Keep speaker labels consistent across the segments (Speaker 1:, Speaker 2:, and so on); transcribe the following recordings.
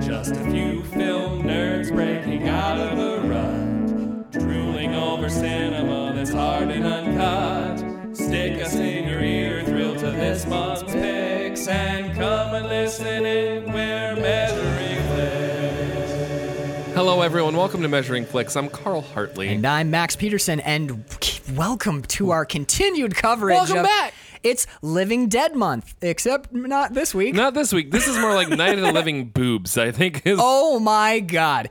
Speaker 1: Just a few film nerds breaking out of a rut, drooling over cinema that's hard and uncut. Stick us in your ear, thrill to this month's picks, and come and listen in. We're measuring flicks. Hello, everyone. Welcome to Measuring Flicks. I'm Carl Hartley.
Speaker 2: And I'm Max Peterson, and welcome to our continued coverage.
Speaker 1: Welcome
Speaker 2: of-
Speaker 1: back.
Speaker 2: It's Living Dead Month, except not this week.
Speaker 1: Not this week. This is more like Night of the Living Boobs. I think is
Speaker 2: Oh my God.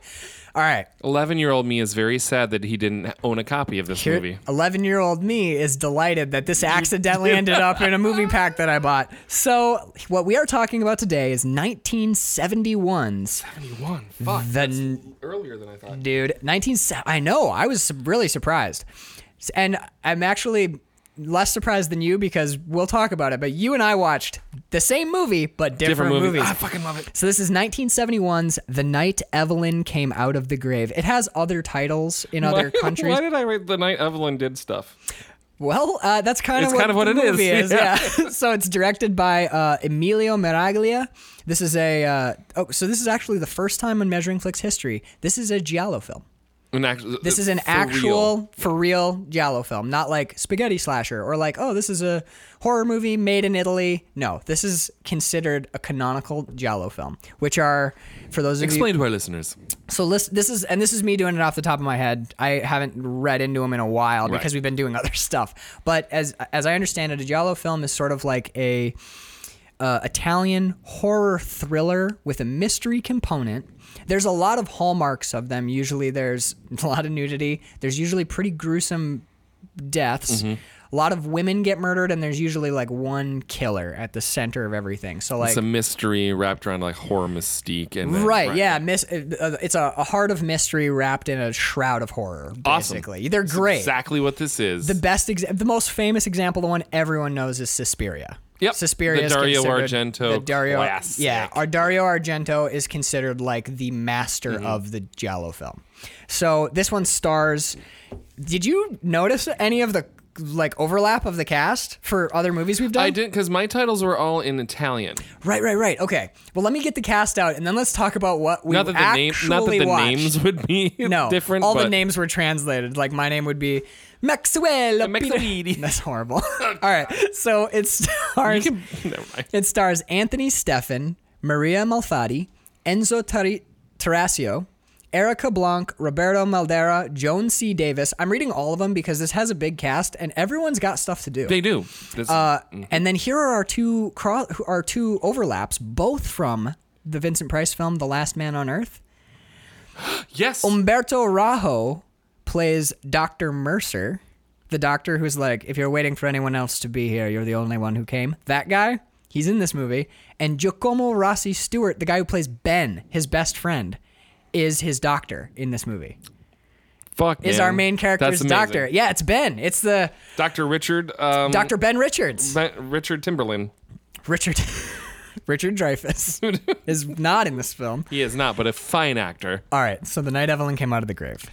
Speaker 2: All right.
Speaker 1: 11 year old me is very sad that he didn't own a copy of this movie.
Speaker 2: 11 year old me is delighted that this accidentally ended up in a movie pack that I bought. So, what we are talking about today is 1971's.
Speaker 1: 71. Fuck.
Speaker 2: The
Speaker 1: that's
Speaker 2: n-
Speaker 1: earlier than I thought.
Speaker 2: dude. 19. se- I know. I was su- really surprised, S- and I'm actually less surprised than you because we'll talk about it. But you and I watched the same movie, but different,
Speaker 1: Different movie.
Speaker 2: movies.
Speaker 1: I fucking love it.
Speaker 2: So this is 1971's "The Night Evelyn Came Out of the Grave." It has other titles in other
Speaker 1: why,
Speaker 2: countries.
Speaker 1: Why did I write the night Evelyn did stuff?
Speaker 2: Well, uh, that's kind
Speaker 1: It's
Speaker 2: of what
Speaker 1: kind of what
Speaker 2: the
Speaker 1: it is,
Speaker 2: movie is.
Speaker 1: yeah.
Speaker 2: Yeah. so it's directed by uh, Emilio Maraglia. This is a uh, oh, so this is actually the first time in Measuring Flicks history. This is a giallo film.
Speaker 1: An actual,
Speaker 2: This is an
Speaker 1: uh, for
Speaker 2: actual,
Speaker 1: real.
Speaker 2: for real Giallo film, not like spaghetti slasher or like, oh, this is a horror movie made in Italy. No, this is considered a canonical Giallo film, which are, for those of you.
Speaker 1: Explain to our listeners.
Speaker 2: So listen, this is, and this is me doing it off the top of my head. I haven't read into them in a while because we've been doing other stuff. But as, as I understand it, a Giallo film is sort of like a uh, Italian horror thriller with a mystery component. There's a lot of hallmarks of them. Usually, there's a lot of nudity. There's usually pretty gruesome deaths. A lot of women get murdered, and there's usually like one killer at the center of everything. So like.
Speaker 1: It's a mystery wrapped around like horror mystique and then-
Speaker 2: Right, yeah, mis- uh, it's a, a heart of mystery wrapped in a shroud of horror.
Speaker 1: Awesome.
Speaker 2: Basically, they're
Speaker 1: It's
Speaker 2: great.
Speaker 1: Exactly what this is.
Speaker 2: The best, ex- the most famous example, the one everyone knows is Suspiria.
Speaker 1: Yep.
Speaker 2: Suspiria.
Speaker 1: The
Speaker 2: is
Speaker 1: Dario
Speaker 2: considered-
Speaker 1: Argento
Speaker 2: The Dario.
Speaker 1: classic.
Speaker 2: Yeah. Our Dario Argento is considered like the master
Speaker 1: Mm-hmm.
Speaker 2: of the Giallo film. So this one stars. Did you notice any of the like overlap of the cast for other movies we've done?
Speaker 1: I didn't because my titles were all in Italian.
Speaker 2: Right, right, right. Okay. Well, let me get the cast out, and then let's talk about what we
Speaker 1: Not that the name,
Speaker 2: actually
Speaker 1: not that the
Speaker 2: watched.
Speaker 1: names would be
Speaker 2: no,
Speaker 1: different.
Speaker 2: All the
Speaker 1: but-
Speaker 2: names were translated. Like my name would be Maxwell. Peter-
Speaker 1: Uh, Maxwell.
Speaker 2: That's horrible. all right. So it
Speaker 1: You
Speaker 2: stars.
Speaker 1: can, never mind.
Speaker 2: It stars Anthony Stefan, Maria Malfatti, Enzo Tari- Tarasio, Erica Blanc, Roberto Maldera, Joan C. Davis. I'm reading all of them because this has a big cast, and everyone's got stuff to do.
Speaker 1: They Mm-hmm. do. This,
Speaker 2: Uh, and then here are our two cro- our two overlaps, both from the Vincent Price film The Last Man on Earth.
Speaker 1: yes.
Speaker 2: Umberto Rajo plays Dr. Mercer, the doctor who's like, if you're waiting for anyone else to be here, you're the only one who came. That guy, he's in this movie. And Giacomo Rossi Stewart, the guy who plays Ben, his best friend, is his doctor in this movie.
Speaker 1: Fuck.
Speaker 2: Is
Speaker 1: man.
Speaker 2: our main
Speaker 1: That's
Speaker 2: character's
Speaker 1: amazing.
Speaker 2: doctor. Yeah, it's Ben. It's the
Speaker 1: Dr. Richard. Um,
Speaker 2: Dr. Ben Richards.
Speaker 1: Ri- Richard Timberlin.
Speaker 2: Richard Richard Dreyfuss is not in this film.
Speaker 1: He is not, but a fine actor.
Speaker 2: All right, so the night Evelyn came out of the grave.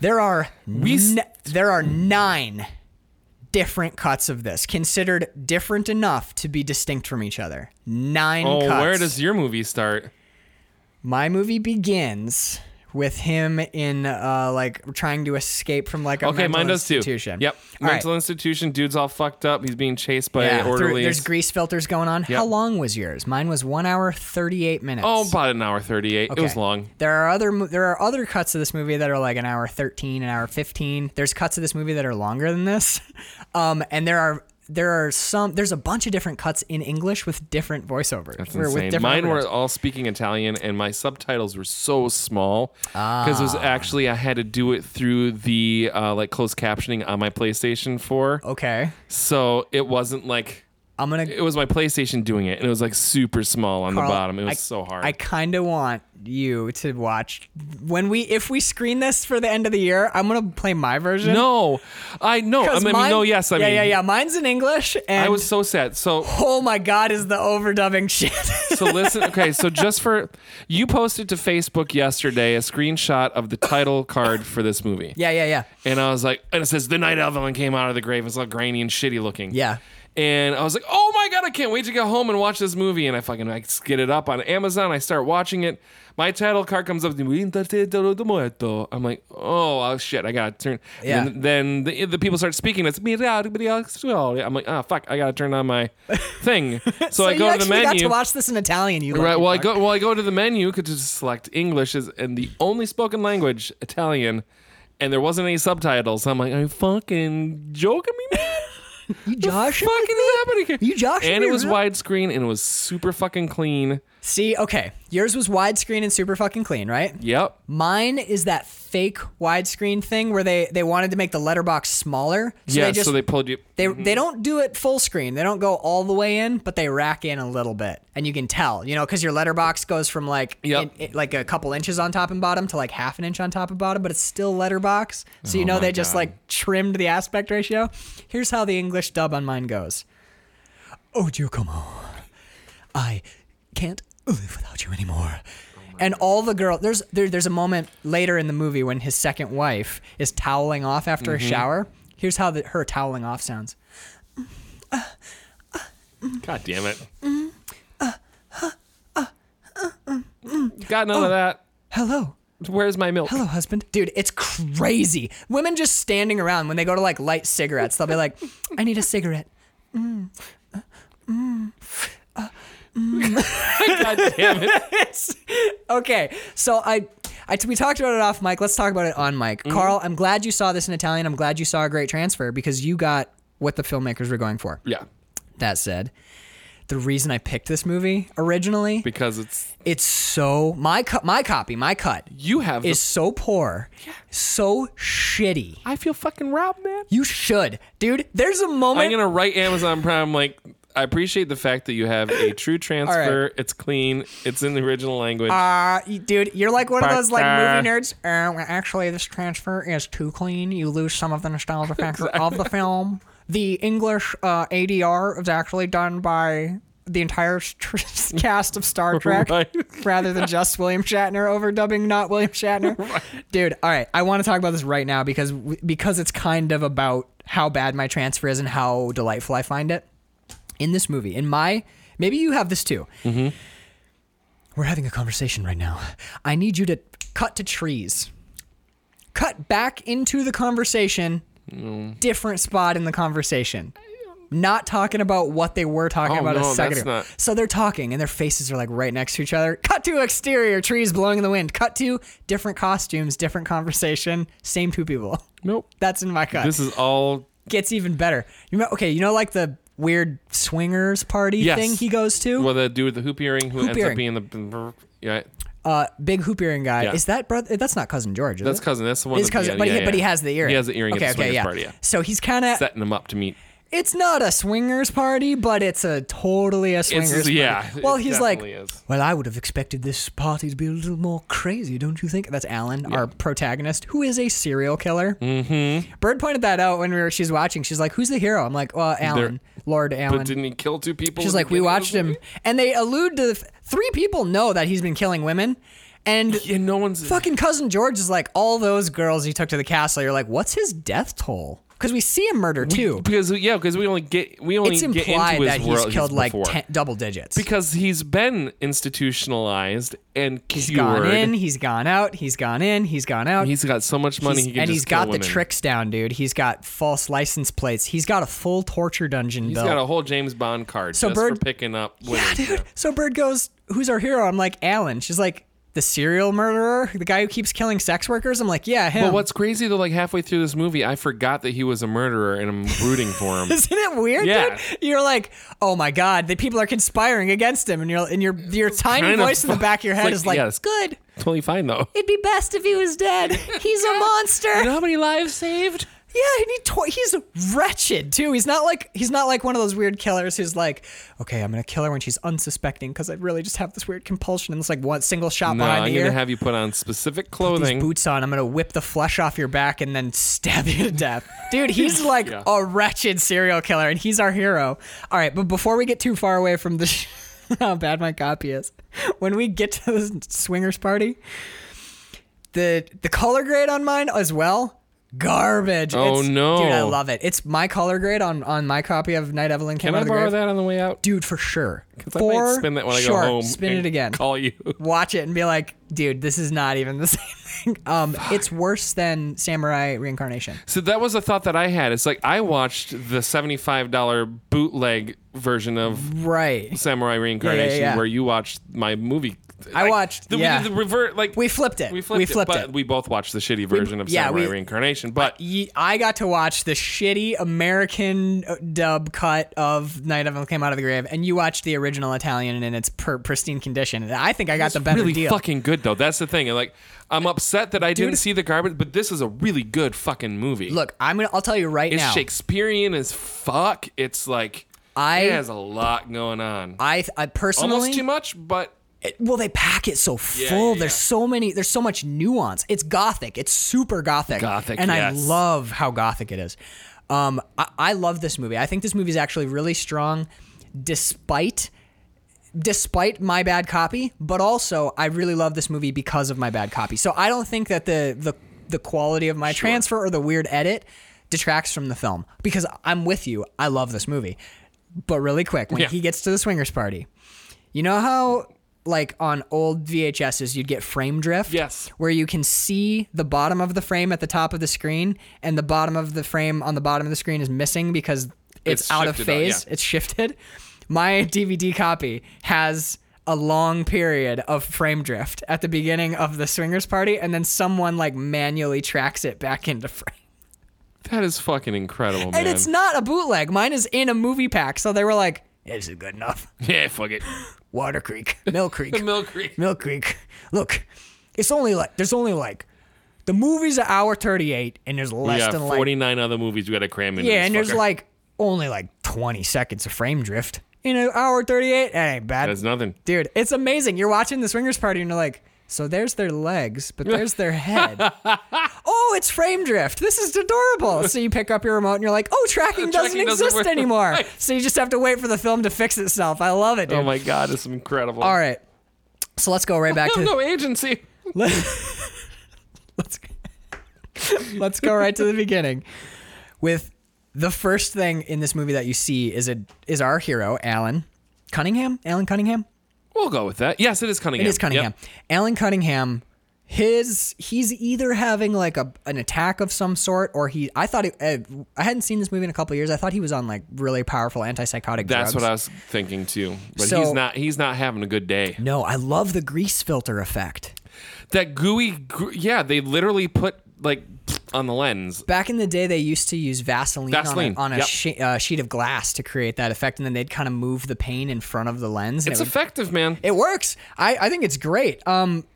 Speaker 2: There are
Speaker 1: s-
Speaker 2: n- there are nine different cuts of this, considered different enough to be distinct from each other. Nine
Speaker 1: Oh,
Speaker 2: cuts.
Speaker 1: where does your movie start?
Speaker 2: my movie begins with him in uh, like trying to escape from like a
Speaker 1: Okay,
Speaker 2: mental
Speaker 1: mine does too.
Speaker 2: institution.
Speaker 1: Yep.
Speaker 2: All right.
Speaker 1: mental institution. Dude's all fucked up. He's being chased by
Speaker 2: Yeah, through-
Speaker 1: orderlies.
Speaker 2: there's grease filters going on. How long was yours? Mine was one hour thirty-eight minutes.
Speaker 1: oh, about an hour thirty-eight. It was
Speaker 2: Okay.
Speaker 1: long.
Speaker 2: There are other mo- there are other cuts of this movie that are like an hour 13, an hour 15. There's cuts of this movie that are longer than this. Um, and there are there are some there's a bunch of different cuts in English with different voiceovers.
Speaker 1: It's insane. Mine were all speaking Italian, and my subtitles were so small because it
Speaker 2: Ah.
Speaker 1: was actually I had to do it through the uh, like closed captioning on my PlayStation Four.
Speaker 2: Okay.
Speaker 1: So it wasn't like
Speaker 2: I'm going to
Speaker 1: it was my PlayStation doing it, and it was like super small on the bottom. It was so hard.
Speaker 2: I kind of want you to watch when we if we screen this for the end of the year, I'm going to play my version.
Speaker 1: no, I know. I
Speaker 2: 'Cause
Speaker 1: mean,
Speaker 2: mine-
Speaker 1: no, yes, I
Speaker 2: yeah,
Speaker 1: mean,
Speaker 2: yeah, yeah. Mine's in English, and
Speaker 1: I was so sad. So
Speaker 2: oh my god, is the overdubbing shit.
Speaker 1: So listen, okay, so just for you posted to Facebook yesterday a screenshot of the title card for this movie.
Speaker 2: yeah, yeah, yeah.
Speaker 1: And I was like, and it says The Night Evelyn came out of the grave. It's all grainy and shitty looking.
Speaker 2: Yeah.
Speaker 1: And I was like, oh my God, I can't wait to get home and watch this movie. And I fucking I get it up on Amazon. I start watching it. My title card comes up. "Vinta te Toro de Muerto." I'm like, oh, oh, shit, I gotta turn.
Speaker 2: Yeah.
Speaker 1: And then the, the people start speaking. It's me. I'm like, oh, fuck, I gotta turn on my thing. So, I
Speaker 2: you
Speaker 1: go to the
Speaker 2: actually
Speaker 1: menu.
Speaker 2: got to watch this in Italian. You
Speaker 1: Right.
Speaker 2: lucky
Speaker 1: Well, I
Speaker 2: fuck.
Speaker 1: go. Well, I go to the menu could just select English as and the only spoken language Italian, and there wasn't any subtitles. I'm like, are you fucking joking me, man?
Speaker 2: You Josh.
Speaker 1: fucking is happening here?
Speaker 2: You joshing
Speaker 1: And it
Speaker 2: me
Speaker 1: was
Speaker 2: around?
Speaker 1: widescreen and it was super fucking clean.
Speaker 2: See, okay, yours was widescreen and super fucking clean, right?
Speaker 1: Yep.
Speaker 2: Mine is that fake widescreen thing where they they wanted to make the letterbox smaller, so
Speaker 1: yeah.
Speaker 2: they just
Speaker 1: so they pulled you.
Speaker 2: They, they don't do it full screen. They don't go all the way in, but they rack in a little bit, and you can tell, you know, because your letterbox goes from like
Speaker 1: Yep.
Speaker 2: in- in- like a couple inches on top and bottom to like half an inch on top and bottom, but it's still letterbox. So you know
Speaker 1: Oh my
Speaker 2: they just
Speaker 1: God.
Speaker 2: like trimmed the aspect ratio. Here's how the English dub on mine goes. Oh Giacomo, I can't live without you anymore.
Speaker 1: Oh
Speaker 2: And all the girl there's there, there's a moment later in the movie when his second wife is toweling off after
Speaker 1: Mm-hmm.
Speaker 2: a shower. Here's how the, her toweling off sounds.
Speaker 1: God damn it. Got none
Speaker 2: Oh.
Speaker 1: of that.
Speaker 2: Hello.
Speaker 1: Where's my milk?
Speaker 2: Hello, husband. Dude, it's crazy. Women just standing around when they go to like light cigarettes, they'll be like, I need a cigarette.
Speaker 1: God damn it.
Speaker 2: Okay, so I, I we talked about it off mic. Let's talk about it on mic. Carl, I'm glad you saw this in Italian. I'm glad you saw a great transfer because you got what the filmmakers were going for.
Speaker 1: Yeah.
Speaker 2: That said, the reason I picked this movie originally,
Speaker 1: Because it's
Speaker 2: it's so my co- my copy, my cut
Speaker 1: you have.
Speaker 2: is
Speaker 1: Is,
Speaker 2: so poor, so shitty.
Speaker 1: I feel fucking robbed, man.
Speaker 2: You should, dude. There's a moment.
Speaker 1: I'm gonna write Amazon Prime like I appreciate the fact that you have a true transfer. It's clean. It's in the original language.
Speaker 2: Uh, y- dude, you're like one of those like
Speaker 1: Barker.
Speaker 2: movie nerds. Uh, well, actually, this transfer is too clean. You lose some of the nostalgia factor of the film. The English uh, ADR is actually done by the entire tr- cast of Star Trek,
Speaker 1: Right.
Speaker 2: rather than just William Shatner overdubbing not William Shatner. Dude, all right, I want to talk about this right now because w- because it's kind of about how bad my transfer is and how delightful I find it in this movie. In my maybe you have this too.
Speaker 1: Mm-hmm.
Speaker 2: We're having a conversation right now. I need you to cut to trees. Cut back into the conversation.
Speaker 1: Mm.
Speaker 2: Different spot in the conversation. Not talking about what they were talking
Speaker 1: Oh,
Speaker 2: about
Speaker 1: no,
Speaker 2: a second
Speaker 1: that's
Speaker 2: ago.
Speaker 1: not-
Speaker 2: So they're talking and their faces are like right next to each other. Cut to exterior, trees blowing in the wind. Cut to different costumes, different conversation, same two people.
Speaker 1: nope.
Speaker 2: That's in my cut.
Speaker 1: This is all
Speaker 2: gets even better. You know, okay, you know like the weird swingers party
Speaker 1: Yes.
Speaker 2: thing he goes to?
Speaker 1: well the dude with the hoop earring who
Speaker 2: Hoop
Speaker 1: ends
Speaker 2: earring.
Speaker 1: up being the yeah.
Speaker 2: uh, big hoop earring guy.
Speaker 1: Yeah.
Speaker 2: Is that brother? That's not cousin George. Is
Speaker 1: That's
Speaker 2: it?
Speaker 1: cousin. That's the one.
Speaker 2: His
Speaker 1: that-
Speaker 2: cousin,
Speaker 1: yeah,
Speaker 2: but
Speaker 1: yeah,
Speaker 2: he, but he
Speaker 1: yeah.
Speaker 2: has the earring.
Speaker 1: He has the earring
Speaker 2: Okay,
Speaker 1: at the
Speaker 2: okay,
Speaker 1: swingers
Speaker 2: yeah. Uh,
Speaker 1: party. Yeah.
Speaker 2: So he's kind of.
Speaker 1: Setting him up to meet.
Speaker 2: it's not a swingers party, but it's a totally a swingers. party.
Speaker 1: yeah, it
Speaker 2: Well, he's like.
Speaker 1: definitely is.
Speaker 2: Well, I would have expected this party to be a little more crazy, don't you think? That's Alan, our protagonist, who is a serial killer. Mm-hmm. Bird pointed that out when we were. She's watching. She's like, "Who's the hero?" I'm like, "Well, Alan, Lord Alan."
Speaker 1: But didn't he kill two people?
Speaker 2: She's
Speaker 1: at the
Speaker 2: like, we
Speaker 1: beginning of
Speaker 2: watched
Speaker 1: this
Speaker 2: him,
Speaker 1: movie?
Speaker 2: and they allude to the f- three people know that he's been killing women, and
Speaker 1: Yeah, no one's
Speaker 2: fucking cousin George is like, all those girls he took to the castle. You're like, what's his death toll? Because we see him murder too.
Speaker 1: because yeah because we only get we only
Speaker 2: It's
Speaker 1: get
Speaker 2: implied
Speaker 1: into his
Speaker 2: that he's
Speaker 1: world
Speaker 2: killed like
Speaker 1: before.
Speaker 2: ten, double digits.
Speaker 1: because he's been institutionalized and
Speaker 2: he's gone
Speaker 1: cured.
Speaker 2: in, he's gone out, he's gone in, he's gone out.
Speaker 1: He's got so much money.
Speaker 2: He's-
Speaker 1: he can
Speaker 2: and
Speaker 1: just
Speaker 2: he's
Speaker 1: kill
Speaker 2: got the
Speaker 1: women.
Speaker 2: tricks down, dude. He's got false license plates. He's got a full torture dungeon
Speaker 1: He's
Speaker 2: built.
Speaker 1: got a whole James Bond card
Speaker 2: So
Speaker 1: just
Speaker 2: Bird-
Speaker 1: for picking up women.
Speaker 2: Yeah, dude. So Bird goes, "Who's our hero?" I'm like, "Alan." She's like, "The serial murderer, the guy who keeps killing sex workers." I'm like, "Yeah, him."
Speaker 1: But what's crazy though, like halfway through this movie, I forgot that he was a murderer, and I'm rooting for him.
Speaker 2: Isn't it weird,
Speaker 1: Yeah.
Speaker 2: dude? You're like, "Oh my god, the people are conspiring against him," and you're and your your tiny
Speaker 1: kinda
Speaker 2: voice in the
Speaker 1: fu-
Speaker 2: back of your
Speaker 1: it's
Speaker 2: head
Speaker 1: like,
Speaker 2: is like,
Speaker 1: yes.
Speaker 2: "Good.
Speaker 1: totally fine though.
Speaker 2: It'd be best if he was dead. He's a monster."
Speaker 1: how many lives saved?
Speaker 2: Yeah, and he to- he's wretched too. He's not like he's not like one of those weird killers who's like, okay, I'm gonna kill her when she's unsuspecting because I really just have this weird compulsion and it's like one single shot
Speaker 1: No,
Speaker 2: behind
Speaker 1: I'm
Speaker 2: the ear.
Speaker 1: gonna have you put on specific
Speaker 2: these
Speaker 1: clothing.
Speaker 2: boots on. I'm gonna whip the flesh off your back and then stab you to death, dude. He's like
Speaker 1: Yeah.
Speaker 2: a wretched serial killer, and he's our hero. All right, but before we get too far away from the sh- how bad my copy is, when we get to the swingers party, the the color grade on mine as well garbage.
Speaker 1: Oh,
Speaker 2: It's-
Speaker 1: no.
Speaker 2: dude, I love it. It's my color grade on on my copy of Night Evelyn
Speaker 1: Can
Speaker 2: Came Out
Speaker 1: I
Speaker 2: of the
Speaker 1: borrow
Speaker 2: Grave.
Speaker 1: that on the way out?
Speaker 2: Dude, for sure.
Speaker 1: I
Speaker 2: For
Speaker 1: might spin that when I go
Speaker 2: sure.
Speaker 1: home.
Speaker 2: Spin
Speaker 1: and
Speaker 2: it again.
Speaker 1: Call you.
Speaker 2: Watch it and be like, dude, this is not even the same thing. Um, it's worse than Samurai Reincarnation.
Speaker 1: So that was a thought that I had. It's like I watched the seventy-five dollar bootleg version of
Speaker 2: Right.
Speaker 1: Samurai Reincarnation,
Speaker 2: Mm-hmm. yeah.
Speaker 1: where you watched my movie.
Speaker 2: I watched-
Speaker 1: The, we
Speaker 2: yeah.
Speaker 1: did the revert. Like
Speaker 2: We flipped it.
Speaker 1: We flipped,
Speaker 2: We flipped
Speaker 1: it, but
Speaker 2: it.
Speaker 1: we both watched the shitty version of
Speaker 2: yeah,
Speaker 1: Samurai
Speaker 2: we-
Speaker 1: Reincarnation. But
Speaker 2: Ye- I got to watch the shitty American uh, dub cut of Night Evelyn Came Out of the Grave, and you watched the original Italian in its per- pristine condition. And I think I got the better
Speaker 1: really
Speaker 2: deal.
Speaker 1: fucking good though. That's the thing. And like, I'm upset that I didn't see the garbage, but this is a really good fucking movie.
Speaker 2: Look, I'm gonna. I'll tell you right
Speaker 1: it's
Speaker 2: now.
Speaker 1: Shakespearean as fuck. It's like
Speaker 2: I-
Speaker 1: it has a lot going on.
Speaker 2: I, I personally
Speaker 1: Almost too much, but
Speaker 2: it- well they pack it so
Speaker 1: Yeah,
Speaker 2: full
Speaker 1: yeah,
Speaker 2: there's
Speaker 1: yeah.
Speaker 2: so many there's so much nuance it's gothic it's super gothic
Speaker 1: Gothic,
Speaker 2: and
Speaker 1: yes.
Speaker 2: i love how gothic it is um, I, I love this movie i think this movie is actually really strong despite despite my bad copy but also i really love this movie because of my bad copy so i don't think that the the, the quality of my transfer or the weird edit detracts from the film because i'm with you i love this movie but really quick when
Speaker 1: Yeah.
Speaker 2: he gets to the swingers party you know how like on old VHSs you'd get frame drift?
Speaker 1: Yes.
Speaker 2: Where you can see the bottom of the frame at the top of the screen and the bottom of the frame on the bottom of the screen is missing because it's,
Speaker 1: It's
Speaker 2: out of
Speaker 1: shifted out,
Speaker 2: phase.
Speaker 1: yeah.
Speaker 2: It's shifted. My DVD copy has a long period of frame drift at the beginning of the swingers party and then someone like manually tracks it back into frame.
Speaker 1: that is fucking incredible, man.
Speaker 2: And it's not a bootleg. Mine is in a movie pack. So they were like, this is good enough.
Speaker 1: yeah, fuck it.
Speaker 2: Water Creek, Mill Creek.
Speaker 1: Mill Creek.
Speaker 2: Mill Creek. Look, it's only like there's only like the movie's an hour thirty eight, and there's
Speaker 1: We
Speaker 2: less
Speaker 1: got
Speaker 2: than
Speaker 1: 49 other movies we got to cram in.
Speaker 2: like yeah, and there's like only like twenty seconds of frame drift in an hour thirty eight. That ain't bad,
Speaker 1: That's nothing.
Speaker 2: dude. It's amazing. You're watching the swingers party, and you're like. So there's their legs, but there's their head. oh, it's frame drift. This is adorable. So you pick up your remote and you're like, oh, tracking doesn't
Speaker 1: Tracking doesn't
Speaker 2: exist
Speaker 1: work.
Speaker 2: anymore.
Speaker 1: Right.
Speaker 2: So you just have to wait for the film to fix itself. I love it, dude.
Speaker 1: Oh my god, it's incredible.
Speaker 2: All right. So let's go right back to
Speaker 1: no agency.
Speaker 2: let's let's go right to the beginning with the first thing in this movie that you see is a is our hero Alan Cunningham. Alan Cunningham.
Speaker 1: We'll go with that. Yes, it is Cunningham.
Speaker 2: It is Cunningham. Alan Cunningham. His he's either having like a an attack of some sort, or he. I thought he, uh, I hadn't seen this movie in a couple years. I thought he was on like really powerful antipsychotic drugs.
Speaker 1: That's what I was thinking too. But he's
Speaker 2: So-
Speaker 1: not. He's not having a good day.
Speaker 2: no, I love the grease filter effect.
Speaker 1: That gooey. gr- Yeah, they literally put like on the lens.
Speaker 2: Back in the day, they used to use Vaseline,
Speaker 1: Vaseline,
Speaker 2: on a, on a
Speaker 1: yep.
Speaker 2: she- uh, sheet of glass to create that effect, and then they'd kind of move the paint in front of the lens. And
Speaker 1: It's
Speaker 2: it, would-
Speaker 1: effective, man.
Speaker 2: it works. I, I think it's great. Um,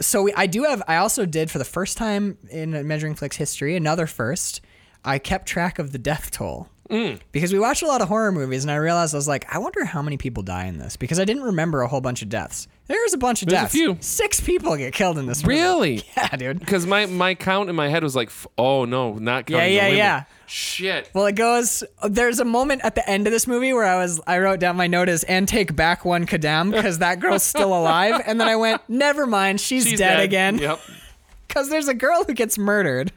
Speaker 2: so we, I do have. I also did for the first time in Measuring Flicks history, another first. I kept track of the death toll
Speaker 1: Mm.
Speaker 2: because we watched a lot of horror movies, and I realized I was like, I wonder how many people die in this because I didn't remember a whole bunch of deaths. There's a bunch of
Speaker 1: There's a
Speaker 2: deaths.
Speaker 1: few.
Speaker 2: Six people get killed in this. movie.
Speaker 1: Really?
Speaker 2: Yeah, dude.
Speaker 1: Because my my count in my head was like, f- oh no, not counting the
Speaker 2: yeah,
Speaker 1: women.
Speaker 2: yeah.
Speaker 1: Shit.
Speaker 2: Well, it goes. There's a moment at the end of this movie where I was, I wrote down my note as "and take back one Kadam" because that girl's still alive, and then I went, "Never mind, she's,
Speaker 1: She's
Speaker 2: dead, again."
Speaker 1: Yep.
Speaker 2: Because there's a girl who gets murdered,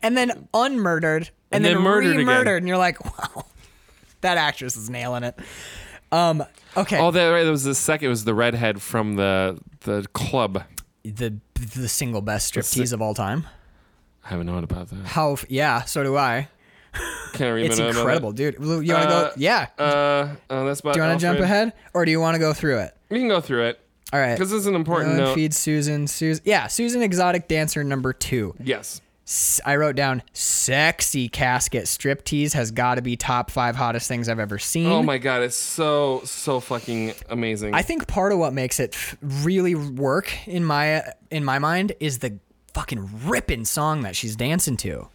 Speaker 2: and then unmurdered,
Speaker 1: And
Speaker 2: and,
Speaker 1: then murdered again.
Speaker 2: re-murdered, and you're like, "Wow, that actress is nailing it." Um. Okay.
Speaker 1: Oh, that right. There was the second. It was the redhead from the the club.
Speaker 2: the the single best striptease of all time.
Speaker 1: I haven't known about that.
Speaker 2: How? f- Yeah. So do I.
Speaker 1: Can't remember.
Speaker 2: It's
Speaker 1: about that.
Speaker 2: incredible, dude. Lou, You want to
Speaker 1: Uh,
Speaker 2: go? Yeah.
Speaker 1: Uh, oh, that's about.
Speaker 2: Do you want to jump
Speaker 1: Alfred.
Speaker 2: ahead, or do you want to go through it?
Speaker 1: We can go through it
Speaker 2: All right.
Speaker 1: because this is an important
Speaker 2: Ellen
Speaker 1: note.
Speaker 2: feeds Susan. Susan, yeah, Susan, exotic dancer number two.
Speaker 1: Yes.
Speaker 2: S- I wrote down sexy casket striptease has got to be top five hottest things I've ever seen.
Speaker 1: Oh my god, it's so so fucking amazing.
Speaker 2: I think part of what makes it f- really work in my in my mind is the fucking ripping song that she's dancing to.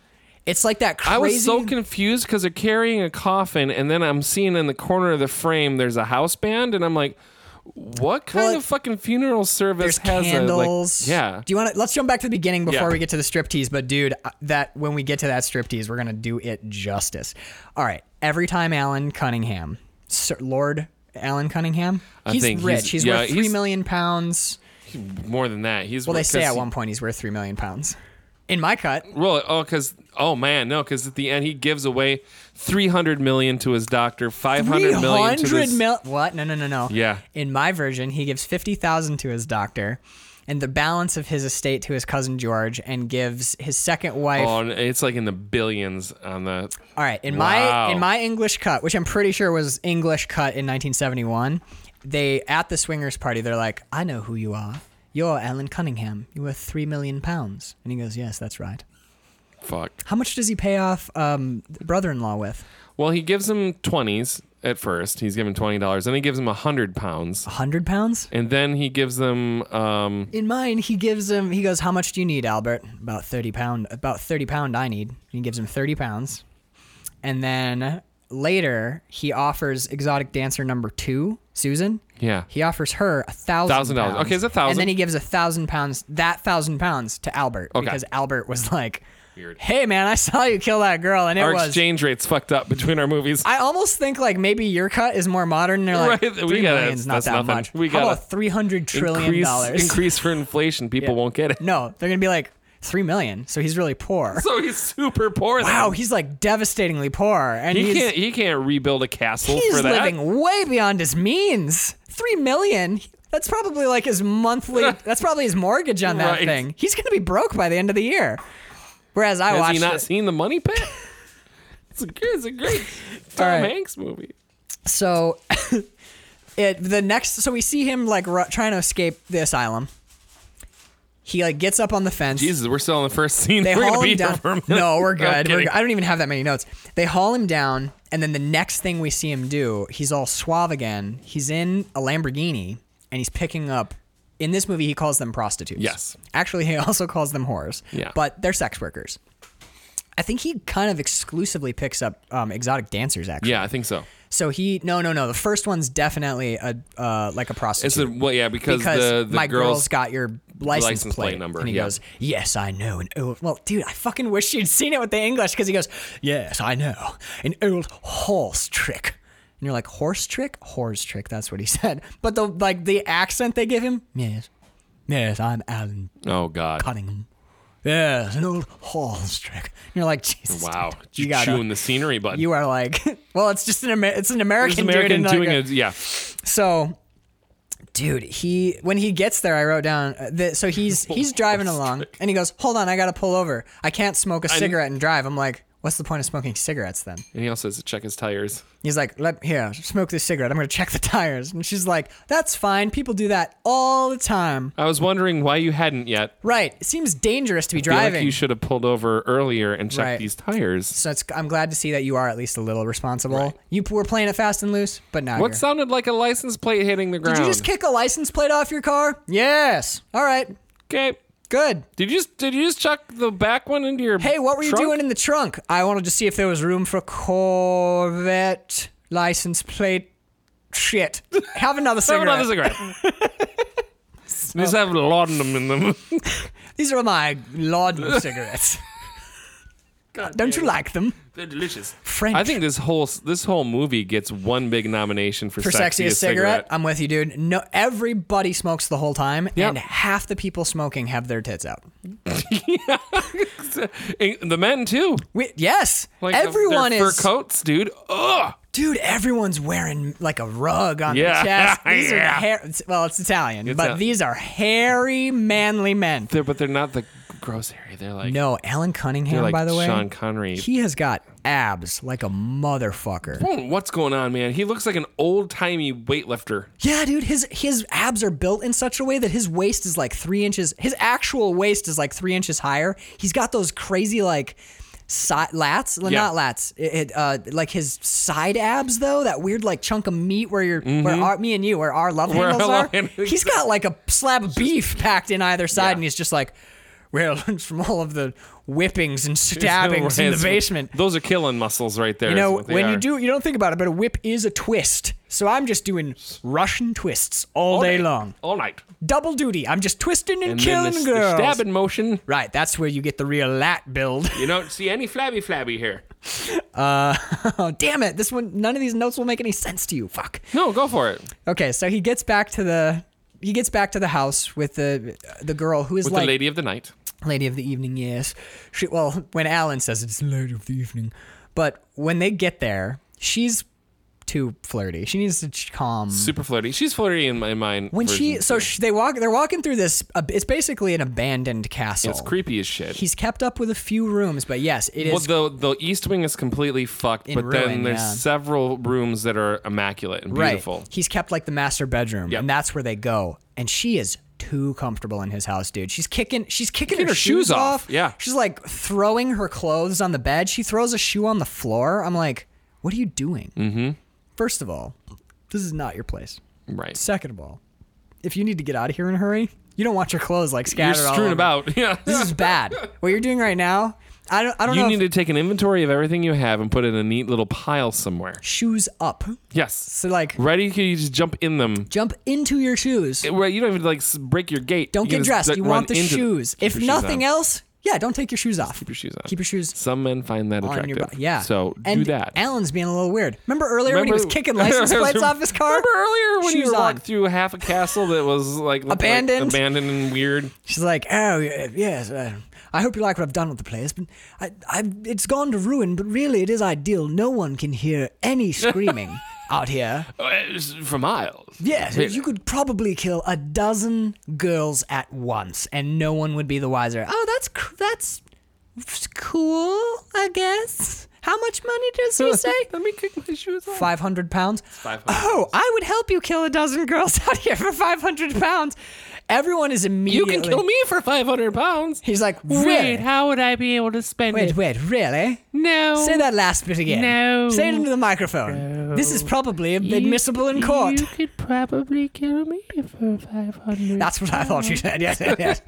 Speaker 2: It's like that crazy.
Speaker 1: I was so confused because they're carrying a coffin, and then I'm seeing in the corner of the frame there's a house band, and I'm like, what kind
Speaker 2: Well,
Speaker 1: of fucking funeral service
Speaker 2: there's
Speaker 1: has
Speaker 2: candles.
Speaker 1: a like? Yeah.
Speaker 2: Do you want to? Let's jump back to the beginning
Speaker 1: Yeah.
Speaker 2: before we get to the striptease. But dude, uh, that when we get to that striptease, we're gonna do it justice. All right. Every time Alan Cunningham, Sir Lord Alan Cunningham,
Speaker 1: I
Speaker 2: he's
Speaker 1: think he's-
Speaker 2: rich. He's,
Speaker 1: yeah,
Speaker 2: worth three
Speaker 1: he's-
Speaker 2: million pounds.
Speaker 1: More than that, he's
Speaker 2: Well, they say
Speaker 1: 'cause
Speaker 2: at
Speaker 1: he-
Speaker 2: one point he's worth three million pounds. in my cut.
Speaker 1: Roll it. Oh, because oh man, no, because at the end he gives away three hundred million to his doctor, five hundred million to
Speaker 2: 300
Speaker 1: this.
Speaker 2: mil. What? No, no, no, no.
Speaker 1: Yeah.
Speaker 2: In my version, he gives 50,000 to his doctor and the balance of his estate to his cousin George and gives his second wife.
Speaker 1: oh, and it's like in the billions on the.
Speaker 2: All right, in
Speaker 1: Wow.
Speaker 2: my in my English cut, which I'm pretty sure was English cut in 1971, they at the swingers party, they're like, "I know who you are. You're Alan Cunningham. You're worth 3 million pounds." And he goes, "Yes, that's right."
Speaker 1: Fuck.
Speaker 2: How much does he pay off um, the brother-in-law with?
Speaker 1: Well, he gives him twenties at first. He's given twenty dollars, then he gives him hundred pounds,
Speaker 2: 100 pounds?
Speaker 1: and then he gives them. Um,
Speaker 2: In mine, he gives him. He goes, "How much do you need, Albert?" About thirty pound. About thirty pound. I need. And he gives him thirty pounds, and then later he offers exotic dancer number two, Susan.
Speaker 1: Yeah.
Speaker 2: He offers her a thousand.
Speaker 1: Thousand dollars.
Speaker 2: pounds.
Speaker 1: Okay, it's a thousand.
Speaker 2: And then he gives a thousand pounds. That thousand pounds to Albert
Speaker 1: Okay.
Speaker 2: because Albert was like,
Speaker 1: Weird.
Speaker 2: "Hey, man, I saw you kill that girl, and it
Speaker 1: our
Speaker 2: was."
Speaker 1: exchange rates fucked up between our movies.
Speaker 2: I almost think like maybe your cut is more modern. And they're
Speaker 1: Right,
Speaker 2: like,
Speaker 1: we
Speaker 2: three
Speaker 1: gotta-
Speaker 2: million's not
Speaker 1: that's
Speaker 2: that
Speaker 1: nothing.
Speaker 2: much.
Speaker 1: We
Speaker 2: How
Speaker 1: gotta
Speaker 2: about three hundred trillion
Speaker 1: increase,
Speaker 2: dollars?
Speaker 1: increase for inflation. People won't get it.
Speaker 2: No, they're gonna be like three million. So he's really poor.
Speaker 1: So he's super poor. then.
Speaker 2: Wow, he's like devastatingly poor, and
Speaker 1: He
Speaker 2: he's
Speaker 1: can't. He can't rebuild a castle
Speaker 2: he's
Speaker 1: for that.
Speaker 2: living way beyond his means. Three million. That's probably like his monthly. that's probably his mortgage on that
Speaker 1: Right.
Speaker 2: thing. He's gonna be broke by the end of the year. Whereas I
Speaker 1: Has
Speaker 2: watched
Speaker 1: he not
Speaker 2: it-
Speaker 1: seen the Money Pit? it's, a, it's a great Tom
Speaker 2: All right.
Speaker 1: Hanks movie.
Speaker 2: so. it the next so we see him like ru- trying to escape the asylum. He like gets up on the fence.
Speaker 1: Jesus, we're still in the first scene.
Speaker 2: They
Speaker 1: we're
Speaker 2: haul
Speaker 1: gonna be
Speaker 2: him
Speaker 1: here
Speaker 2: down.
Speaker 1: for a minute.
Speaker 2: No, we're
Speaker 1: I'm
Speaker 2: good. We're
Speaker 1: kidding.
Speaker 2: good. I don't even have that many notes. They haul him down, and then the next thing we see him do, he's all suave again. He's in a Lamborghini, and he's picking up. In this movie, he calls them prostitutes.
Speaker 1: Yes.
Speaker 2: Actually, he also calls them whores.
Speaker 1: Yeah.
Speaker 2: But they're sex workers. I think he kind of exclusively picks up um, exotic dancers. Actually.
Speaker 1: Yeah, I think so.
Speaker 2: So he no no no. The first one's definitely a uh, like a
Speaker 1: It's
Speaker 2: prostitute
Speaker 1: a, well, yeah, because,
Speaker 2: because
Speaker 1: the the
Speaker 2: my
Speaker 1: girls
Speaker 2: girl's got your license,
Speaker 1: license plate number,
Speaker 2: And he
Speaker 1: yeah.
Speaker 2: goes, "Yes, I know." An old well, dude, I fucking wish you'd seen it with the English because he goes, "Yes, I know, an old horse trick." And you're like, "Horse trick, horse trick." That's what he said. But the like the accent they give him, yes, yes, I'm Alan
Speaker 1: Oh God.
Speaker 2: Cunningham. Yes, an old horse trick. And you're like, Jesus,
Speaker 1: Wow,
Speaker 2: dude,
Speaker 1: you
Speaker 2: you got
Speaker 1: chewing the scenery button.
Speaker 2: you are like, well, it's just an Amer- it's an
Speaker 1: There's
Speaker 2: American,
Speaker 1: an
Speaker 2: dude
Speaker 1: American
Speaker 2: in, like,
Speaker 1: doing
Speaker 2: a-
Speaker 1: a, yeah.
Speaker 2: so, dude, he when he gets there, I wrote down uh, that. So he's he's driving along, and he goes, "Hold on, I gotta pull over. I can't smoke a cigarette and drive." I'm like, "What's the point of smoking cigarettes then?"
Speaker 1: And he also has to check his tires.
Speaker 2: He's like, "Let here, smoke this cigarette. I'm gonna check the tires." And she's like, "That's fine. People do that all the time."
Speaker 1: I was wondering why you hadn't yet.
Speaker 2: Right? It seems dangerous to be
Speaker 1: I feel
Speaker 2: driving.
Speaker 1: like you should have pulled over earlier and checked
Speaker 2: Right.
Speaker 1: these tires.
Speaker 2: so it's, I'm glad to see that you are at least a little responsible. You p- were playing it fast and loose, but now
Speaker 1: What
Speaker 2: you're.
Speaker 1: sounded like a license plate hitting the ground?
Speaker 2: Did you just kick a license plate off your car? Yes. All right.
Speaker 1: okay.
Speaker 2: Good.
Speaker 1: Did you just did you just chuck the back one into your?
Speaker 2: Hey, what were you
Speaker 1: trunk?
Speaker 2: doing in the trunk? I wanted to see if there was room for Corvette license plate. Shit. Have another
Speaker 1: Have
Speaker 2: cigarette.
Speaker 1: another cigarette. just have laudanum in them.
Speaker 2: These are my laudanum cigarettes.
Speaker 1: God
Speaker 2: Don't you like them?
Speaker 1: They're delicious.
Speaker 2: French.
Speaker 1: I think this whole this whole movie gets one big nomination for,
Speaker 2: for sexiest cigarette,
Speaker 1: cigarette.
Speaker 2: I'm with you, dude. No, everybody smokes the whole time,
Speaker 1: Yep.
Speaker 2: and half the people smoking have their tits out.
Speaker 1: And the men too.
Speaker 2: We, yes,
Speaker 1: Like the- their
Speaker 2: everyone is,
Speaker 1: fur coats, dude. Ugh.
Speaker 2: dude. Everyone's wearing like a rug on
Speaker 1: Yeah,
Speaker 2: their chest. These are
Speaker 1: yeah.
Speaker 2: the hair. Well, it's Italian, but
Speaker 1: a-
Speaker 2: these are hairy, manly men.
Speaker 1: They're, but they're not the gross hairy. They're like
Speaker 2: No, Alan Cunningham,
Speaker 1: they're like
Speaker 2: by the way,
Speaker 1: Sean Connery.
Speaker 2: he has got abs like a motherfucker.
Speaker 1: Oh, What's going on, man? He looks like an old timey weightlifter.
Speaker 2: Yeah, dude, his his abs are built in such a way that his waist is like three inches. His actual waist is like three inches higher. He's got those crazy like side lats, well,
Speaker 1: Yeah.
Speaker 2: not lats, it, it, uh, like his side abs though. That weird like chunk of meat where you're, where our, me and you, where our love
Speaker 1: Mm-hmm. Where our
Speaker 2: handles
Speaker 1: love
Speaker 2: are.
Speaker 1: handles
Speaker 2: He's got like a slab of beef packed in either side,
Speaker 1: Yeah.
Speaker 2: and he's just like, well, from all of the whippings and stabbings in the
Speaker 1: Whereas-
Speaker 2: basement.
Speaker 1: Those are killing muscles right there.
Speaker 2: You know,
Speaker 1: is what they
Speaker 2: when
Speaker 1: are.
Speaker 2: you do, you don't think about it, but a whip is a twist. So I'm just doing Russian twists all, day, long.
Speaker 1: all night,
Speaker 2: Double duty. I'm just twisting and,
Speaker 1: and
Speaker 2: killing
Speaker 1: then the, the
Speaker 2: girls.
Speaker 1: stabbing motion.
Speaker 2: Right, that's where you get the real lat build.
Speaker 1: You don't see any flabby flabby here.
Speaker 2: oh, damn it. This one, none of these notes will make any sense to you. Fuck.
Speaker 1: No, go for it.
Speaker 2: Okay, so he gets back to the. He gets back to the house with the the girl who is
Speaker 1: With
Speaker 2: like
Speaker 1: the lady of the night.
Speaker 2: Lady of the Evening, yes. She, well, when Alan says it's Lady of the Evening, but when they get there, she's too flirty. She needs to ch- calm.
Speaker 1: Super flirty. She's flirty in my mind.
Speaker 2: when she, so she, they walk, they're walking through this. Uh, it's basically an abandoned castle.
Speaker 1: it's creepy as shit.
Speaker 2: He's kept up with a few rooms, but yes, it is.
Speaker 1: well, the the East Wing is completely fucked,
Speaker 2: In
Speaker 1: but
Speaker 2: ruin,
Speaker 1: then there's
Speaker 2: yeah.
Speaker 1: several rooms that are immaculate and beautiful.
Speaker 2: Right. He's kept like the master bedroom,
Speaker 1: Yep.
Speaker 2: and that's where they go. And she is too comfortable in his house, dude. She's kicking. She's kicking her,
Speaker 1: her shoes
Speaker 2: shoes off.
Speaker 1: off, yeah.
Speaker 2: She's like throwing her clothes on the bed. She throws a shoe on the floor. I'm like, what are you doing? Mm-hmm. First of all, this is not your place.
Speaker 1: Right.
Speaker 2: Second of all, if you need to get out of here in a hurry, you don't want your clothes like
Speaker 1: You're
Speaker 2: scattered all
Speaker 1: strewn
Speaker 2: over.
Speaker 1: about. Yeah.
Speaker 2: This is bad. what you're doing right now, I don't. I don't
Speaker 1: You
Speaker 2: know.
Speaker 1: need
Speaker 2: if-
Speaker 1: to take an inventory of everything you have and put it in a neat little pile somewhere.
Speaker 2: shoes up.
Speaker 1: Yes.
Speaker 2: So like,
Speaker 1: Ready? You just jump in them.
Speaker 2: jump into your shoes.
Speaker 1: Right. You don't even like s- break your gate.
Speaker 2: Don't
Speaker 1: You
Speaker 2: get
Speaker 1: just,
Speaker 2: dressed.
Speaker 1: like,
Speaker 2: You
Speaker 1: run
Speaker 2: want the
Speaker 1: into them.
Speaker 2: shoes.
Speaker 1: Keep
Speaker 2: If
Speaker 1: your shoes
Speaker 2: nothing
Speaker 1: on.
Speaker 2: else, yeah, don't take your shoes off. Keep
Speaker 1: your shoes on.
Speaker 2: Keep your shoes
Speaker 1: Some men find that
Speaker 2: on your
Speaker 1: attractive.
Speaker 2: body. Yeah.
Speaker 1: So
Speaker 2: and
Speaker 1: do that.
Speaker 2: Alan's being a little weird. Remember earlier when he was
Speaker 1: Remember-
Speaker 2: kicking license plates off his car?
Speaker 1: Remember earlier when
Speaker 2: Shoes
Speaker 1: you walked
Speaker 2: on.
Speaker 1: through half a castle that was like looked like
Speaker 2: Abandoned.
Speaker 1: abandoned and weird.
Speaker 2: She's like, oh y- yes, uh, I hope you like what I've done with the place, but I, I, it's gone to ruin. But really, it is ideal. No one can hear any screaming out here.
Speaker 1: Oh, it was for miles.
Speaker 2: Yes,
Speaker 1: Really.
Speaker 2: you could probably kill a dozen girls at once, and no one would be the wiser. Oh, that's cr- that's f- cool, I guess. How much money does he say?
Speaker 1: Let me kick my shoes off.
Speaker 2: Five hundred pounds.
Speaker 1: 500
Speaker 2: Oh, I would help you kill a dozen girls out here for five hundred pounds. Everyone is
Speaker 1: You
Speaker 2: immediately.
Speaker 1: can kill me for 500 pounds.
Speaker 2: He's like,
Speaker 1: Wait,
Speaker 2: really?
Speaker 1: how would I be able to spend
Speaker 2: Wait,
Speaker 1: it?
Speaker 2: wait, really?
Speaker 1: No.
Speaker 2: Say that last bit again.
Speaker 1: No.
Speaker 2: Say it into the microphone. This is probably admissible in court.
Speaker 1: You could probably kill me for 500.
Speaker 2: That's what I thought you said. Yes, yes, yes.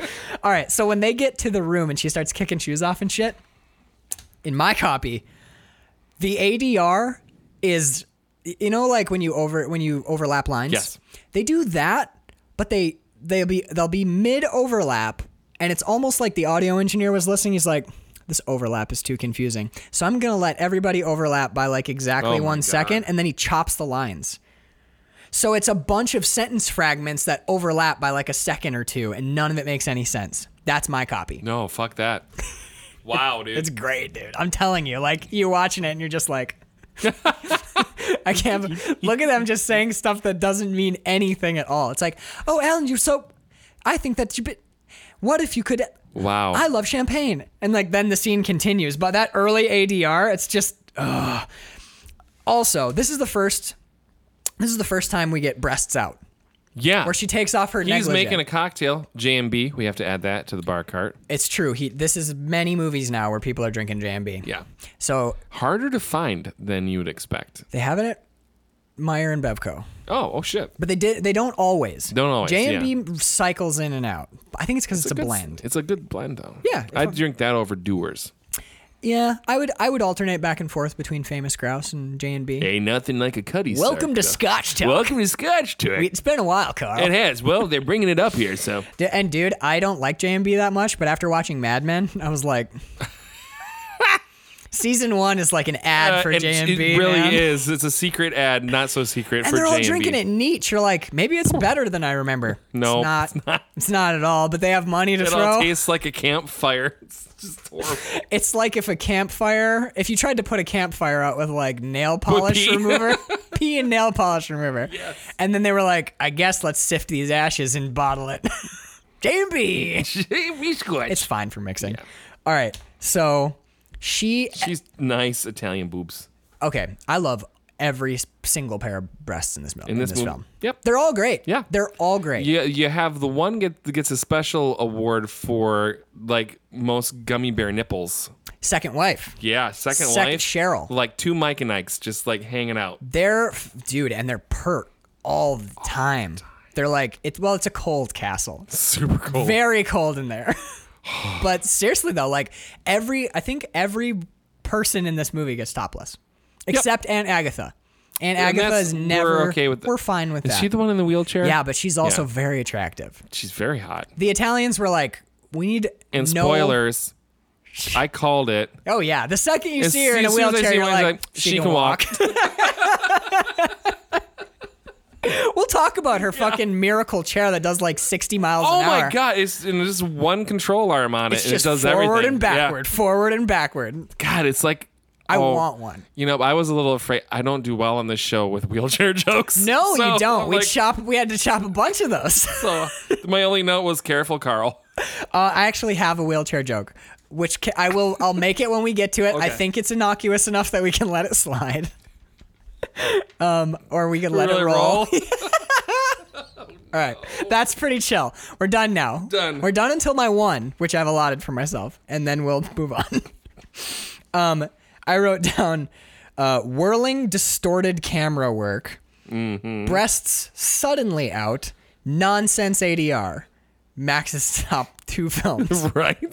Speaker 2: All right. So when they get to the room and she starts kicking shoes off and shit, in my copy, the ADR is you know like when you over when you overlap lines.
Speaker 1: Yes.
Speaker 2: They do that, but they they'll be they'll be mid overlap, and it's almost like the audio engineer was listening. He's like. This overlap is too confusing. So I'm going to let everybody overlap by like exactly
Speaker 1: Oh my
Speaker 2: one second, and then he chops the lines. So it's a bunch of sentence fragments that overlap by like a second or two, and none of it makes any sense. That's my copy.
Speaker 1: No, fuck that. Wow, dude.
Speaker 2: It's great, dude. I'm telling you, like you're watching it and you're just like, I can't look at them just saying stuff that doesn't mean anything at all. It's like, oh, Alan, you're so. I think that you. Be- what if you could?
Speaker 1: wow.
Speaker 2: I love champagne, and like then the scene continues. But that early ADR, it's just. ugh. Also, this is the first. This is the first time we get breasts out,
Speaker 1: yeah.
Speaker 2: where she takes off her.
Speaker 1: He's
Speaker 2: negligee.
Speaker 1: making a cocktail. J&B. We have to add that to the bar cart.
Speaker 2: It's true. He. This is many movies now where people are drinking jambi.
Speaker 1: Yeah.
Speaker 2: So
Speaker 1: Harder to find than you would expect.
Speaker 2: They have it at Meyer and Bevco,
Speaker 1: Oh, oh shit.
Speaker 2: but they did. They don't always.
Speaker 1: Don't always,
Speaker 2: J and B cycles in and out. I think it's because it's, a,
Speaker 1: good-
Speaker 2: blend.
Speaker 1: It's a good blend though.
Speaker 2: Yeah, if
Speaker 1: I'd drink that over doers.
Speaker 2: yeah, I would. I would alternate back and forth between Famous Grouse and J and B.
Speaker 1: Ain't nothing like a cutty.
Speaker 2: Welcome to
Speaker 1: Scotch.
Speaker 2: Scotch Talk.
Speaker 1: Welcome to Scotch Talk.
Speaker 2: it's been a while, Carl.
Speaker 1: It has. Well, they're bringing it up here, so
Speaker 2: D- and dude, I don't like J and B that much, but after watching Mad Men, I was like. Season one is like an ad
Speaker 1: Uh,
Speaker 2: for
Speaker 1: and
Speaker 2: J and B.
Speaker 1: It really
Speaker 2: man.
Speaker 1: is. It's a secret ad, not so secret
Speaker 2: And
Speaker 1: for
Speaker 2: they're all
Speaker 1: J&B.
Speaker 2: drinking it neat. You're like, maybe it's better than I remember.
Speaker 1: No,
Speaker 2: it's not. It's not, at all. But they have money to
Speaker 1: It
Speaker 2: throw.
Speaker 1: all tastes like a campfire. It's just horrible.
Speaker 2: It's like if a campfire, if you tried to put a campfire out with like nail polish
Speaker 1: pee.
Speaker 2: remover, pee and nail polish remover. Yes. And then they were like, I guess let's sift these ashes and bottle it. Jamie!
Speaker 1: J&B Scotch.
Speaker 2: It's fine for mixing. All right. So she,
Speaker 1: She's nice Italian boobs.
Speaker 2: okay, I love every s- single pair of breasts in this, mil- in
Speaker 1: this
Speaker 2: this
Speaker 1: movie.
Speaker 2: film.
Speaker 1: Yep.
Speaker 2: They're all great.
Speaker 1: Yeah.
Speaker 2: They're all great.
Speaker 1: You, you have the one get, that gets a special award for like most gummy bear nipples.
Speaker 2: Second wife.
Speaker 1: Yeah, second,
Speaker 2: Second
Speaker 1: wife.
Speaker 2: Cheryl.
Speaker 1: Like two Mike and Ikes just like hanging out.
Speaker 2: They're dude, and they're pert all the time. They're like it's well, it's a cold castle.
Speaker 1: Super cool.
Speaker 2: Very cold in there. but seriously though, like every I think every person in this movie gets topless, except Aunt Agatha.
Speaker 1: And
Speaker 2: Aunt Agatha
Speaker 1: that's-
Speaker 2: is
Speaker 1: we're
Speaker 2: never.
Speaker 1: okay with that.
Speaker 2: We're fine with
Speaker 1: Is
Speaker 2: that.
Speaker 1: she the one in the wheelchair?
Speaker 2: yeah, but she's also
Speaker 1: Yeah.
Speaker 2: very attractive.
Speaker 1: She's very hot.
Speaker 2: The Italians were like, we need
Speaker 1: And
Speaker 2: no-
Speaker 1: spoilers, I called it.
Speaker 2: Oh yeah, the second you
Speaker 1: As
Speaker 2: see her
Speaker 1: soon-
Speaker 2: in a
Speaker 1: as soon as I
Speaker 2: wheelchair,
Speaker 1: see
Speaker 2: you're
Speaker 1: one,
Speaker 2: like,
Speaker 1: it's like, she can walk.
Speaker 2: We'll talk about her fucking miracle chair that does like 60 miles
Speaker 1: Oh
Speaker 2: an
Speaker 1: my
Speaker 2: hour.
Speaker 1: god! It's and there's just one control arm on it,
Speaker 2: It's
Speaker 1: and
Speaker 2: just
Speaker 1: it does
Speaker 2: forward
Speaker 1: everything.
Speaker 2: and
Speaker 1: Yeah.
Speaker 2: backward, forward and backward.
Speaker 1: God, it's like
Speaker 2: I
Speaker 1: oh,
Speaker 2: want one.
Speaker 1: You know, I was a little afraid. I don't do well on this show with wheelchair jokes.
Speaker 2: No,
Speaker 1: So,
Speaker 2: you don't.
Speaker 1: I'm
Speaker 2: we
Speaker 1: like,
Speaker 2: chop. We had to chop a bunch of those.
Speaker 1: so my only note was careful, Carl.
Speaker 2: Uh, I actually have a wheelchair joke, which ca I will. I'll make it when we get to it. I
Speaker 1: Okay.
Speaker 2: think it's innocuous enough that we can let it slide. Um, or we can let
Speaker 1: Really
Speaker 2: it roll.
Speaker 1: roll.
Speaker 2: All right, that's pretty chill. We're done now.
Speaker 1: Done.
Speaker 2: We're done until my one, which I've allotted for myself, and then we'll move on. um, I wrote down uh, whirling, distorted camera work, breasts suddenly out, nonsense ADR. Max's top two films.
Speaker 1: right?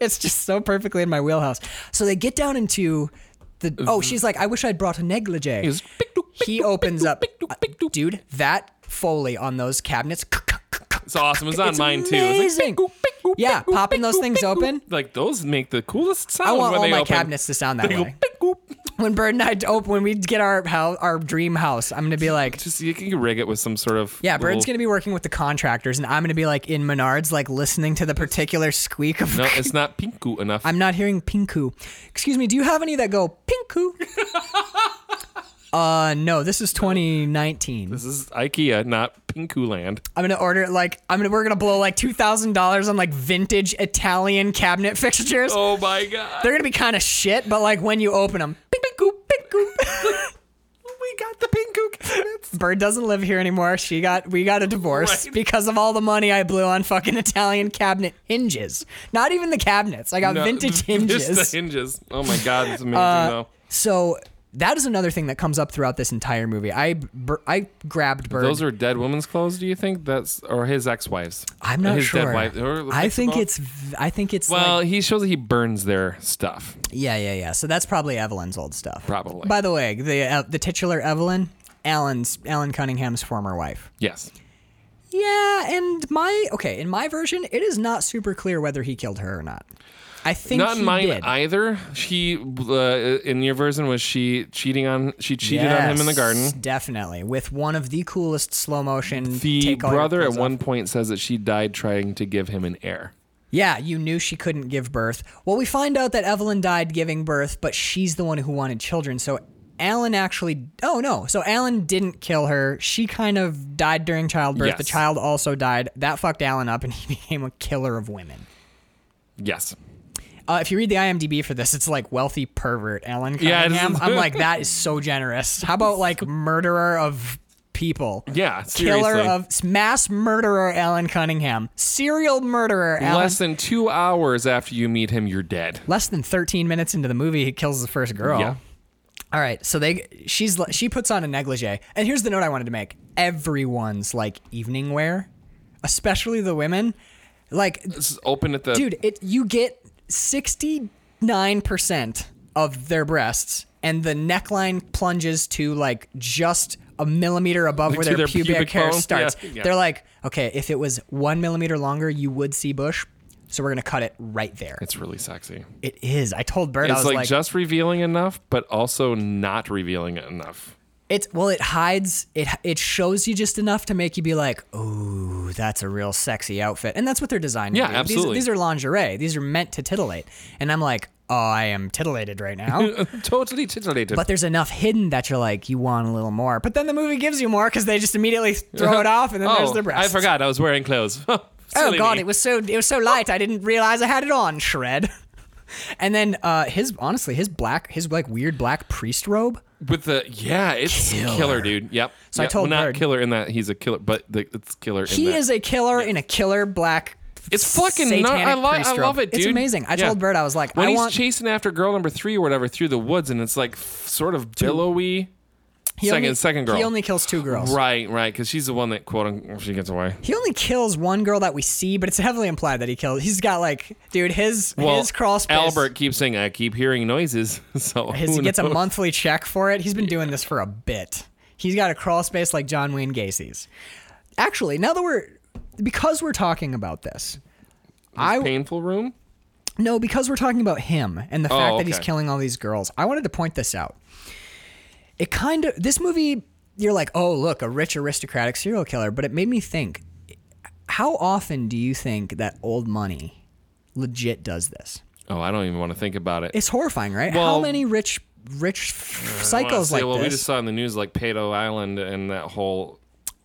Speaker 2: it's just so perfectly in my wheelhouse. So they get down into the. Oh, she's like, I wish I'd brought a negligee.
Speaker 1: He's pick, doop, pick,
Speaker 2: he
Speaker 1: doop,
Speaker 2: opens
Speaker 1: pick, doop,
Speaker 2: up, uh,
Speaker 1: pick, doop, pick, doop.
Speaker 2: dude. That foley on those cabinets.
Speaker 1: It's awesome. It's on
Speaker 2: It's
Speaker 1: mine too. It's like, pick,
Speaker 2: amazing.
Speaker 1: doop, pick, doop,
Speaker 2: Yeah,
Speaker 1: pick, doop,
Speaker 2: popping
Speaker 1: pick,
Speaker 2: those
Speaker 1: doop,
Speaker 2: things
Speaker 1: pick, doop.
Speaker 2: open.
Speaker 1: Like those make the coolest sound
Speaker 2: I want
Speaker 1: Oh, when
Speaker 2: all
Speaker 1: they
Speaker 2: my
Speaker 1: open.
Speaker 2: cabinets to sound that
Speaker 1: They go,
Speaker 2: way.
Speaker 1: pick, doop.
Speaker 2: When Bird and I open, when we get our house, our dream house, I'm gonna be like,
Speaker 1: Just you can rig it with some sort of
Speaker 2: yeah, Bird's
Speaker 1: little-
Speaker 2: gonna be working with the contractors, and I'm gonna be like in Menards, like listening to the particular squeak of.
Speaker 1: No, it's not pinku enough.
Speaker 2: I'm not hearing pinku. Excuse me, do you have any that go pinku? uh, no, this is 2019.
Speaker 1: this is IKEA, not pinku land.
Speaker 2: I'm gonna order like I'm gonna we're gonna blow like two thousand dollars on like vintage Italian cabinet fixtures.
Speaker 1: Oh my god.
Speaker 2: They're gonna be kind of shit, but like when you open them, pinku pinku.
Speaker 1: we got the pinku cabinets.
Speaker 2: Bird doesn't live here anymore. She got we got a divorce
Speaker 1: Right.
Speaker 2: because of all the money I blew on fucking Italian cabinet hinges. Not even the cabinets. I got
Speaker 1: No,
Speaker 2: vintage
Speaker 1: just
Speaker 2: hinges. Uh,
Speaker 1: the hinges. Oh my god, it's amazing though.
Speaker 2: So that is another thing that comes up throughout this entire movie. I bur- I grabbed Bird.
Speaker 1: Those are dead women's clothes, do you think? That's or his ex-wives.
Speaker 2: I'm not
Speaker 1: his
Speaker 2: sure.
Speaker 1: Dead wife, or
Speaker 2: I
Speaker 1: ex-
Speaker 2: think
Speaker 1: well-
Speaker 2: it's v- I think it's
Speaker 1: Well,
Speaker 2: like,
Speaker 1: he shows that he burns their stuff.
Speaker 2: yeah yeah yeah. So that's probably Evelyn's old stuff.
Speaker 1: Probably.
Speaker 2: By the way, the uh, the titular Evelyn, Alan's Alan Cunningham's former wife.
Speaker 1: Yes.
Speaker 2: Yeah, and my okay in my version, it is not super clear whether he killed her or not. I think
Speaker 1: Not
Speaker 2: he
Speaker 1: in mine
Speaker 2: did.
Speaker 1: either. She uh, in your version was she cheating on she cheated on him in the
Speaker 2: Yes,
Speaker 1: garden.
Speaker 2: Definitely, with one of the coolest slow motion.
Speaker 1: The
Speaker 2: take all your
Speaker 1: brother at
Speaker 2: clothes off
Speaker 1: one point says that she died trying to give him an heir.
Speaker 2: Yeah, you knew she couldn't give birth. Well, we find out that Evelyn died giving birth, but she's the one who wanted children. So Alan actually. Oh, no. So Alan didn't kill her. She kind of died during childbirth. The
Speaker 1: Yes.
Speaker 2: child also died. That fucked Alan up, and he became a killer of women.
Speaker 1: Yes.
Speaker 2: Uh, if you read the IMDb for this, it's like wealthy pervert Alan
Speaker 1: Yeah, it is-
Speaker 2: Cunningham. I'm like, that is so generous. How about like murderer of people?
Speaker 1: Yeah.
Speaker 2: Killer
Speaker 1: seriously.
Speaker 2: of mass murderer Alan Cunningham, serial murderer Alan
Speaker 1: less than two hours after you meet him, you're dead.
Speaker 2: less than 13 minutes into the movie he kills the first girl
Speaker 1: Yeah.
Speaker 2: all right so they she's she puts on a negligee and here's the note i wanted to make everyone's like evening wear especially the women like
Speaker 1: This is open at the
Speaker 2: dude it you get 69% of their breasts and the neckline plunges to like just a millimeter above where
Speaker 1: to
Speaker 2: their,
Speaker 1: their
Speaker 2: pubic,
Speaker 1: pubic
Speaker 2: hair
Speaker 1: bone?
Speaker 2: starts
Speaker 1: Yeah, yeah.
Speaker 2: they're like okay if it was one millimeter longer you would see bush so we're gonna cut it right there
Speaker 1: It's really sexy.
Speaker 2: it is i told bird i
Speaker 1: It's
Speaker 2: was
Speaker 1: like, just revealing enough, but also not revealing it enough.
Speaker 2: It's well, it hides it. It shows you just enough to make you be like, "Ooh, that's a real sexy outfit," and that's what they're designed.
Speaker 1: Yeah,
Speaker 2: to do. These-
Speaker 1: absolutely.
Speaker 2: These, are lingerie. These are meant to titillate, and I'm like, "Oh, I am titillated right now."
Speaker 1: totally titillated.
Speaker 2: but there's enough hidden that you're like, you want a little more. But then the movie gives you more because they just immediately throw it off, and then there's
Speaker 1: oh,
Speaker 2: their breasts.
Speaker 1: I forgot I was wearing clothes.
Speaker 2: Oh god, it was so it was so light. I didn't realize I had it on. Shred. And then uh, his honestly his black his like weird black priest robe.
Speaker 1: with the yeah, it's killer, dude. Yep.
Speaker 2: So I
Speaker 1: Yep.
Speaker 2: told
Speaker 1: well, not
Speaker 2: Bird-
Speaker 1: killer in that he's a killer, but the, it's killer.
Speaker 2: He
Speaker 1: in that.
Speaker 2: is a killer in a killer black.
Speaker 1: It's fucking
Speaker 2: satanic
Speaker 1: nut- I, li-
Speaker 2: priest
Speaker 1: I love
Speaker 2: robe.
Speaker 1: it, dude.
Speaker 2: It's amazing. I
Speaker 1: Yeah.
Speaker 2: told Bird I was like,
Speaker 1: when
Speaker 2: I
Speaker 1: he's
Speaker 2: want.
Speaker 1: chasing after girl number three or whatever through the woods, and it's like f- sort of billowy.
Speaker 2: he
Speaker 1: second-
Speaker 2: only,
Speaker 1: second girl.
Speaker 2: He only kills two girls.
Speaker 1: Right, right, because she's the one that quote unquote she gets away.
Speaker 2: He only kills one girl that we see, but it's heavily implied that he kills. He's got like, dude, his his crawl space.
Speaker 1: Albert keeps saying, "I keep hearing noises." So
Speaker 2: His,
Speaker 1: who
Speaker 2: he gets a
Speaker 1: knows?
Speaker 2: monthly check for it. He's been doing this for a bit. He's got a crawl space like John Wayne Gacy's. Actually, now that we're because we're talking about this, I
Speaker 1: painful room.
Speaker 2: No, because we're talking about him and the fact that he's
Speaker 1: Oh, okay.
Speaker 2: killing all these girls. I wanted to point this out. It kind of this movie you're like, oh, look, a rich aristocratic serial killer. But it made me think, how often do you think that old money legit does this?
Speaker 1: Oh, I don't even want to think about it.
Speaker 2: It's horrifying, right? how
Speaker 1: Well-
Speaker 2: many rich, rich f-
Speaker 1: I don't wanna
Speaker 2: cycles
Speaker 1: say-
Speaker 2: like
Speaker 1: well,
Speaker 2: this?
Speaker 1: we just saw in the news like Pato Island and that whole.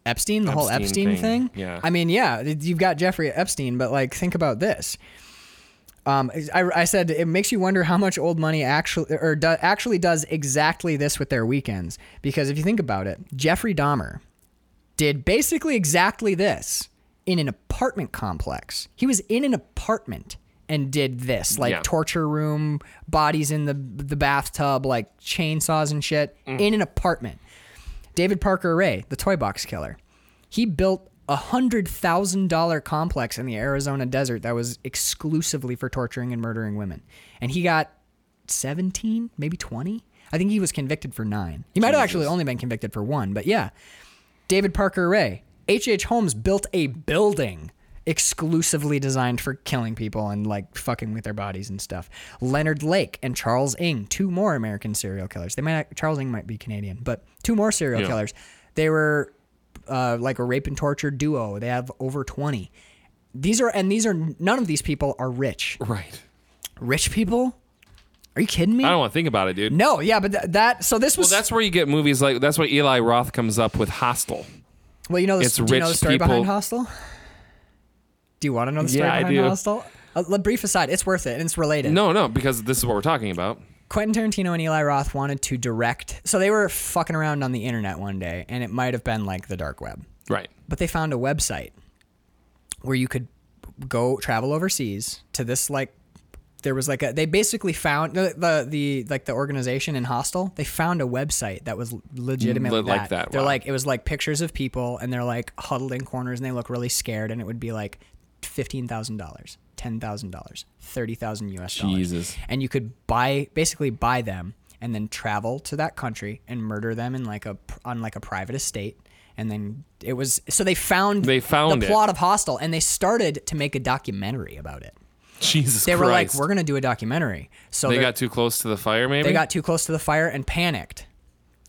Speaker 2: Epstein, the whole
Speaker 1: Epstein
Speaker 2: Epstein
Speaker 1: thing,
Speaker 2: thing.
Speaker 1: yeah.
Speaker 2: I mean, yeah, you've got Jeffrey Epstein, but like, think about this. Um, I, I said it makes you wonder how much old money actually or do, actually does exactly this with their weekends because if you think about it, Jeffrey Dahmer did basically exactly this in an apartment complex. He was in an apartment and did this like
Speaker 1: Yeah.
Speaker 2: torture room, bodies in the the bathtub, like chainsaws and shit in an apartment. David Parker Ray, the toy box killer, he built a hundred thousand dollar complex in the Arizona desert that was exclusively for torturing and murdering women, and he got seventeen, maybe twenty. I think he was convicted for nine. He might have actually only been convicted for one, but yeah. David Parker Ray. H.H. H. Holmes built a building exclusively designed for killing people and like fucking with their bodies and stuff. Leonard Lake and Charles Ng, two more American serial killers. They might Charles Ng might be Canadian, but two more serial
Speaker 1: Yeah.
Speaker 2: killers. They were uh, like a rape and torture duo. They have over 20. These are and these are none of these people are rich.
Speaker 1: Right.
Speaker 2: Rich people? Are you kidding me?
Speaker 1: I don't want to think about it, dude.
Speaker 2: No, yeah, but th- that so this
Speaker 1: Well,
Speaker 2: was
Speaker 1: that's where you get movies like that's why Eli Roth comes up with Hostel.
Speaker 2: Well, you know, the,
Speaker 1: It's
Speaker 2: do you know
Speaker 1: rich
Speaker 2: the story behind
Speaker 1: people-
Speaker 2: Hostel? Do you want to know the story
Speaker 1: Yeah, I
Speaker 2: behind
Speaker 1: do.
Speaker 2: Hostel? A a brief aside, it's worth it and it's related.
Speaker 1: No, no, because this is what we're talking about.
Speaker 2: Quentin Tarantino and Eli Roth wanted to direct, so they were fucking around on the internet one day, and it might have been like the dark web,
Speaker 1: Right.
Speaker 2: but they found a website where you could go travel overseas to this like there was like a they basically found the the, the like the organization in hostel they found a website that was legitimately
Speaker 1: Li- like that,
Speaker 2: they're
Speaker 1: wow.
Speaker 2: like it was like pictures of people and they're like huddled in corners and they look really scared and it would be like fifteen thousand dollars ten thousand dollars thirty thousand us dollars
Speaker 1: Jesus.
Speaker 2: and you could buy basically buy them and then travel to that country and murder them in like a on like a private estate and then it was so they found
Speaker 1: They found
Speaker 2: the
Speaker 1: it.
Speaker 2: plot of Hostel and they started to make a documentary about it.
Speaker 1: Jesus
Speaker 2: They were like,
Speaker 1: Christ.
Speaker 2: we're gonna do a documentary. So
Speaker 1: they
Speaker 2: they're-
Speaker 1: got too close to the fire, maybe.
Speaker 2: they got too close to the fire and panicked.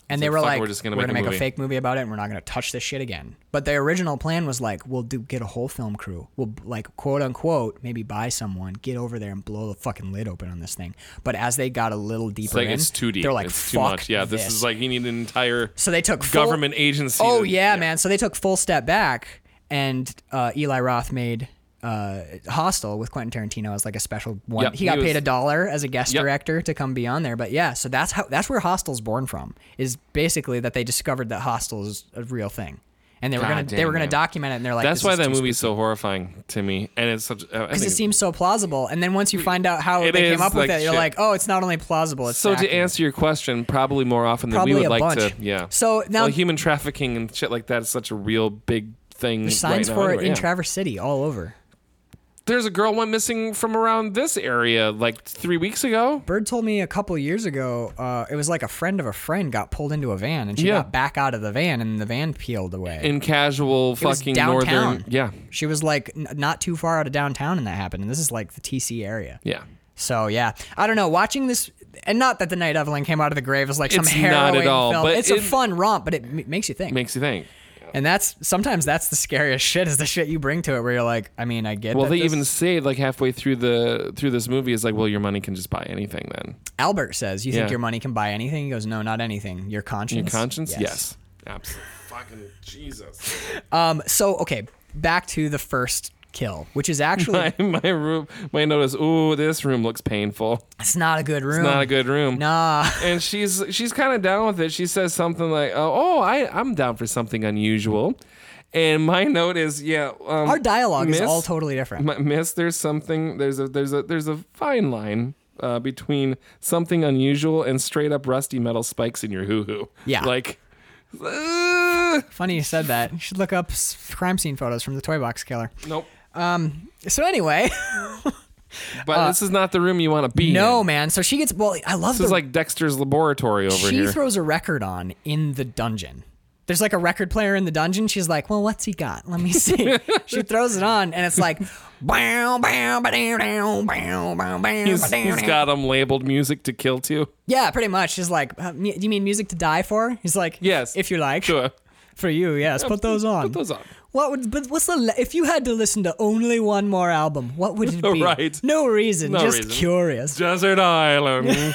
Speaker 2: And they
Speaker 1: like,
Speaker 2: were
Speaker 1: "Fuck,
Speaker 2: like,
Speaker 1: we're just gonna make a movie."
Speaker 2: fake movie about it, and we're not gonna touch this shit again. But their original plan was like, we'll do get a whole film crew. We'll like quote unquote maybe buy someone, get over there and blow the fucking lid open on this thing. But as they got a little deeper,
Speaker 1: it's like
Speaker 2: in,
Speaker 1: it's too deep.
Speaker 2: They're like,
Speaker 1: it's
Speaker 2: fuck
Speaker 1: too much. Yeah, this, is like you need an entire
Speaker 2: so they took full-
Speaker 1: government agency.
Speaker 2: Oh
Speaker 1: to-
Speaker 2: yeah, man. So they took full step back, and uh, Eli Roth made uh, Hostel with Quentin Tarantino as like a special one.
Speaker 1: Yep,
Speaker 2: he got
Speaker 1: he
Speaker 2: paid
Speaker 1: was-
Speaker 2: a dollar as a guest
Speaker 1: Yep.
Speaker 2: director to come be on there. But yeah, so that's how that's where Hostel's born from. Is basically that they discovered that Hostel is a real thing, and they were
Speaker 1: God
Speaker 2: gonna they
Speaker 1: damn,
Speaker 2: were gonna
Speaker 1: man.
Speaker 2: document it, and they're like,
Speaker 1: That's
Speaker 2: this
Speaker 1: why
Speaker 2: is
Speaker 1: that
Speaker 2: too
Speaker 1: movie's so horrifying to me, and it's such. Uh, I
Speaker 2: because
Speaker 1: mean-
Speaker 2: it seems so plausible, and then once you find out how
Speaker 1: It
Speaker 2: they
Speaker 1: is
Speaker 2: came up with
Speaker 1: like
Speaker 2: it, you're
Speaker 1: shit.
Speaker 2: like, "Oh, it's not only plausible, it's
Speaker 1: So to
Speaker 2: accurate.
Speaker 1: answer your question, probably more often than
Speaker 2: Probably
Speaker 1: we would
Speaker 2: a
Speaker 1: like
Speaker 2: bunch.
Speaker 1: to. Yeah.
Speaker 2: So now-
Speaker 1: well, human trafficking and shit like that is such a real big thing.
Speaker 2: There's signs
Speaker 1: right now
Speaker 2: for it
Speaker 1: anyway,
Speaker 2: in
Speaker 1: yeah.
Speaker 2: Traverse City all over.
Speaker 1: There's a girl went missing from around this area like three weeks ago.
Speaker 2: Bird told me a couple years ago, uh, it was like a friend of a friend got pulled into a van, and she
Speaker 1: Yeah.
Speaker 2: got back out of the van, and the van peeled away.
Speaker 1: in casual
Speaker 2: It was
Speaker 1: fucking
Speaker 2: downtown.
Speaker 1: northern. Yeah,
Speaker 2: she was like n- not too far out of downtown, and that happened. And this is like the TC area.
Speaker 1: yeah.
Speaker 2: So yeah, I don't know. Watching this, and not that the night Evelyn came out of the grave is like some
Speaker 1: It's not
Speaker 2: harrowing
Speaker 1: at all,
Speaker 2: film.
Speaker 1: but
Speaker 2: it's
Speaker 1: it-
Speaker 2: a fun romp, but it m- makes you think.
Speaker 1: Makes you think.
Speaker 2: and that's sometimes that's the scariest shit is the shit you bring to it, where you're like, I mean, I get.
Speaker 1: Well,
Speaker 2: that
Speaker 1: they
Speaker 2: this-
Speaker 1: even say like halfway through the through this movie is like, well, your money can just buy anything. Then
Speaker 2: Albert says, "You think
Speaker 1: Yeah.
Speaker 2: your money can buy anything?" He goes, "No, not anything. Your conscience.
Speaker 1: your conscience, yes, absolutely. Fucking Jesus!
Speaker 2: Um, so okay, back to the first kill, which is actually
Speaker 1: my, my room, my notice. Ooh, this room looks painful. It's
Speaker 2: it's not a good room.
Speaker 1: not a good room.
Speaker 2: Nah.
Speaker 1: And she's she's kind of down with it. She says something like, "Oh, oh, I I'm down for something unusual." And my note is, yeah, um,
Speaker 2: Our dialogue is
Speaker 1: miss-
Speaker 2: all totally different.
Speaker 1: M- miss there's something there's a there's a there's a fine line uh, between something unusual and straight up rusty metal spikes in your hoo hoo.
Speaker 2: Yeah.
Speaker 1: Like, uh,
Speaker 2: Funny you said that. You should look up s- crime scene photos from the toy box killer. Um,
Speaker 1: nope.
Speaker 2: So anyway,
Speaker 1: But this is not the room you want to be.
Speaker 2: Uh, no
Speaker 1: in.
Speaker 2: man. So she gets well. I love
Speaker 1: This is
Speaker 2: the
Speaker 1: like Dexter's laboratory over
Speaker 2: she
Speaker 1: here.
Speaker 2: throws a record on in the dungeon. There's like a record player in the dungeon. She's like, "Well, what's he got? Let me see." she throws it on, and it's like, "Bow, bow, ba-dow, dow, bow, bow, bow,
Speaker 1: He's,
Speaker 2: ba-dow,
Speaker 1: he's
Speaker 2: dow."
Speaker 1: got them labeled music to kill to.
Speaker 2: Yeah, pretty much. She's like, "Uh, "Do you mean music to die for?" He's like,
Speaker 1: Yes.
Speaker 2: if you like."
Speaker 1: Sure.
Speaker 2: For you, yes. Put those on.
Speaker 1: Put those on.
Speaker 2: What would? But what's the? le- If you had to listen to only one more album, what would it be?
Speaker 1: Right.
Speaker 2: No reason.
Speaker 1: No
Speaker 2: just
Speaker 1: reason.
Speaker 2: curious.
Speaker 1: Desert Island.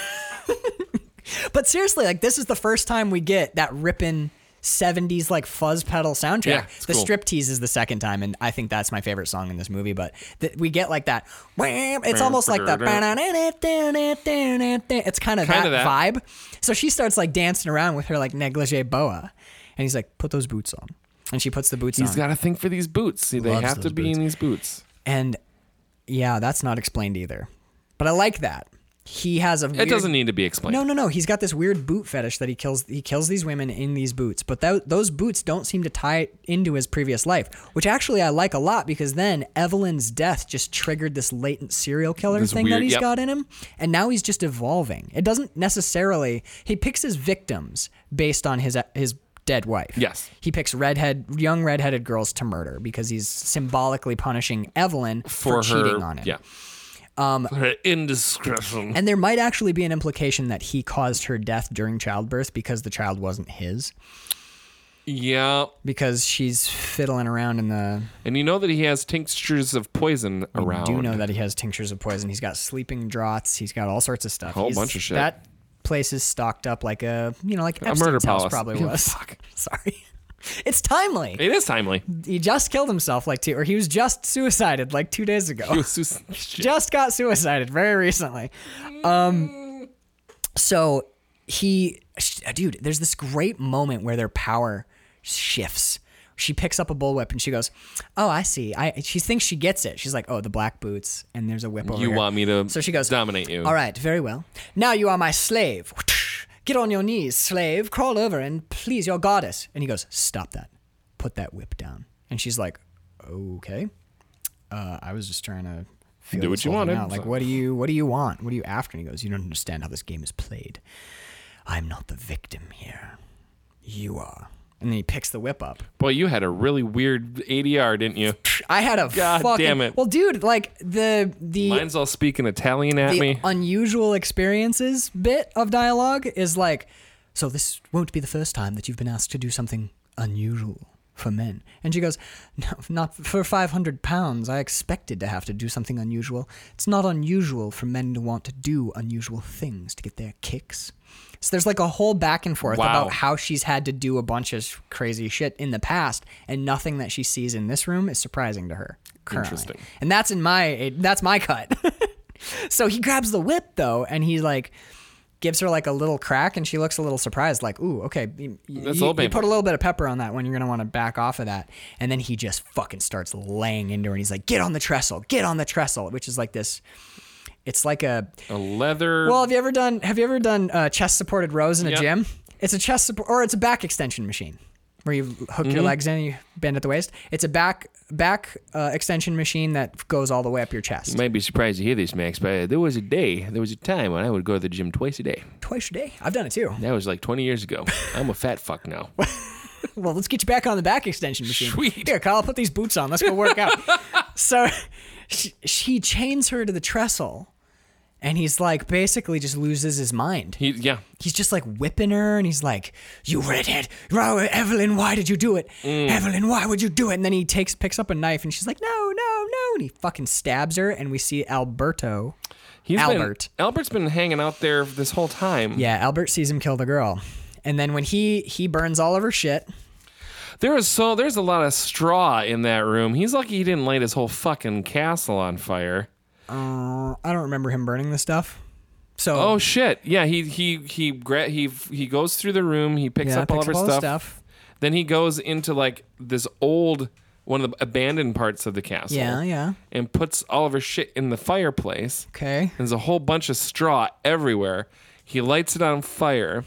Speaker 2: But seriously, like this is the first time we get that ripping. 70s like fuzz pedal soundtrack.
Speaker 1: Yeah, it's
Speaker 2: the
Speaker 1: cool.
Speaker 2: strip tease is the second time, and I think that's my favorite song in this movie. But th- we get like that. Wham, it's almost like that. It's kind of
Speaker 1: Kinda
Speaker 2: that,
Speaker 1: that.
Speaker 2: vibe. So she starts like dancing around with her like negligee boa, and he's like, "Put those boots on," and she puts the boots on.
Speaker 1: He's got a thing for these boots. See, they
Speaker 2: Loves
Speaker 1: have to
Speaker 2: those
Speaker 1: be in these boots.
Speaker 2: And yeah, that's not explained either. But I like that. He has a
Speaker 1: It doesn't need to be explained.
Speaker 2: No, no, no. He's got this weird boot fetish that he kills he kills these women in these boots, but tho- those boots don't seem to tie into his previous life, which actually I like a lot because then Evelyn's death just triggered this latent serial killer
Speaker 1: This
Speaker 2: thing that
Speaker 1: weird-
Speaker 2: he's
Speaker 1: yep.
Speaker 2: got in him, and now he's just evolving. It doesn't necessarily he picks his victims based on his his dead wife.
Speaker 1: Yes.
Speaker 2: He picks redhead young redheaded girls to murder because he's symbolically punishing Evelyn for,
Speaker 1: for, her,
Speaker 2: cheating on him. Um,
Speaker 1: Yeah. for her indiscretion.
Speaker 2: And there might actually be an implication that he caused her death during childbirth because the child wasn't his,
Speaker 1: yeah.
Speaker 2: because she's fiddling around in the.
Speaker 1: And you know that he has tinctures of poison
Speaker 2: I
Speaker 1: around.
Speaker 2: do know that he has tinctures of poison. He's got sleeping draughts. He's got all sorts of stuff.
Speaker 1: Whole
Speaker 2: He's-
Speaker 1: bunch of shit.
Speaker 2: That place is stocked up like a, you know, like Epstein's
Speaker 1: murder
Speaker 2: house
Speaker 1: palace.
Speaker 2: probably
Speaker 1: Yeah,
Speaker 2: was.
Speaker 1: fuck.
Speaker 2: Sorry. It's timely.
Speaker 1: It is timely.
Speaker 2: he just killed himself like two, or he was just suicided like two days ago.
Speaker 1: Just
Speaker 2: just got suicided very recently. Um, so he, sh- dude, there's this great moment where their power shifts. She picks up a bullwhip and she goes, "Oh, I see." I she thinks she gets it. She's like, "Oh, the black boots and there's a whip over
Speaker 1: You
Speaker 2: here."
Speaker 1: want me to
Speaker 2: So she goes,
Speaker 1: dominate you.
Speaker 2: All right, very well. Now you are my slave. Get on your knees, slave. Crawl over and please your goddess. And he goes, "Stop that. Put that whip down." And she's like, "Okay." uh, I was just trying to feel
Speaker 1: Do what
Speaker 2: this
Speaker 1: you
Speaker 2: whole thing
Speaker 1: wanted,
Speaker 2: Out. Like,
Speaker 1: so-
Speaker 2: what do you, what do you want? What are you after? And he goes, you don't understand how this game is played. I'm not the victim here. You are. And then he picks the whip up.
Speaker 1: Boy, you had a really weird ADR, didn't you?
Speaker 2: I had a
Speaker 1: God
Speaker 2: fucking.
Speaker 1: damn it.
Speaker 2: Well, dude, like the the
Speaker 1: Mine's all speaking Italian at
Speaker 2: the
Speaker 1: me.
Speaker 2: unusual experiences bit of dialogue is like, so this won't be the first time that you've been asked to do something unusual for men. And she goes, no, not for 500 pounds. I expected to have to do something unusual. It's not unusual for men to want to do unusual things to get their kicks. So there's like a whole back and forth
Speaker 1: Wow.
Speaker 2: about how she's had to do a bunch of crazy shit in the past, and nothing that she sees in this room is surprising to her. Currently.
Speaker 1: Interesting.
Speaker 2: And that's in my that's my cut. So he grabs the whip though, and he like gives her like a little crack, and she looks a little surprised, like, "Ooh, okay, you,
Speaker 1: That's
Speaker 2: you-
Speaker 1: old
Speaker 2: you
Speaker 1: people.
Speaker 2: put a little bit of pepper on that one. You're gonna want to back off of that." And then he just fucking starts laying into her, and he's like, "Get on the trestle, get on the trestle," which is like this. It's like a
Speaker 1: A leather.
Speaker 2: well. Have you ever done Have you ever done uh, chest supported rows in a
Speaker 1: Yeah.
Speaker 2: gym? It's a chest support or it's a back extension machine where you hook
Speaker 1: Mm-hmm.
Speaker 2: your legs in and you bend at the waist. It's a back back uh, extension machine that goes all the way up your chest.
Speaker 1: you might be surprised to hear this, Max, but there was a day, there was a time when I would go to the gym twice a day.
Speaker 2: Twice a day. I've done it too.
Speaker 1: That was like 20 years ago. I'm a fat fuck now.
Speaker 2: well, let's get you back on the back extension machine.
Speaker 1: Sweet.
Speaker 2: Here, Kyle, put these boots on. Let's go work out. so she, she chains her to the trestle, and he's like basically just loses his mind.
Speaker 1: He, yeah.
Speaker 2: He's just like whipping her, and he's like, "You redhead, Ro- Evelyn, why did you do it?
Speaker 1: Mm.
Speaker 2: Evelyn, why would you do it?" And then he takes picks up a knife, and she's like, "No, no, no!" And he fucking stabs her, and we see Alberto.
Speaker 1: He's
Speaker 2: Albert.
Speaker 1: Been, Albert's been hanging out there this whole time.
Speaker 2: Yeah, Albert sees him kill the girl, and then when he he burns all of her shit,
Speaker 1: There is so there's a lot of straw in that room. He's lucky he didn't light his whole fucking castle on fire.
Speaker 2: Uh, I don't remember him burning the stuff. So
Speaker 1: Oh shit! Yeah, he he he gra- he he goes through the room. He picks
Speaker 2: yeah,
Speaker 1: up all
Speaker 2: picks
Speaker 1: of her
Speaker 2: the
Speaker 1: stuff. Then he goes into like this old one of the abandoned parts of the castle.
Speaker 2: Yeah, yeah.
Speaker 1: And puts all of her shit in the fireplace.
Speaker 2: Okay.
Speaker 1: There's a whole bunch of straw everywhere. He lights it on fire.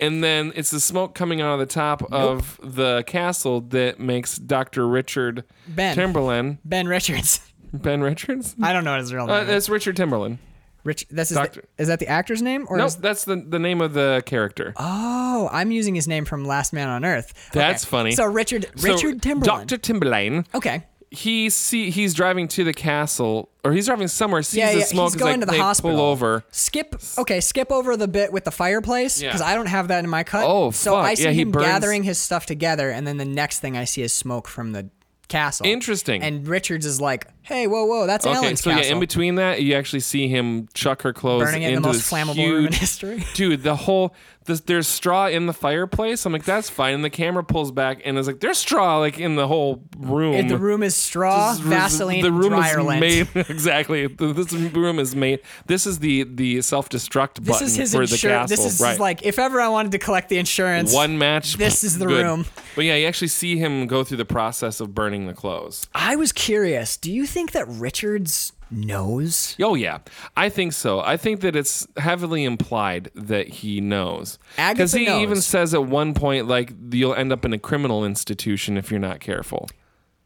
Speaker 1: And then it's the smoke coming out of the top of the castle that makes Dr. Richard
Speaker 2: Ben.
Speaker 1: Timberland.
Speaker 2: Ben Richards.
Speaker 1: Ben Richards?
Speaker 2: I don't know what his real name
Speaker 1: Uh,
Speaker 2: is.
Speaker 1: that's Richard Timberland.
Speaker 2: Rich, this is
Speaker 1: Doctor-
Speaker 2: the- is that the actor's name or
Speaker 1: No,
Speaker 2: is-
Speaker 1: that's the the name of the character.
Speaker 2: oh, I'm using his name from Last Man on Earth. Okay.
Speaker 1: That's funny.
Speaker 2: So Richard
Speaker 1: So,
Speaker 2: Richard Timberland.
Speaker 1: Dr. Timberlane.
Speaker 2: okay.
Speaker 1: He see he's driving to the castle or he's driving somewhere, sees
Speaker 2: Yeah,
Speaker 1: the
Speaker 2: yeah,
Speaker 1: smoke,
Speaker 2: he's going
Speaker 1: like,
Speaker 2: to the
Speaker 1: "Hey,
Speaker 2: hospital.
Speaker 1: pull over.
Speaker 2: Skip. Okay, skip over the bit with the fireplace
Speaker 1: Yeah.
Speaker 2: because I don't have that in my cut.
Speaker 1: Oh,
Speaker 2: so
Speaker 1: fuck.
Speaker 2: I see
Speaker 1: Yeah, he
Speaker 2: him
Speaker 1: burns-
Speaker 2: gathering his stuff together, and then the next thing I see is smoke from the castle.
Speaker 1: Interesting.
Speaker 2: And Richards is like, "Hey, whoa, whoa, that's
Speaker 1: Okay,
Speaker 2: Alan's
Speaker 1: so
Speaker 2: castle."
Speaker 1: yeah, in between that, you actually see him chuck her clothes
Speaker 2: Burning it in
Speaker 1: into
Speaker 2: the
Speaker 1: this
Speaker 2: most flammable
Speaker 1: huge,
Speaker 2: room in history.
Speaker 1: dude. The whole this, there's straw in the fireplace. I'm like, that's fine. And the camera pulls back and it's like, there's straw like in the whole room.
Speaker 2: If the room is straw,
Speaker 1: This is-
Speaker 2: Vaseline,
Speaker 1: The room
Speaker 2: dryer
Speaker 1: is
Speaker 2: lint.
Speaker 1: made exactly. This room is made. This is the the self destruct button
Speaker 2: This is his
Speaker 1: for the
Speaker 2: insurance.
Speaker 1: castle.
Speaker 2: This is
Speaker 1: right.
Speaker 2: like if ever I wanted to collect the insurance.
Speaker 1: one match.
Speaker 2: This is the
Speaker 1: good.
Speaker 2: room.
Speaker 1: But yeah, you actually see him go through the process of burning the clothes.
Speaker 2: I was curious. Do you think that Richards knows?
Speaker 1: Oh yeah, I think so. I think that it's heavily implied that he knows
Speaker 2: Agatha
Speaker 1: he
Speaker 2: knows.
Speaker 1: even says at one point like you'll end up in a criminal institution if you're not careful.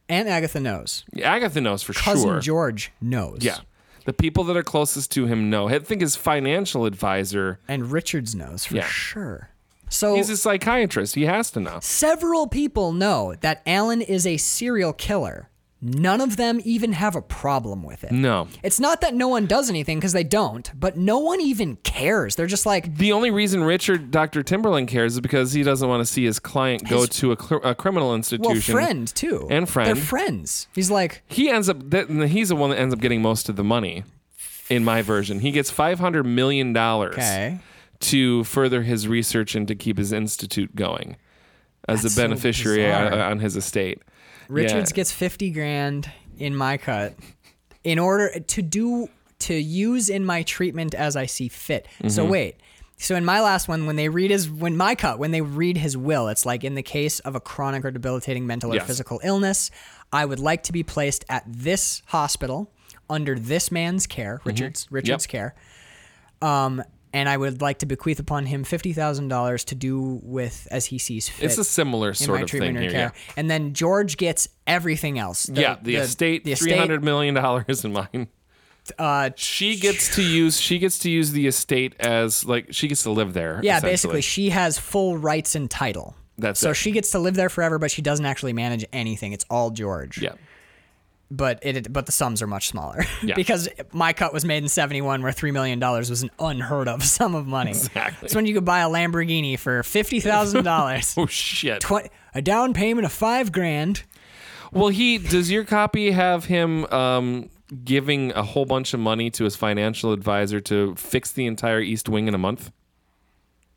Speaker 2: And Agatha knows.
Speaker 1: Agatha knows for
Speaker 2: Cousin
Speaker 1: sure.
Speaker 2: George knows.
Speaker 1: yeah, the people that are closest to him know. I think his financial advisor.
Speaker 2: And Richards knows for
Speaker 1: Yeah.
Speaker 2: sure. So
Speaker 1: He's a psychiatrist. He has to know.
Speaker 2: several people know that Alan is a serial killer. None of them even have a problem with it.
Speaker 1: No.
Speaker 2: It's not that no one does anything because they don't, but no one even cares. They're just like,
Speaker 1: The only reason Richard Dr. Timberland cares is because he doesn't want to see his client go to a, cr- a criminal institution.
Speaker 2: well, friend too.
Speaker 1: And friend.
Speaker 2: They're friends. He's like,
Speaker 1: He ends up that, and he's the one that ends up getting most of the money in my version. He gets 500 million dollars
Speaker 2: okay.
Speaker 1: to further his research and to keep his institute going as
Speaker 2: That's
Speaker 1: a
Speaker 2: so
Speaker 1: beneficiary
Speaker 2: bizarre.
Speaker 1: on, on his estate.
Speaker 2: Richards
Speaker 1: Yeah.
Speaker 2: gets 50 grand in my cut in order to do to use in my treatment as I see fit. So
Speaker 1: Mm-hmm.
Speaker 2: wait. So in my last one when they read his when my cut when they read his will it's like in the case of a chronic or debilitating mental or
Speaker 1: Yes.
Speaker 2: physical illness I would like to be placed at this hospital under this man's care
Speaker 1: Mm-hmm.
Speaker 2: Richards Richards care um and I would like to bequeath upon him $50,000 to do with as he sees fit
Speaker 1: It's a similar
Speaker 2: in
Speaker 1: sort
Speaker 2: my
Speaker 1: of
Speaker 2: treatment
Speaker 1: thing
Speaker 2: or
Speaker 1: here.
Speaker 2: care. And then George gets everything else.
Speaker 1: Yeah. yeah, the, estate,
Speaker 2: the
Speaker 1: three hundred million dollars in mine.
Speaker 2: uh,
Speaker 1: She gets to use. She gets to use the estate as like she gets to live there.
Speaker 2: yeah,
Speaker 1: essentially.
Speaker 2: basically, she has full rights and title.
Speaker 1: That's
Speaker 2: so
Speaker 1: it.
Speaker 2: she gets to live there forever, but she doesn't actually manage anything. It's all George.
Speaker 1: Yeah.
Speaker 2: But it, but the sums are much smaller
Speaker 1: Yeah.
Speaker 2: because my cut was made in '71, where three million dollars was an unheard of sum of money.
Speaker 1: Exactly.
Speaker 2: It's when you could buy a Lamborghini for fifty thousand dollars,
Speaker 1: Oh shit.
Speaker 2: a down payment of five grand.
Speaker 1: Well, he does. Your copy have him um, giving a whole bunch of money to his financial advisor to fix the entire East Wing in a month.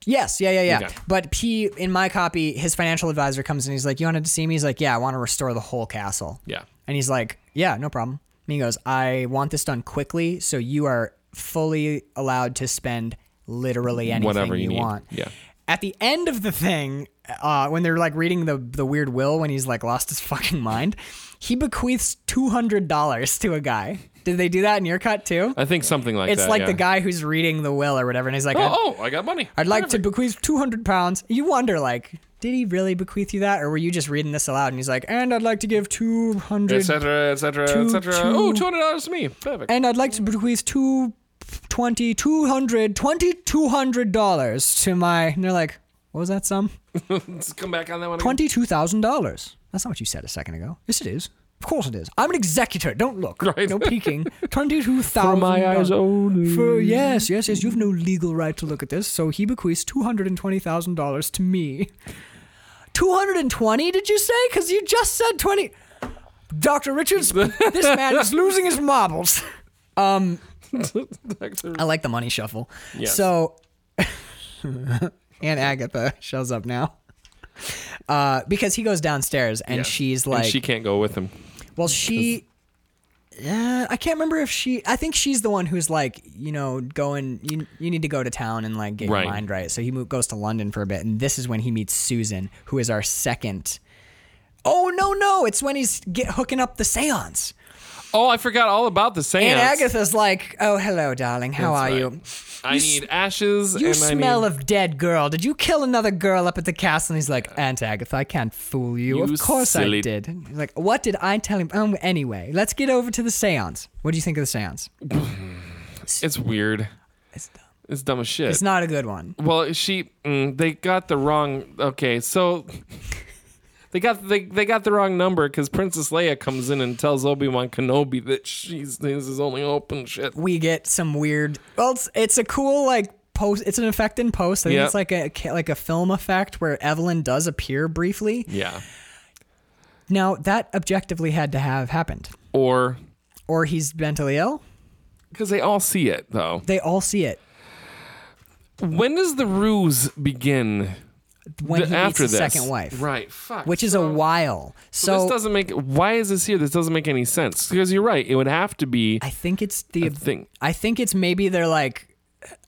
Speaker 2: Yes, yeah, yeah, yeah.
Speaker 1: Okay.
Speaker 2: But P in my copy, his financial advisor comes and he's like, "You wanted to see me?" He's like, "Yeah, I want to restore the whole castle."
Speaker 1: Yeah.
Speaker 2: And he's like, "Yeah, no problem." And he goes, "I want this done quickly, so you are fully allowed to spend literally anything
Speaker 1: Whatever you
Speaker 2: you,
Speaker 1: need.
Speaker 2: want."
Speaker 1: Yeah.
Speaker 2: At the end of the thing, uh, when they're like reading the the weird will, when he's like lost his fucking mind, he bequeaths two hundred dollars to a guy. Did they do that in your cut too?
Speaker 1: I think something like
Speaker 2: It's
Speaker 1: that.
Speaker 2: like
Speaker 1: yeah.
Speaker 2: the guy who's reading the will or whatever, and he's like, "I-
Speaker 1: Oh, oh, I got money.
Speaker 2: I'd like to bequeath 200 pounds. You wonder, like, did he really bequeath you that? Or were you just reading this aloud and he's like, and I'd like to give 200.
Speaker 1: etc. etc.
Speaker 2: Two-
Speaker 1: etc.
Speaker 2: two-
Speaker 1: Oh, two hundred dollars to me. Perfect.
Speaker 2: And I'd like to bequeath 220, 200, 2200 dollars to my. And they're like, what was that sum?
Speaker 1: Let's come back on that one. again.
Speaker 2: $22,000. That's not what you said a second ago. Yes, it is. Of course it is. I'm an executor. Don't look.
Speaker 1: Right.
Speaker 2: No peeking. Twenty-two thousand.
Speaker 1: only.
Speaker 2: For yes, yes, yes. You have no legal right to look at this. So he bequeaths two hundred and twenty thousand dollars to me. Two hundred and twenty? Did you say? Because you just said twenty. Doctor Richards, this man is losing his marbles. I like the money shuffle.
Speaker 1: Yes.
Speaker 2: So, and Agatha shows up now. Uh, because he goes downstairs and
Speaker 1: Yeah.
Speaker 2: she's
Speaker 1: And
Speaker 2: like,
Speaker 1: she can't go with him.
Speaker 2: well, she. Uh, I can't remember if she. I think she's the one who's like, you know, going. You you need to go to town and like get
Speaker 1: Right.
Speaker 2: your mind right. So he mo- goes to London for a bit, and this is when he meets Susan, who is our second. Oh no no! It's when he's get hooking up the seance,
Speaker 1: Oh, I forgot all about the seance.
Speaker 2: and Agatha's like, "Oh hello, darling, how
Speaker 1: That's
Speaker 2: are
Speaker 1: right.
Speaker 2: you?
Speaker 1: I need ashes.
Speaker 2: You
Speaker 1: and
Speaker 2: smell
Speaker 1: I need,
Speaker 2: of dead girl. Did you kill another girl up at the castle?" And he's like, "Aunt Agatha, I can't fool you.
Speaker 1: You
Speaker 2: of course I
Speaker 1: silly-
Speaker 2: did." And he's like, "What did I tell him?" Um, anyway, let's get over to the séance. What do you think of the séance? It's,
Speaker 1: It's weird.
Speaker 2: dumb.
Speaker 1: It's dumb as shit.
Speaker 2: It's not a good one.
Speaker 1: Well, she mm, they got the wrong. Okay, so they got they, they got the wrong number because Princess Leia comes in and tells Obi Wan Kenobi that she's this is only open shit.
Speaker 2: We get some weird. Well, it's it's a cool like post. It's an effect in post. I think
Speaker 1: Yeah.
Speaker 2: it's like a ca- like a film effect where Evelyn does appear briefly.
Speaker 1: Yeah,
Speaker 2: Now that objectively had to have happened,
Speaker 1: or
Speaker 2: or he's mentally ill.
Speaker 1: because they all see it though.
Speaker 2: They all see it
Speaker 1: When does the ruse begin?
Speaker 2: when
Speaker 1: The-
Speaker 2: he meets
Speaker 1: after
Speaker 2: his
Speaker 1: this,
Speaker 2: second wife,
Speaker 1: right? Fuck.
Speaker 2: which is a while. So,
Speaker 1: this doesn't make. Why is this here? This doesn't make any sense. Because you're right. It would have to be
Speaker 2: I think it's the
Speaker 1: thing.
Speaker 2: I think it's maybe they're like,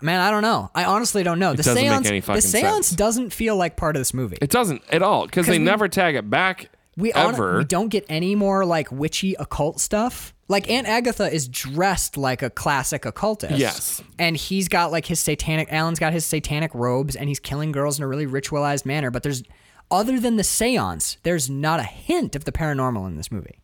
Speaker 2: man, I don't know. I honestly don't know. The
Speaker 1: doesn't make
Speaker 2: seance,
Speaker 1: any
Speaker 2: the
Speaker 1: fucking
Speaker 2: seance
Speaker 1: sense.
Speaker 2: doesn't feel like part of this movie.
Speaker 1: It doesn't at all because they
Speaker 2: we-
Speaker 1: never tag it back.
Speaker 2: we, hon-
Speaker 1: ever.
Speaker 2: we don't get any more like witchy occult stuff. Like Aunt Agatha is dressed like a classic occultist.
Speaker 1: Yes.
Speaker 2: And he's got like his satanic Alan's got his satanic robes and he's killing girls in a really ritualized manner, but there's other than the séance, there's not a hint of the paranormal in this movie.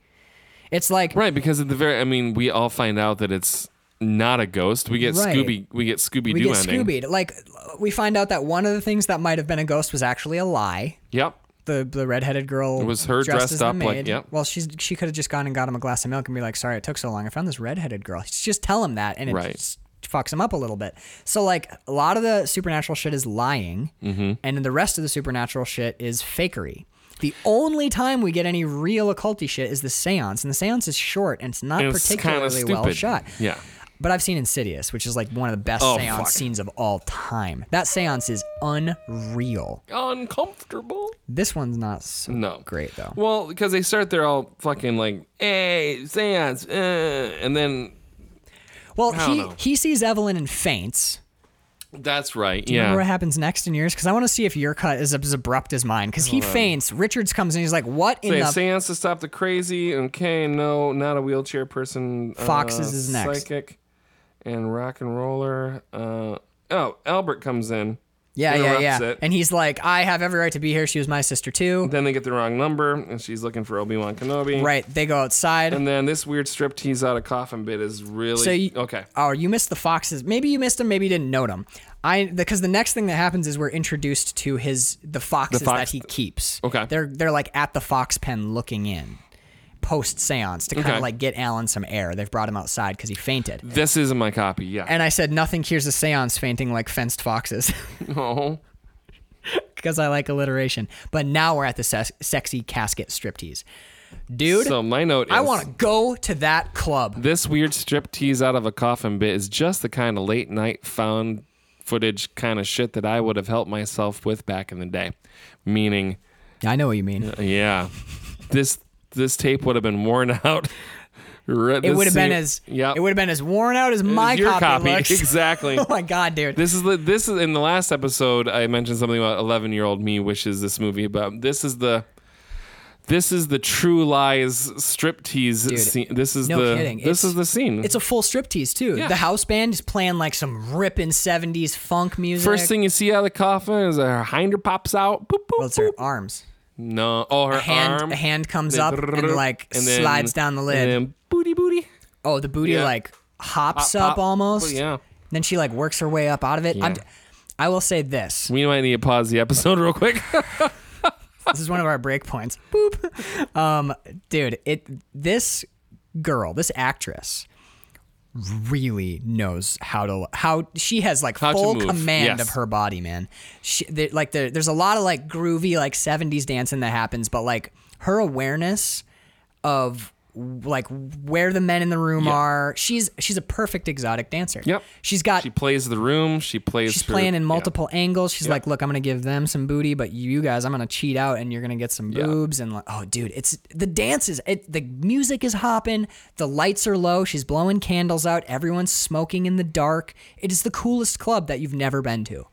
Speaker 2: It's like
Speaker 1: Right, because at the very I mean, we all find out that it's not a ghost. We get
Speaker 2: Right.
Speaker 1: Scooby we get Scooby
Speaker 2: we
Speaker 1: Doo
Speaker 2: get
Speaker 1: ending.
Speaker 2: Scoobied. Like we find out that one of the things that might have been a ghost was actually a lie.
Speaker 1: Yep.
Speaker 2: the the redheaded girl
Speaker 1: was her dressed
Speaker 2: as the
Speaker 1: up like-
Speaker 2: maid.
Speaker 1: yep.
Speaker 2: Well, she's she could have just gone and got him a glass of milk and be like, "Sorry, it took so long. I found this redheaded girl." Just tell him that, and it
Speaker 1: Right.
Speaker 2: just fucks him up a little bit. So like a lot of the supernatural shit is lying,
Speaker 1: Mm-hmm.
Speaker 2: and then the rest of the supernatural shit is fakery. The only time we get any real occulty shit is the seance, and the seance is short and it's not
Speaker 1: And it's kind of
Speaker 2: particularly
Speaker 1: stupid.
Speaker 2: well shot.
Speaker 1: Yeah.
Speaker 2: But I've seen Insidious, which is like one of the best
Speaker 1: Oh,
Speaker 2: seance
Speaker 1: fuck.
Speaker 2: scenes of all time. That seance is unreal.
Speaker 1: Uncomfortable.
Speaker 2: This one's not so
Speaker 1: No.
Speaker 2: great though.
Speaker 1: Well, because they start there all fucking like, hey, seance, uh, and then
Speaker 2: Well,
Speaker 1: I don't
Speaker 2: he
Speaker 1: know.
Speaker 2: he sees Evelyn and faints.
Speaker 1: that's right.
Speaker 2: Remember
Speaker 1: yeah.
Speaker 2: what happens next in yours? Because I want to see if your cut is as abrupt as mine. Because he faints. Richards comes in. He's like, "What in
Speaker 1: Say,
Speaker 2: the?"
Speaker 1: seance to stop the crazy. Okay, no, not a wheelchair person.
Speaker 2: Fox
Speaker 1: uh,
Speaker 2: is his next.
Speaker 1: Psychic and rock and roller. Uh, oh, Albert comes in.
Speaker 2: yeah, yeah, yeah.
Speaker 1: interrupts it.
Speaker 2: And he's like, "I have every right to be here. She was my sister too."
Speaker 1: Then they get the wrong number, and she's looking for Obi Wan Kenobi.
Speaker 2: right. They go outside.
Speaker 1: And then this weird striptease out of coffin bit is really
Speaker 2: so you,
Speaker 1: okay.
Speaker 2: Oh, you missed the foxes. Maybe you missed them. Maybe you didn't note them. I because the next thing that happens is we're introduced to his the foxes
Speaker 1: fox-
Speaker 2: that he keeps.
Speaker 1: Okay.
Speaker 2: They're they're like at the fox pen looking in. Post seance to kind
Speaker 1: Okay.
Speaker 2: of like get Alan some air. They've brought him outside because he fainted.
Speaker 1: This isn't my copy. Yeah.
Speaker 2: And I said, nothing cures a seance fainting like fenced foxes
Speaker 1: oh,
Speaker 2: because I like alliteration. But now we're at the ses- sexy casket striptease. Dude,
Speaker 1: so my note. Is,
Speaker 2: I want to go to that club.
Speaker 1: this weird striptease out of a coffin bit is just the kind of late night found footage kind of shit that I would have helped myself with back in the day. Meaning,
Speaker 2: I know what you mean.
Speaker 1: yeah, this this tape would have been worn out.
Speaker 2: It would have been as
Speaker 1: yeah.
Speaker 2: it would have been as worn out as my
Speaker 1: your
Speaker 2: copy,
Speaker 1: copy
Speaker 2: looks.
Speaker 1: exactly.
Speaker 2: oh my god, dude.
Speaker 1: This is the this is in the last episode I mentioned something about eleven year old me wishes this movie, but this is the this is the true lies striptease scene. This is
Speaker 2: no
Speaker 1: the
Speaker 2: kidding.
Speaker 1: this
Speaker 2: It's-
Speaker 1: is the scene.
Speaker 2: it's a full striptease too. The house band is playing like some ripping '70s funk music.
Speaker 1: First thing you see out of the coffin is her hinder pops out. Boop, boop,
Speaker 2: well, it's her
Speaker 1: boop.
Speaker 2: arms.
Speaker 1: No, oh her
Speaker 2: A hand,
Speaker 1: arm.
Speaker 2: a hand comes up and like
Speaker 1: And then-
Speaker 2: slides down the lid.
Speaker 1: And then booty booty.
Speaker 2: oh, the booty
Speaker 1: Yeah.
Speaker 2: like hops
Speaker 1: Pop,
Speaker 2: up
Speaker 1: pop.
Speaker 2: almost.
Speaker 1: Oh, yeah.
Speaker 2: Then she like works her way up out of it. I'm, I will say this.
Speaker 1: We might need to pause the episode real quick.
Speaker 2: This is one of our break points. Boop. Um, dude, it this girl, this actress really knows how to how she has like
Speaker 1: How to
Speaker 2: full
Speaker 1: move,
Speaker 2: command
Speaker 1: yes.
Speaker 2: of her body, man. She there like there, there's a lot of like groovy like 70s dancing that happens, but like her awareness of like where the men in the room are. She's she's a perfect exotic dancer.
Speaker 1: Yep.
Speaker 2: She's got
Speaker 1: she plays the room. She plays.
Speaker 2: She's
Speaker 1: her-
Speaker 2: playing in
Speaker 1: yeah.
Speaker 2: multiple angles. She's like, "Look, I'm gonna give them some booty, but you guys, I'm gonna cheat out, and you're gonna get some boobs." And like, oh, dude, it's the dances. It the music is hopping. The lights are low. She's blowing candles out. Everyone's smoking in the dark. It is the coolest club that you've never been to.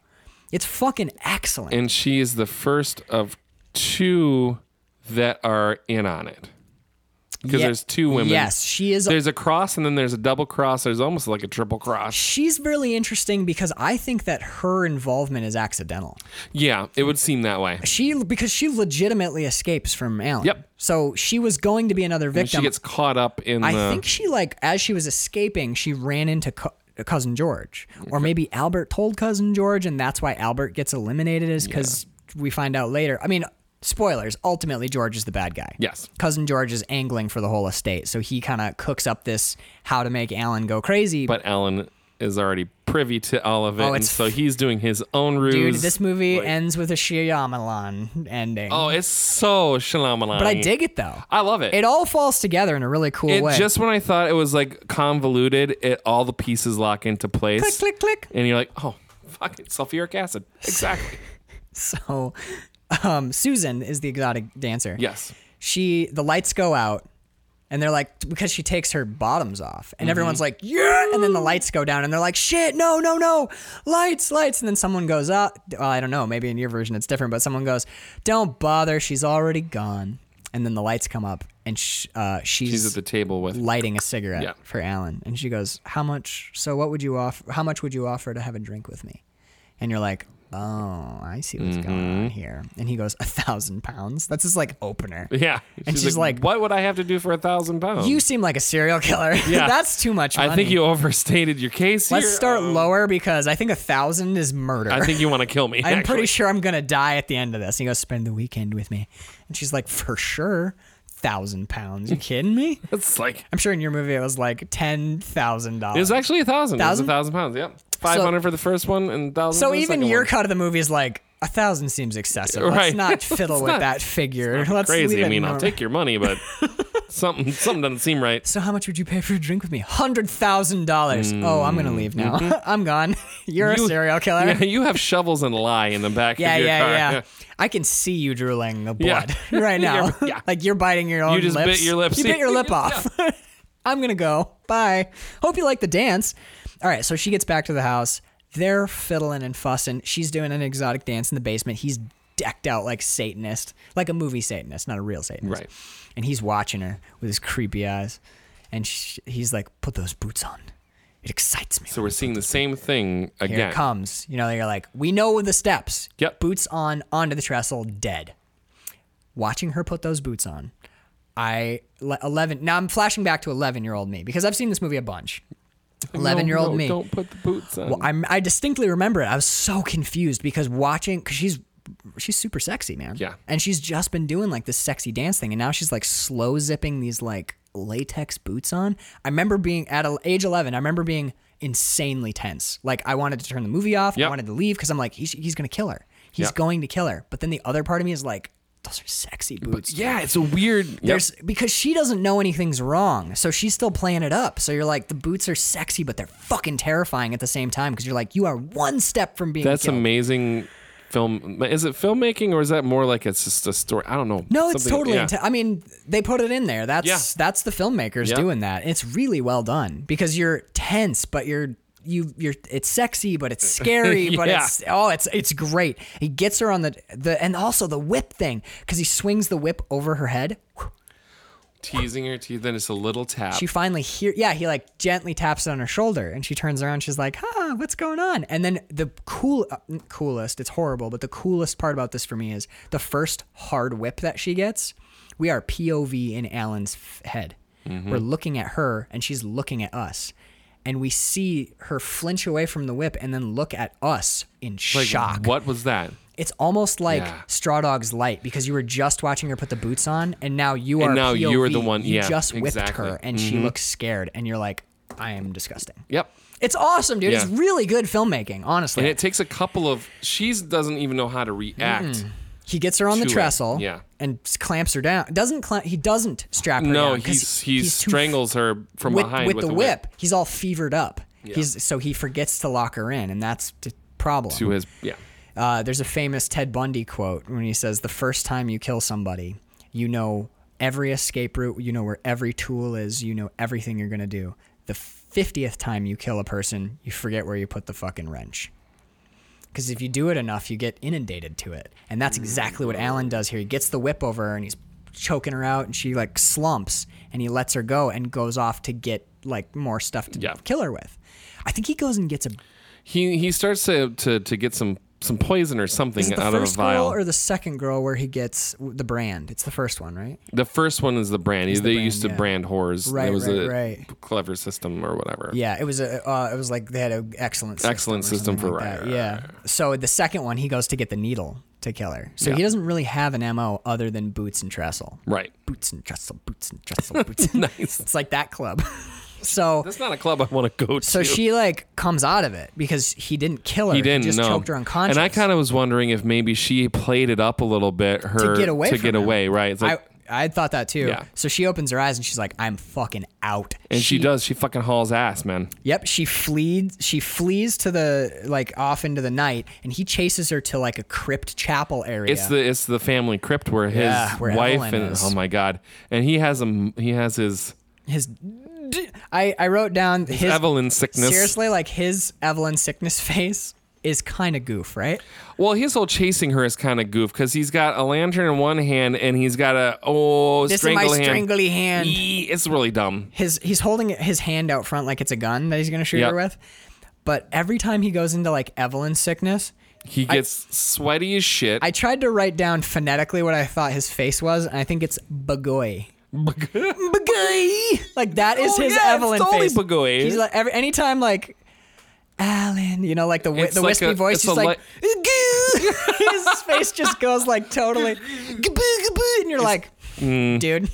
Speaker 2: It's fucking excellent.
Speaker 1: and she is the first of two that are in on it because
Speaker 2: Yeah.
Speaker 1: there's two women.
Speaker 2: Yes, she is.
Speaker 1: there's a cross and then there's a double cross. There's almost like a triple cross.
Speaker 2: She's really interesting because I think that her involvement is accidental.
Speaker 1: Yeah, it would seem that way.
Speaker 2: She because she legitimately escapes from Alan.
Speaker 1: Yep.
Speaker 2: So she was going to be another victim.
Speaker 1: She gets caught up in
Speaker 2: I
Speaker 1: the.
Speaker 2: think she like as she was escaping, she ran into co- cousin George, or maybe Albert told cousin George, and that's why Albert gets eliminated is because we find out later. I mean, spoilers. Ultimately, George is the bad guy.
Speaker 1: Yes.
Speaker 2: cousin George is angling for the whole estate, so he kind of cooks up this how to make Alan go crazy.
Speaker 1: But Alan is already privy to all of it,
Speaker 2: Oh,
Speaker 1: and
Speaker 2: it's-
Speaker 1: so he's doing his own ruse.
Speaker 2: dude, this movie
Speaker 1: like-
Speaker 2: ends with a Shyamalan ending.
Speaker 1: Oh, it's so shalamalan.
Speaker 2: but I dig it though.
Speaker 1: I love it.
Speaker 2: It all falls together in a really cool
Speaker 1: It
Speaker 2: way.
Speaker 1: just when I thought it was like convoluted, it all the pieces lock into place.
Speaker 2: click click click.
Speaker 1: And you're like, oh, fuck it, sulfuric acid. Exactly.
Speaker 2: So, um, Susan is the exotic dancer.
Speaker 1: yes.
Speaker 2: She the lights go out, and they're like because she takes her bottoms off,
Speaker 1: Mm-hmm.
Speaker 2: and everyone's like yeah, and then the lights go down, and they're like shit, no, no, no, lights, lights, and then someone goes up. Well, I don't know, maybe in your version it's different, but someone goes, don't bother, she's already gone, and then the lights come up, and sh- uh, she's
Speaker 1: He's at the table with.
Speaker 2: lighting a cigarette
Speaker 1: Yeah.
Speaker 2: for Alan, and she goes, "How much? So what would you offer? How much would you offer to have a drink with me?" And you're like, "Oh, I see what's going
Speaker 1: Mm-hmm.
Speaker 2: on here." And he goes, "A thousand pounds." That's his like opener.
Speaker 1: Yeah.
Speaker 2: And she's like-
Speaker 1: what would I have to do for a thousand pounds?
Speaker 2: You seem like a serial killer.
Speaker 1: Um, Yeah.
Speaker 2: That's too much money.
Speaker 1: I think you overstated your case
Speaker 2: Let's
Speaker 1: here.
Speaker 2: start lower because I think a thousand is murder.
Speaker 1: I think you want to kill me.
Speaker 2: I'm
Speaker 1: actually.
Speaker 2: pretty sure I'm gonna die at the end of this. And he goes, "Spend the weekend with me," and she's like, "For sure." Thousand pounds? You kidding me?
Speaker 1: It's like
Speaker 2: I'm sure in your movie it was like ten thousand
Speaker 1: it was
Speaker 2: dollars.
Speaker 1: actually a thousand. It was a
Speaker 2: Thousand?
Speaker 1: thousand pounds. Yep. Five hundred for the first one and thousand.
Speaker 2: So
Speaker 1: for the
Speaker 2: even
Speaker 1: second
Speaker 2: your
Speaker 1: one.
Speaker 2: cut of the movie is like a thousand seems excessive.
Speaker 1: Right.
Speaker 2: Let's not fiddle with that figure. Let's leave
Speaker 1: crazy.
Speaker 2: it
Speaker 1: I mean, I'll
Speaker 2: normal.
Speaker 1: take your money, but something something doesn't seem right.
Speaker 2: So how much would you pay for a drink with me? Hundred thousand dollars. Oh, I'm gonna leave now. I'm gone. You're
Speaker 1: Mm. You-
Speaker 2: a serial killer.
Speaker 1: Yeah, you have shovels and lie in the back
Speaker 2: Yeah,
Speaker 1: of your
Speaker 2: yeah,
Speaker 1: car.
Speaker 2: yeah. I can see you drooling the
Speaker 1: Yeah.
Speaker 2: blood right now.
Speaker 1: You're- yeah.
Speaker 2: like you're biting your own
Speaker 1: just bit
Speaker 2: lips.
Speaker 1: your lips.
Speaker 2: You bit your lip off. I'm gonna go. Bye. Hope you like the dance. All right, so she gets back to the house. They're fiddling and fussing. She's doing an exotic dance in the basement. He's decked out like Satanist, like a movie Satanist, not a real Satanist.
Speaker 1: Right.
Speaker 2: And he's watching her with his creepy eyes, and sh he's like, "Put those boots on. It excites me."
Speaker 1: So we're seeing the same thing
Speaker 2: Here
Speaker 1: again.
Speaker 2: it comes. You know, you're like, we know the steps.
Speaker 1: Yep.
Speaker 2: Boots on, onto the trestle, dead. Watching her put those boots on, I le- eleven. Now I'm flashing back to eleven year old me because I've seen this movie a bunch. Eleven year
Speaker 1: No,
Speaker 2: old
Speaker 1: no,
Speaker 2: me.
Speaker 1: Don't put the boots on.
Speaker 2: Well, I'm, I distinctly remember it. I was so confused because watching because she's she's super sexy, man.
Speaker 1: Yeah.
Speaker 2: And she's just been doing like this sexy dance thing, and now she's like slow zipping these like latex boots on. I remember being at a, age 11. I remember being insanely tense. Like I wanted to turn the movie off.
Speaker 1: Yep.
Speaker 2: I wanted to leave because I'm like he's he's gonna kill her. He's
Speaker 1: Yep.
Speaker 2: going to kill her. But then the other part of me is like, those are sexy boots.
Speaker 1: yeah, it's a weird.
Speaker 2: There's because she doesn't know anything's wrong, so she's still playing it up. So you're like, the boots are sexy, but they're fucking terrifying at the same time because you're like, you are one step from being.
Speaker 1: That's
Speaker 2: killed.
Speaker 1: amazing. Film is it filmmaking or is that more like it's just a story? I don't know.
Speaker 2: No, it's
Speaker 1: Something-
Speaker 2: totally.
Speaker 1: yeah.
Speaker 2: inte- I mean, they put it in there. That's
Speaker 1: Yeah.
Speaker 2: that's the filmmakers
Speaker 1: Yeah.
Speaker 2: doing that. It's really well done because you're tense, but you're you you're it's sexy, but it's scary, but
Speaker 1: Yeah.
Speaker 2: it's oh, it's it's great. He gets her on the the and also the whip thing because he swings the whip over her head.
Speaker 1: teasing her teeth. Then it's a little tap.
Speaker 2: she finally hear yeah he like gently taps on her shoulder and she turns around she's like huh what's going on and then the cool uh, n- coolest it's horrible but the coolest part about this for me is the first hard whip that she gets we are pov in alan's f- head
Speaker 1: Mm-hmm.
Speaker 2: we're looking at her and she's looking at us and we see her flinch away from the whip and then look at us in
Speaker 1: like,
Speaker 2: shock
Speaker 1: What was that?
Speaker 2: it's almost like
Speaker 1: Yeah.
Speaker 2: Straw Dog's Light because you were just watching her put the boots on, and now you are.
Speaker 1: And now you are
Speaker 2: POV.
Speaker 1: the one-
Speaker 2: You
Speaker 1: yeah,
Speaker 2: just whipped
Speaker 1: exactly. Mm-hmm.
Speaker 2: her, and she looks scared, and you're like, "I am disgusting."
Speaker 1: Yep.
Speaker 2: It's awesome, dude. It's
Speaker 1: Yeah.
Speaker 2: really good filmmaking,
Speaker 1: And
Speaker 2: honestly.
Speaker 1: it takes a couple of. She doesn't even know how to react.
Speaker 2: Mm. he gets her on the
Speaker 1: to it,
Speaker 2: trestle,
Speaker 1: yeah.
Speaker 2: and s- clamps her down. Doesn't cla- he? Doesn't strap her
Speaker 1: No,
Speaker 2: down?
Speaker 1: he's,
Speaker 2: 'cause
Speaker 1: he
Speaker 2: too
Speaker 1: strangles her from
Speaker 2: with,
Speaker 1: behind
Speaker 2: with,
Speaker 1: with,
Speaker 2: the
Speaker 1: a
Speaker 2: whip. He's all fevered up. He's so he forgets to lock her in, and that's the problem.
Speaker 1: to his yeah.
Speaker 2: Uh, there's a famous Ted Bundy quote when he says, "The first time you kill somebody, you know every escape route, you know where every tool is, you know everything you're gonna do. The fiftieth time you kill a person, you forget where you put the fucking wrench." Because if you do it enough, you get inundated to it, and that's exactly what Alan does here. He gets the whip over her, and he's choking her out, and she like slumps, and he lets her go and goes off to get like more stuff to
Speaker 1: Yeah.
Speaker 2: kill her with. I think he goes and gets a
Speaker 1: He he starts to to, to get some some poison or something
Speaker 2: Is it the
Speaker 1: out of a
Speaker 2: first
Speaker 1: vial.
Speaker 2: girl or the second girl where he gets w- the brand? It's the first one, right?
Speaker 1: the first one is the brand. they
Speaker 2: brand,
Speaker 1: used to
Speaker 2: yeah.
Speaker 1: brand whores.
Speaker 2: Right,
Speaker 1: it was
Speaker 2: right,
Speaker 1: a
Speaker 2: right.
Speaker 1: clever system or whatever.
Speaker 2: Yeah, it was a. Uh, it was like they had an excellent system
Speaker 1: Excellent
Speaker 2: or
Speaker 1: system
Speaker 2: something
Speaker 1: for-
Speaker 2: like
Speaker 1: right,
Speaker 2: that.
Speaker 1: right,
Speaker 2: Yeah.
Speaker 1: right,
Speaker 2: So the second one, he goes to get the needle to kill her. So
Speaker 1: Yeah.
Speaker 2: he doesn't really have an mo other than boots and trestle.
Speaker 1: Right.
Speaker 2: Boots and trestle, boots and trestle, boots. And...
Speaker 1: Nice.
Speaker 2: It's like that club. so
Speaker 1: That's not a club I want to go to.
Speaker 2: so she like comes out of it because he didn't kill her.
Speaker 1: He didn't
Speaker 2: just
Speaker 1: know.
Speaker 2: choked her unconscious.
Speaker 1: And I kind of was wondering if maybe she played it up a little bit. Her
Speaker 2: get away
Speaker 1: To
Speaker 2: from
Speaker 1: get
Speaker 2: him.
Speaker 1: away. Right. It's like,
Speaker 2: I I thought that too.
Speaker 1: Yeah.
Speaker 2: So she opens her eyes and she's like, "I'm fucking out."
Speaker 1: and she, does. She fucking hauls ass, man.
Speaker 2: Yep, she flees. She flees to the like off into the night, and he chases her to like a crypt chapel area.
Speaker 1: It's the it's the family crypt where his
Speaker 2: Yeah, where
Speaker 1: wife
Speaker 2: Evelyn
Speaker 1: and
Speaker 2: is.
Speaker 1: oh my god, and he has a he has his
Speaker 2: his. I I wrote down his.
Speaker 1: Evelyn sickness.
Speaker 2: seriously, like his Evelyn sickness face is kind of goof, right?
Speaker 1: Well, his whole chasing her is kind of goof because he's got a lantern in one hand and he's got a oh
Speaker 2: This
Speaker 1: strangle
Speaker 2: is my
Speaker 1: hand.
Speaker 2: strangly hand.
Speaker 1: Eee, It's really dumb.
Speaker 2: his he's holding his hand out front like it's a gun that he's gonna shoot
Speaker 1: Yep.
Speaker 2: her with. But every time he goes into like Evelyn sickness,
Speaker 1: He gets sweaty as shit.
Speaker 2: I tried to write down phonetically what I thought his face was, and I think it's bagoy. Bagoy. Like that is
Speaker 1: Oh,
Speaker 2: his
Speaker 1: yeah, it's
Speaker 2: Evelyn
Speaker 1: totally
Speaker 2: face.
Speaker 1: bagoy.
Speaker 2: He's like every anytime like Alan, you know, like the wi-
Speaker 1: It's
Speaker 2: the
Speaker 1: like
Speaker 2: wispy
Speaker 1: a-
Speaker 2: voice.
Speaker 1: it's
Speaker 2: He's
Speaker 1: a
Speaker 2: like, "Goo." his face just goes like totally, "Gaboo, gaboo," and you're like,
Speaker 1: mm.
Speaker 2: dude,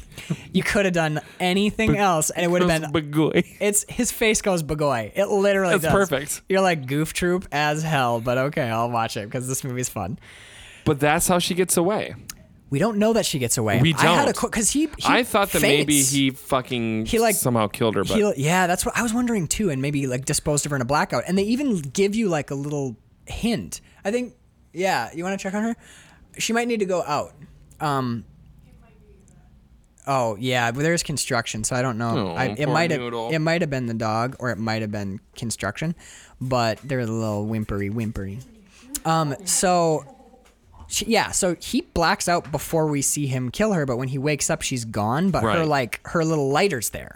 Speaker 2: you could have done anything else, and it would have been
Speaker 1: Bagoy.
Speaker 2: it's his face goes bagoy. It literally
Speaker 1: That's
Speaker 2: does.
Speaker 1: perfect.
Speaker 2: You're like goof troop as hell, but okay, I'll watch it because this movie's fun.
Speaker 1: But that's how she gets away.
Speaker 2: We don't know that she gets away.
Speaker 1: We
Speaker 2: I had a
Speaker 1: don't.
Speaker 2: because he, he.
Speaker 1: I thought that
Speaker 2: faints.
Speaker 1: maybe he fucking
Speaker 2: He, like-
Speaker 1: somehow killed her, but
Speaker 2: He- yeah, that's what I was wondering too, and maybe like disposed of her in a blackout. And they even give you like a little hint. I think, yeah, you want to check on her? She might need to go out. Um, oh yeah, but there's construction, so I don't know.
Speaker 1: Oh,
Speaker 2: I, it
Speaker 1: poor
Speaker 2: might have
Speaker 1: noodle.
Speaker 2: it might have been the dog, or it might have been construction, but they're a little whimpery, whimpery. Um, so. She, yeah, so he blacks out before we see him kill her, but when he wakes up, she's gone. But her
Speaker 1: Right.
Speaker 2: like her little lighter's there.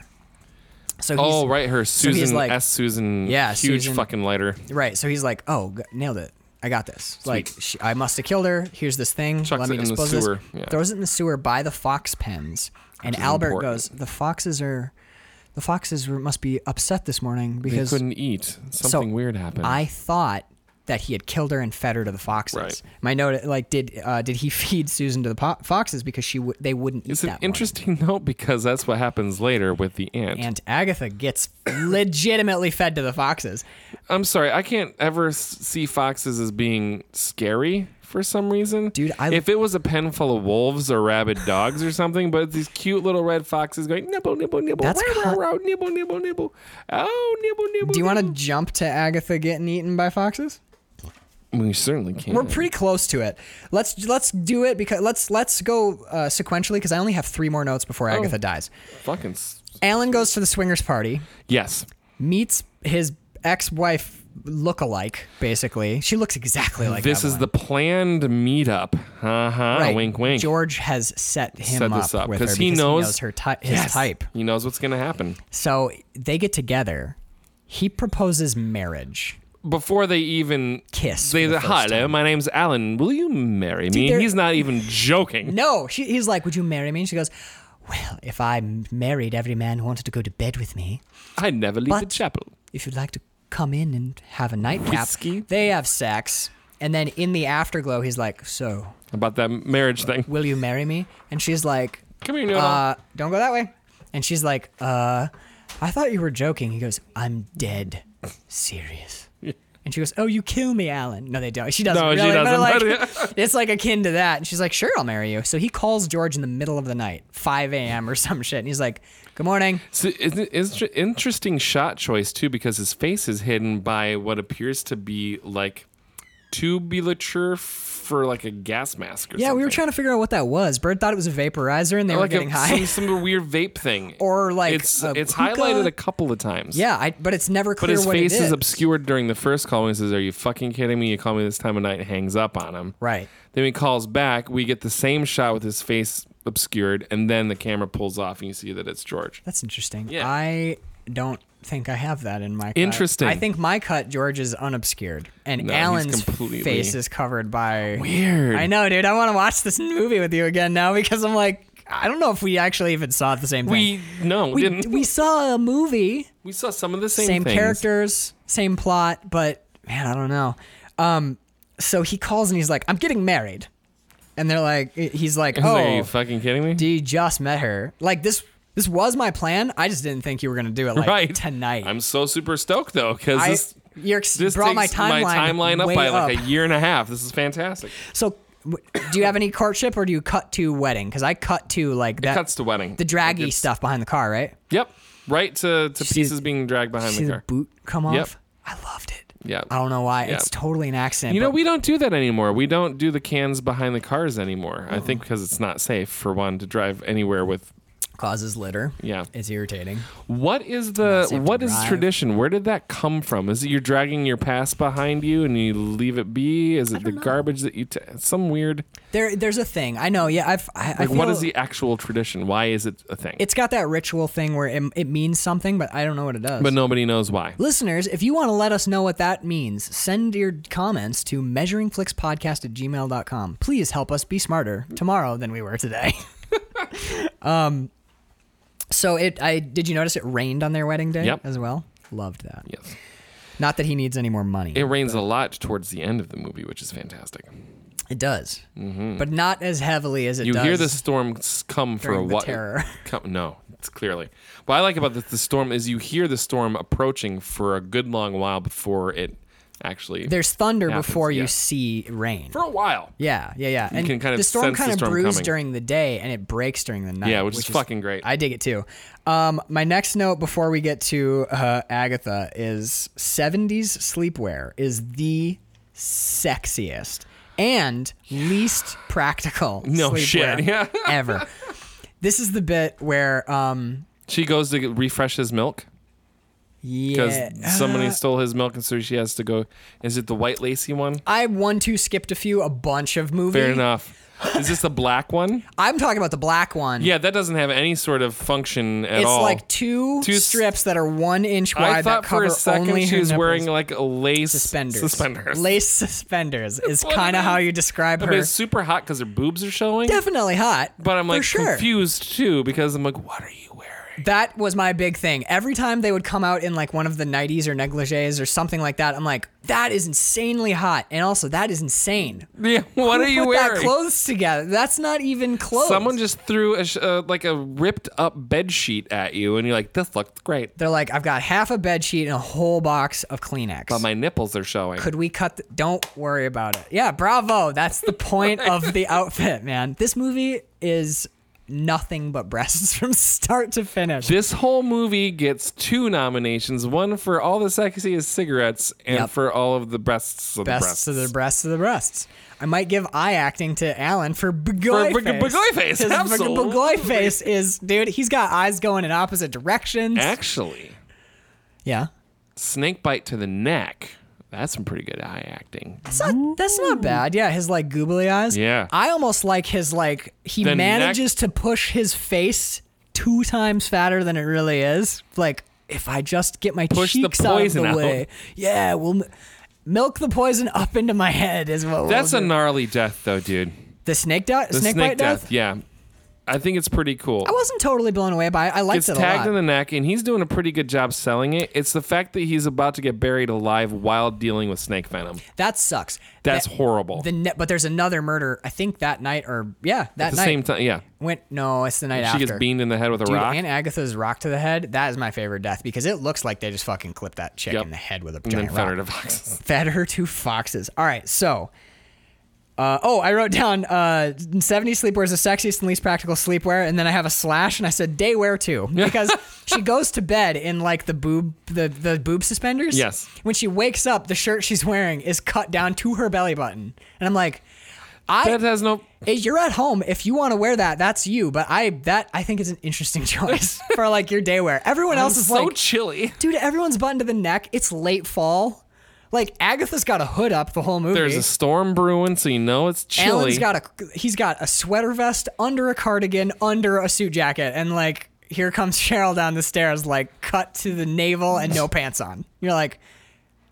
Speaker 2: So he's,
Speaker 1: oh right, her
Speaker 2: he's
Speaker 1: Susan
Speaker 2: like-
Speaker 1: S. Susan,
Speaker 2: Yeah,
Speaker 1: huge
Speaker 2: Susan-
Speaker 1: fucking lighter.
Speaker 2: Right. So he's like, "Oh, g- nailed it. I got this. Like, she, I must have killed her. Here's this thing.
Speaker 1: Chucks
Speaker 2: Let me
Speaker 1: it in the
Speaker 2: dispose of this."
Speaker 1: sewer, yeah.
Speaker 2: Throws it in the sewer by the fox pens, and
Speaker 1: is
Speaker 2: Albert
Speaker 1: important.
Speaker 2: goes, "The foxes are, the foxes were, must be upset this morning
Speaker 1: They
Speaker 2: because
Speaker 1: couldn't eat. Something weird happened.
Speaker 2: I thought." That he had killed her and fed her to the foxes.
Speaker 1: Right.
Speaker 2: My note, like, did uh, did he feed Susan to the po- foxes because she w- they wouldn't eat
Speaker 1: it's
Speaker 2: that
Speaker 1: an
Speaker 2: morning?
Speaker 1: interesting note because that's what happens later with the ant.
Speaker 2: And Agatha gets legitimately fed to the foxes.
Speaker 1: I'm sorry, I can't ever s- see foxes as being scary for some reason.
Speaker 2: Dude, I-
Speaker 1: if it was a pen full of wolves or rabid dogs or something, but these cute little red foxes going nibble nibble nibble,
Speaker 2: That's
Speaker 1: wow,
Speaker 2: con-
Speaker 1: wow, wow, nibble nibble nibble, oh nibble nibble.
Speaker 2: Do you want to
Speaker 1: nibble."
Speaker 2: jump to Agatha getting eaten by foxes?
Speaker 1: We certainly can.
Speaker 2: We're pretty close to it. Let's let's do it because let's let's go uh, sequentially because I only have three more notes before
Speaker 1: Oh.
Speaker 2: Agatha dies.
Speaker 1: fucking s-
Speaker 2: Alan goes to the swingers party,
Speaker 1: yes.
Speaker 2: meets his ex-wife look-alike. Basically, she looks exactly like
Speaker 1: this is
Speaker 2: Evelyn.
Speaker 1: the planned meetup. Uh huh.
Speaker 2: Right.
Speaker 1: Wink wink.
Speaker 2: George has set him
Speaker 1: Set
Speaker 2: up,
Speaker 1: this up
Speaker 2: with her
Speaker 1: because he
Speaker 2: because
Speaker 1: knows-
Speaker 2: he knows her ty- his type.
Speaker 1: He knows what's gonna happen
Speaker 2: So they get together. He proposes marriage.
Speaker 1: before they even
Speaker 2: Kiss
Speaker 1: They
Speaker 2: for the
Speaker 1: hello,
Speaker 2: first
Speaker 1: my name's Alan. Will you marry me?
Speaker 2: they're-
Speaker 1: He's not even joking.
Speaker 2: No, she, he's like, "Would you marry me?" And she goes, "Well, if I married every man who wanted to go to bed with me,
Speaker 1: I never leave the
Speaker 2: But-
Speaker 1: chapel.
Speaker 2: if you'd like to come in and have a nightcap.
Speaker 1: Whiskey?
Speaker 2: They have sex. And then in the afterglow, he's like, So,
Speaker 1: About that marriage thing.
Speaker 2: will you marry me? And she's like,
Speaker 1: Come here, Noodle.
Speaker 2: uh, Don't go that way. And she's like, Uh, I thought you were joking. He goes, I'm dead serious. And she goes, "Oh, you kill me, Alan." No, they don't. She doesn't.
Speaker 1: No, she
Speaker 2: really,
Speaker 1: doesn't,
Speaker 2: But
Speaker 1: but
Speaker 2: like, it's like akin to that. And she's like, "Sure, I'll marry you." So he calls George in the middle of the night, 5 a.m. or some shit, and he's like, "Good morning."
Speaker 1: So it's an it's an interesting shot choice too, because his face is hidden by what appears to be like tubulature for like a gas mask. Or
Speaker 2: Yeah, we were
Speaker 1: something.
Speaker 2: trying to figure out what that was. Bird thought it was a vaporizer, and they were
Speaker 1: like
Speaker 2: getting
Speaker 1: a,
Speaker 2: high.
Speaker 1: Some, some weird vape thing,
Speaker 2: Or, like,
Speaker 1: it's
Speaker 2: a
Speaker 1: it's
Speaker 2: hookah?
Speaker 1: highlighted a couple of times.
Speaker 2: Yeah, I, but it's never clear
Speaker 1: But his
Speaker 2: what
Speaker 1: face
Speaker 2: it is.
Speaker 1: is obscured during the first call. He says, "Are you fucking kidding me? You call me this time of night." And hangs up on him.
Speaker 2: Right.
Speaker 1: Then he calls back. We get the same shot with his face obscured, and then the camera pulls off, and you see that it's George.
Speaker 2: That's interesting.
Speaker 1: Yeah.
Speaker 2: I don't think I have that in my cut.
Speaker 1: Interesting.
Speaker 2: I think my cut, George, is unobscured, and
Speaker 1: No, he's
Speaker 2: Alan's
Speaker 1: completely-
Speaker 2: face is covered by.
Speaker 1: Weird.
Speaker 2: I know, dude. I want to watch this movie with you again now because I'm like, I don't know if we actually even saw it the same
Speaker 1: We
Speaker 2: thing.
Speaker 1: no, we,
Speaker 2: we
Speaker 1: didn't.
Speaker 2: we saw a movie,
Speaker 1: We saw some of the same
Speaker 2: same,
Speaker 1: things.
Speaker 2: characters, same plot, but man, I don't know. Um, so he calls and he's like, "I'm getting married," and they're like, he's like,
Speaker 1: I was
Speaker 2: "Oh,
Speaker 1: like, Are you fucking kidding me?
Speaker 2: do you just met her? Like this this was my plan. I just didn't think you were gonna do it like
Speaker 1: right
Speaker 2: tonight.
Speaker 1: I'm so super stoked though because
Speaker 2: I-
Speaker 1: this
Speaker 2: you're ex-
Speaker 1: this
Speaker 2: brought my
Speaker 1: takes
Speaker 2: timeline,
Speaker 1: timeline up
Speaker 2: way
Speaker 1: by
Speaker 2: up.
Speaker 1: like a year and a half. This is fantastic.
Speaker 2: so. w- Do you have any courtship or do you cut to wedding? Because I cut to like that
Speaker 1: Cuts to wedding.
Speaker 2: the draggy
Speaker 1: Like, it's-
Speaker 2: stuff behind the car, right?
Speaker 1: Yep. Right to, to
Speaker 2: See-
Speaker 1: pieces being dragged behind
Speaker 2: See
Speaker 1: the
Speaker 2: the
Speaker 1: car.
Speaker 2: boot come off.
Speaker 1: Yep.
Speaker 2: I loved it.
Speaker 1: Yeah.
Speaker 2: I don't know why.
Speaker 1: Yeah.
Speaker 2: It's totally an accident.
Speaker 1: You know,
Speaker 2: but-
Speaker 1: we don't do that anymore. We don't do the cans behind the cars anymore. I think because it's not safe for one to drive anywhere with.
Speaker 2: causes litter.
Speaker 1: Yeah.
Speaker 2: it's irritating.
Speaker 1: What is the
Speaker 2: safe to
Speaker 1: what is
Speaker 2: drive.
Speaker 1: tradition? Where did that come from? Is it you're dragging your past behind you and you leave it be? Is it the garbage that you t- some weird?
Speaker 2: There, there's a thing. I know. Yeah, I've. I, I
Speaker 1: Like, what
Speaker 2: feel-
Speaker 1: is the actual tradition? Why is it a thing?
Speaker 2: It's got that ritual thing where it, it means something, but I don't know what it does.
Speaker 1: but nobody knows why.
Speaker 2: Listeners, if you want to let us know what that means, send your comments to measuringflixpodcast at gmail.com. Please help us be smarter tomorrow than we were today. um, so it, I did you notice it rained on their wedding day
Speaker 1: Yep.
Speaker 2: as well? Loved that.
Speaker 1: Yes,
Speaker 2: Not that he needs any more money.
Speaker 1: it rains a lot towards the end of the movie, which is fantastic.
Speaker 2: It does, but not as heavily as it
Speaker 1: Mm-hmm. You
Speaker 2: does.
Speaker 1: hear the storm s- come for a
Speaker 2: during the
Speaker 1: while.
Speaker 2: terror.
Speaker 1: Come, no, it's clearly. What I like about this, the storm is you hear the storm approaching for a good long while before it actually.
Speaker 2: There's thunder
Speaker 1: happens,
Speaker 2: before you
Speaker 1: yeah.
Speaker 2: see rain.
Speaker 1: for a while.
Speaker 2: Yeah, yeah, yeah. And
Speaker 1: can kind of
Speaker 2: the storm
Speaker 1: sense the
Speaker 2: kind of
Speaker 1: storm
Speaker 2: brews
Speaker 1: coming.
Speaker 2: during the day and it breaks during the night.
Speaker 1: Yeah, which is fucking great.
Speaker 2: I dig it too. Um, my next note before we get to uh, Agatha is 70s sleepwear is the sexiest and least practical
Speaker 1: No
Speaker 2: sleepwear
Speaker 1: shit, yeah.
Speaker 2: ever. This is the bit where um
Speaker 1: She goes to get- refresh his milk because
Speaker 2: yeah Uh.
Speaker 1: somebody stole his milk, and so she has to go. Is it the white lacy one?
Speaker 2: I one two skipped a few a bunch of movies.
Speaker 1: Fair enough. Is this the black one?
Speaker 2: I'm talking about the black one.
Speaker 1: Yeah, that doesn't have any sort of function at
Speaker 2: It's
Speaker 1: all.
Speaker 2: like two,
Speaker 1: Two s-
Speaker 2: strips that are one inch wide
Speaker 1: I thought
Speaker 2: that
Speaker 1: for
Speaker 2: cover
Speaker 1: a second
Speaker 2: only
Speaker 1: she
Speaker 2: her
Speaker 1: was
Speaker 2: nipples.
Speaker 1: wearing like a lace
Speaker 2: suspenders.
Speaker 1: Suspenders.
Speaker 2: Lace suspenders is
Speaker 1: what it
Speaker 2: kind of
Speaker 1: is.
Speaker 2: how you describe
Speaker 1: I
Speaker 2: her.
Speaker 1: mean, it's super hot because her boobs are showing.
Speaker 2: Definitely hot.
Speaker 1: But I'm
Speaker 2: for
Speaker 1: like
Speaker 2: sure.
Speaker 1: confused too because I'm like, what are you wearing?
Speaker 2: That was my big thing. Every time they would come out in like one of the 90s or negligees or something like that, I'm like, that is insanely hot. And also, that is insane.
Speaker 1: Yeah, what
Speaker 2: Who
Speaker 1: are you
Speaker 2: put
Speaker 1: wearing?
Speaker 2: that clothes together? That's not even clothes.
Speaker 1: Someone just threw a sh- uh, like a ripped up bed sheet at you, and you're like, this looks great,
Speaker 2: They're like, I've got half a bed sheet and a whole box of Kleenex.
Speaker 1: but my nipples are showing.
Speaker 2: could we cut the, don't worry about it yeah bravo that's the point of the outfit man this movie is nothing but breasts from start to finish
Speaker 1: this whole movie gets two nominations: one for all the sexiest cigarettes, and
Speaker 2: Yep.
Speaker 1: for all of the breasts of
Speaker 2: breasts
Speaker 1: the breasts.
Speaker 2: to the breasts of the breasts i might give eye acting to alan for
Speaker 1: For
Speaker 2: bagoy
Speaker 1: big-
Speaker 2: face
Speaker 1: big eye face,
Speaker 2: His
Speaker 1: absolutely.
Speaker 2: bagoy face is dude he's got eyes going in opposite directions
Speaker 1: Actually,
Speaker 2: yeah
Speaker 1: snake bite to the neck. That's some pretty good eye acting.
Speaker 2: that's not, that's not bad. Yeah, his like googly eyes.
Speaker 1: Yeah.
Speaker 2: I almost like his like he
Speaker 1: The neck-
Speaker 2: manages to push his face two times fatter than it really is. Like if I just get my
Speaker 1: Push the
Speaker 2: cheeks out of
Speaker 1: poison
Speaker 2: the
Speaker 1: out.
Speaker 2: way, yeah, we'll m- milk the poison up into my head is what.
Speaker 1: That's
Speaker 2: we'll
Speaker 1: a
Speaker 2: do.
Speaker 1: gnarly death, though, dude.
Speaker 2: the snake, do-
Speaker 1: The
Speaker 2: snake, bite death.
Speaker 1: Yeah, I think it's pretty cool.
Speaker 2: I wasn't totally blown away by it. I liked
Speaker 1: It's
Speaker 2: it a
Speaker 1: tagged
Speaker 2: lot.
Speaker 1: in the neck, and he's doing a pretty good job selling it. It's the fact that he's about to get buried alive while dealing with snake venom.
Speaker 2: that sucks.
Speaker 1: That's
Speaker 2: That-
Speaker 1: horrible.
Speaker 2: The ne- but there's another murder. I think that night or yeah that
Speaker 1: At the
Speaker 2: night.
Speaker 1: same time, yeah,
Speaker 2: Went no, it's the night after.
Speaker 1: she gets beamed in the head with a
Speaker 2: Dude,
Speaker 1: rock,
Speaker 2: Aunt Agatha's rock to the head, that is my favorite death because it looks like they just fucking clipped that chick
Speaker 1: Yep.
Speaker 2: in the head with a
Speaker 1: and then
Speaker 2: giant
Speaker 1: fed her
Speaker 2: rock.
Speaker 1: to foxes.
Speaker 2: Fed her to foxes. All right, so. Uh, oh, I wrote down uh, 70 sleepwear is the sexiest and least practical sleepwear, and then I have a slash, and I said day wear too because she goes to bed in like the boob the, the boob suspenders.
Speaker 1: Yes.
Speaker 2: When she wakes up, the shirt she's wearing is cut down to her belly button, and I'm like, I
Speaker 1: That has no.
Speaker 2: Hey, you're at home if you want to wear that that's you but i that i think is an interesting choice for like your day wear everyone else is
Speaker 1: so
Speaker 2: like
Speaker 1: chilly.
Speaker 2: dude everyone's button to the neck it's late fall like agatha's got a hood up the whole movie
Speaker 1: There's a storm brewing, so you know it's chilly.
Speaker 2: alan's got a he's got a sweater vest under a cardigan under a suit jacket and like here comes Cheryl down the stairs, like cut to the navel and no pants on. You're like,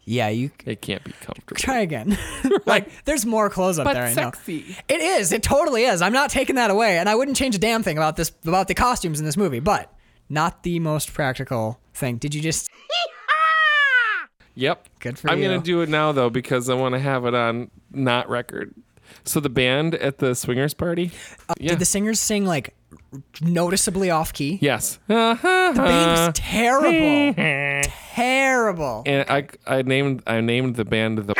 Speaker 2: yeah, you
Speaker 1: It can't be comfortable.
Speaker 2: try again.
Speaker 1: Right.
Speaker 2: like, there's more clothes up
Speaker 1: But
Speaker 2: there. I know.
Speaker 1: sexy.
Speaker 2: It is. It totally is. I'm not taking that away, and I wouldn't change a damn thing about this about the costumes in this movie. But not the most practical thing. Did you just?
Speaker 1: Yep.
Speaker 2: Good for
Speaker 1: I'm
Speaker 2: you.
Speaker 1: gonna do it now though because I want to have it on not record. So the band at the swingers party. yeah.
Speaker 2: Did the singers sing like noticeably off key?
Speaker 1: yes. Uh-huh.
Speaker 2: The band was terrible. terrible.
Speaker 1: and I I named I named the band the.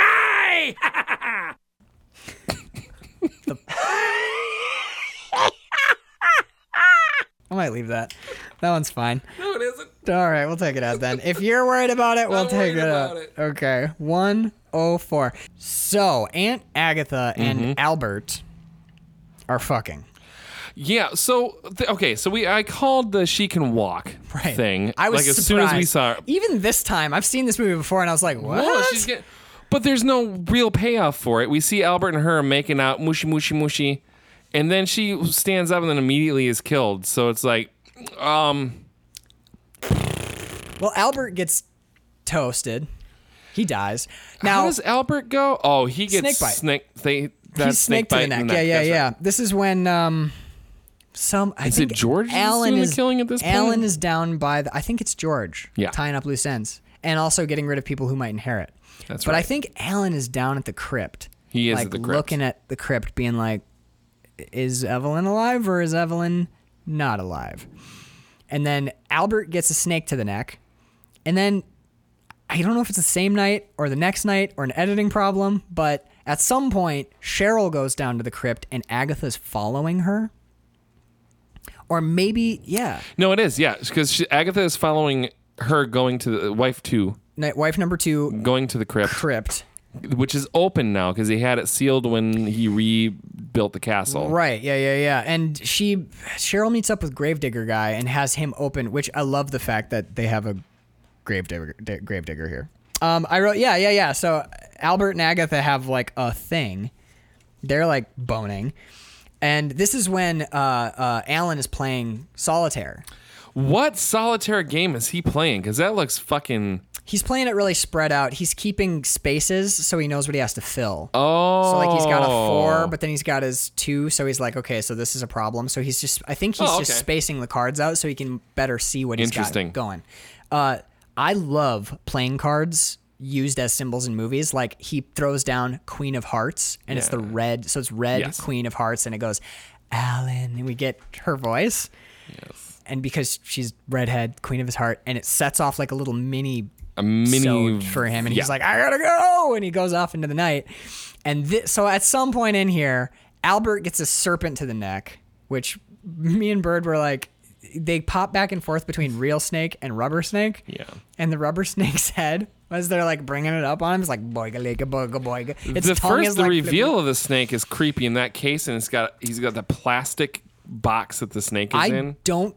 Speaker 2: I might leave that. That one's fine.
Speaker 1: No, it isn't.
Speaker 2: All right, we'll take it out then. If you're worried about it, we'll take
Speaker 1: worried
Speaker 2: it out.
Speaker 1: about it.
Speaker 2: Okay, 104. So, Aunt Agatha and
Speaker 1: Mm-hmm.
Speaker 2: Albert are fucking.
Speaker 1: Yeah. So th- okay. So we I called the she can walk
Speaker 2: Right.
Speaker 1: thing.
Speaker 2: I was
Speaker 1: like
Speaker 2: surprised.
Speaker 1: as soon as we saw. her.
Speaker 2: Even this time, I've seen this movie before and I was like, what?
Speaker 1: Whoa, she's get- but there's no real payoff for it. We see Albert and her making out, mushy, mushy, mushy, and then she stands up and then immediately is killed. So it's like, um,
Speaker 2: well, Albert gets toasted. He dies.
Speaker 1: how
Speaker 2: Now,
Speaker 1: does Albert go? Oh, he gets
Speaker 2: Snake bite.
Speaker 1: snake. They that's
Speaker 2: he's snake to
Speaker 1: bite
Speaker 2: the
Speaker 1: in
Speaker 2: neck. Yeah, yeah,
Speaker 1: That's
Speaker 2: yeah.
Speaker 1: right.
Speaker 2: This is when um some I
Speaker 1: Is
Speaker 2: think
Speaker 1: it George that's
Speaker 2: Alan
Speaker 1: doing the
Speaker 2: is
Speaker 1: killing at this point?
Speaker 2: Alan is down by the I think it's George.
Speaker 1: Yeah.
Speaker 2: Tying up loose ends and also getting rid of people who might inherit.
Speaker 1: That's
Speaker 2: but I
Speaker 1: right.
Speaker 2: think Alan is down at the crypt.
Speaker 1: He is
Speaker 2: like
Speaker 1: at the crypt.
Speaker 2: looking at the crypt, being like, "Is Evelyn alive or is Evelyn not alive?" And then Albert gets a snake to the neck, and then I don't know if it's the same night or the next night or an editing problem, but at some point, Cheryl goes down to the crypt and Agatha's following her. Or maybe, yeah,
Speaker 1: No, it is. Yeah, because Agatha is following her going to the wife two,
Speaker 2: night, wife number two,
Speaker 1: going to the crypt,
Speaker 2: crypt.
Speaker 1: which is open now because he had it sealed when he rebuilt the castle.
Speaker 2: Right, yeah, yeah, yeah. And she, Cheryl meets up with Gravedigger guy and has him open, which I love the fact that they have a Gravedigger, di- gravedigger here. Um, I wrote, yeah, yeah, yeah. So Albert and Agatha have like a thing. They're like boning. And this is when uh, uh, Alan is playing solitaire.
Speaker 1: What solitaire game is he playing? Because that looks fucking.
Speaker 2: He's playing it really spread out. He's keeping spaces so he knows what he has to fill.
Speaker 1: Oh.
Speaker 2: So like he's got a four, but then he's got his two. So he's like, okay, so this is a problem. So he's just, I think he's
Speaker 1: Oh,
Speaker 2: just
Speaker 1: okay.
Speaker 2: spacing the cards out so he can better see what he's got
Speaker 1: Interesting.
Speaker 2: going. Uh, I love playing cards used as symbols in movies. Like he throws down Queen of Hearts, and it's the
Speaker 1: Yeah.
Speaker 2: red. So it's red
Speaker 1: Yes.
Speaker 2: Queen of Hearts, and it goes, Alan, and we get her voice. And because she's redhead, queen of his heart, and it sets off like a little mini
Speaker 1: a mini
Speaker 2: so for him, and
Speaker 1: yeah.
Speaker 2: he's like, "I gotta go," and he goes off into the night. And thi- so, at some point in here, Albert gets a serpent to the neck, which me and Bird were like, they pop back and forth between real snake and rubber snake.
Speaker 1: Yeah.
Speaker 2: And the rubber snake's head, as they're like bringing it up on him, it's like boiga boiga boiga boiga. Its
Speaker 1: the
Speaker 2: tongue
Speaker 1: first
Speaker 2: is
Speaker 1: the
Speaker 2: like
Speaker 1: reveal of the snake is creepy in that case, and it's got he's got the plastic box that the snake is
Speaker 2: I
Speaker 1: in.
Speaker 2: don't.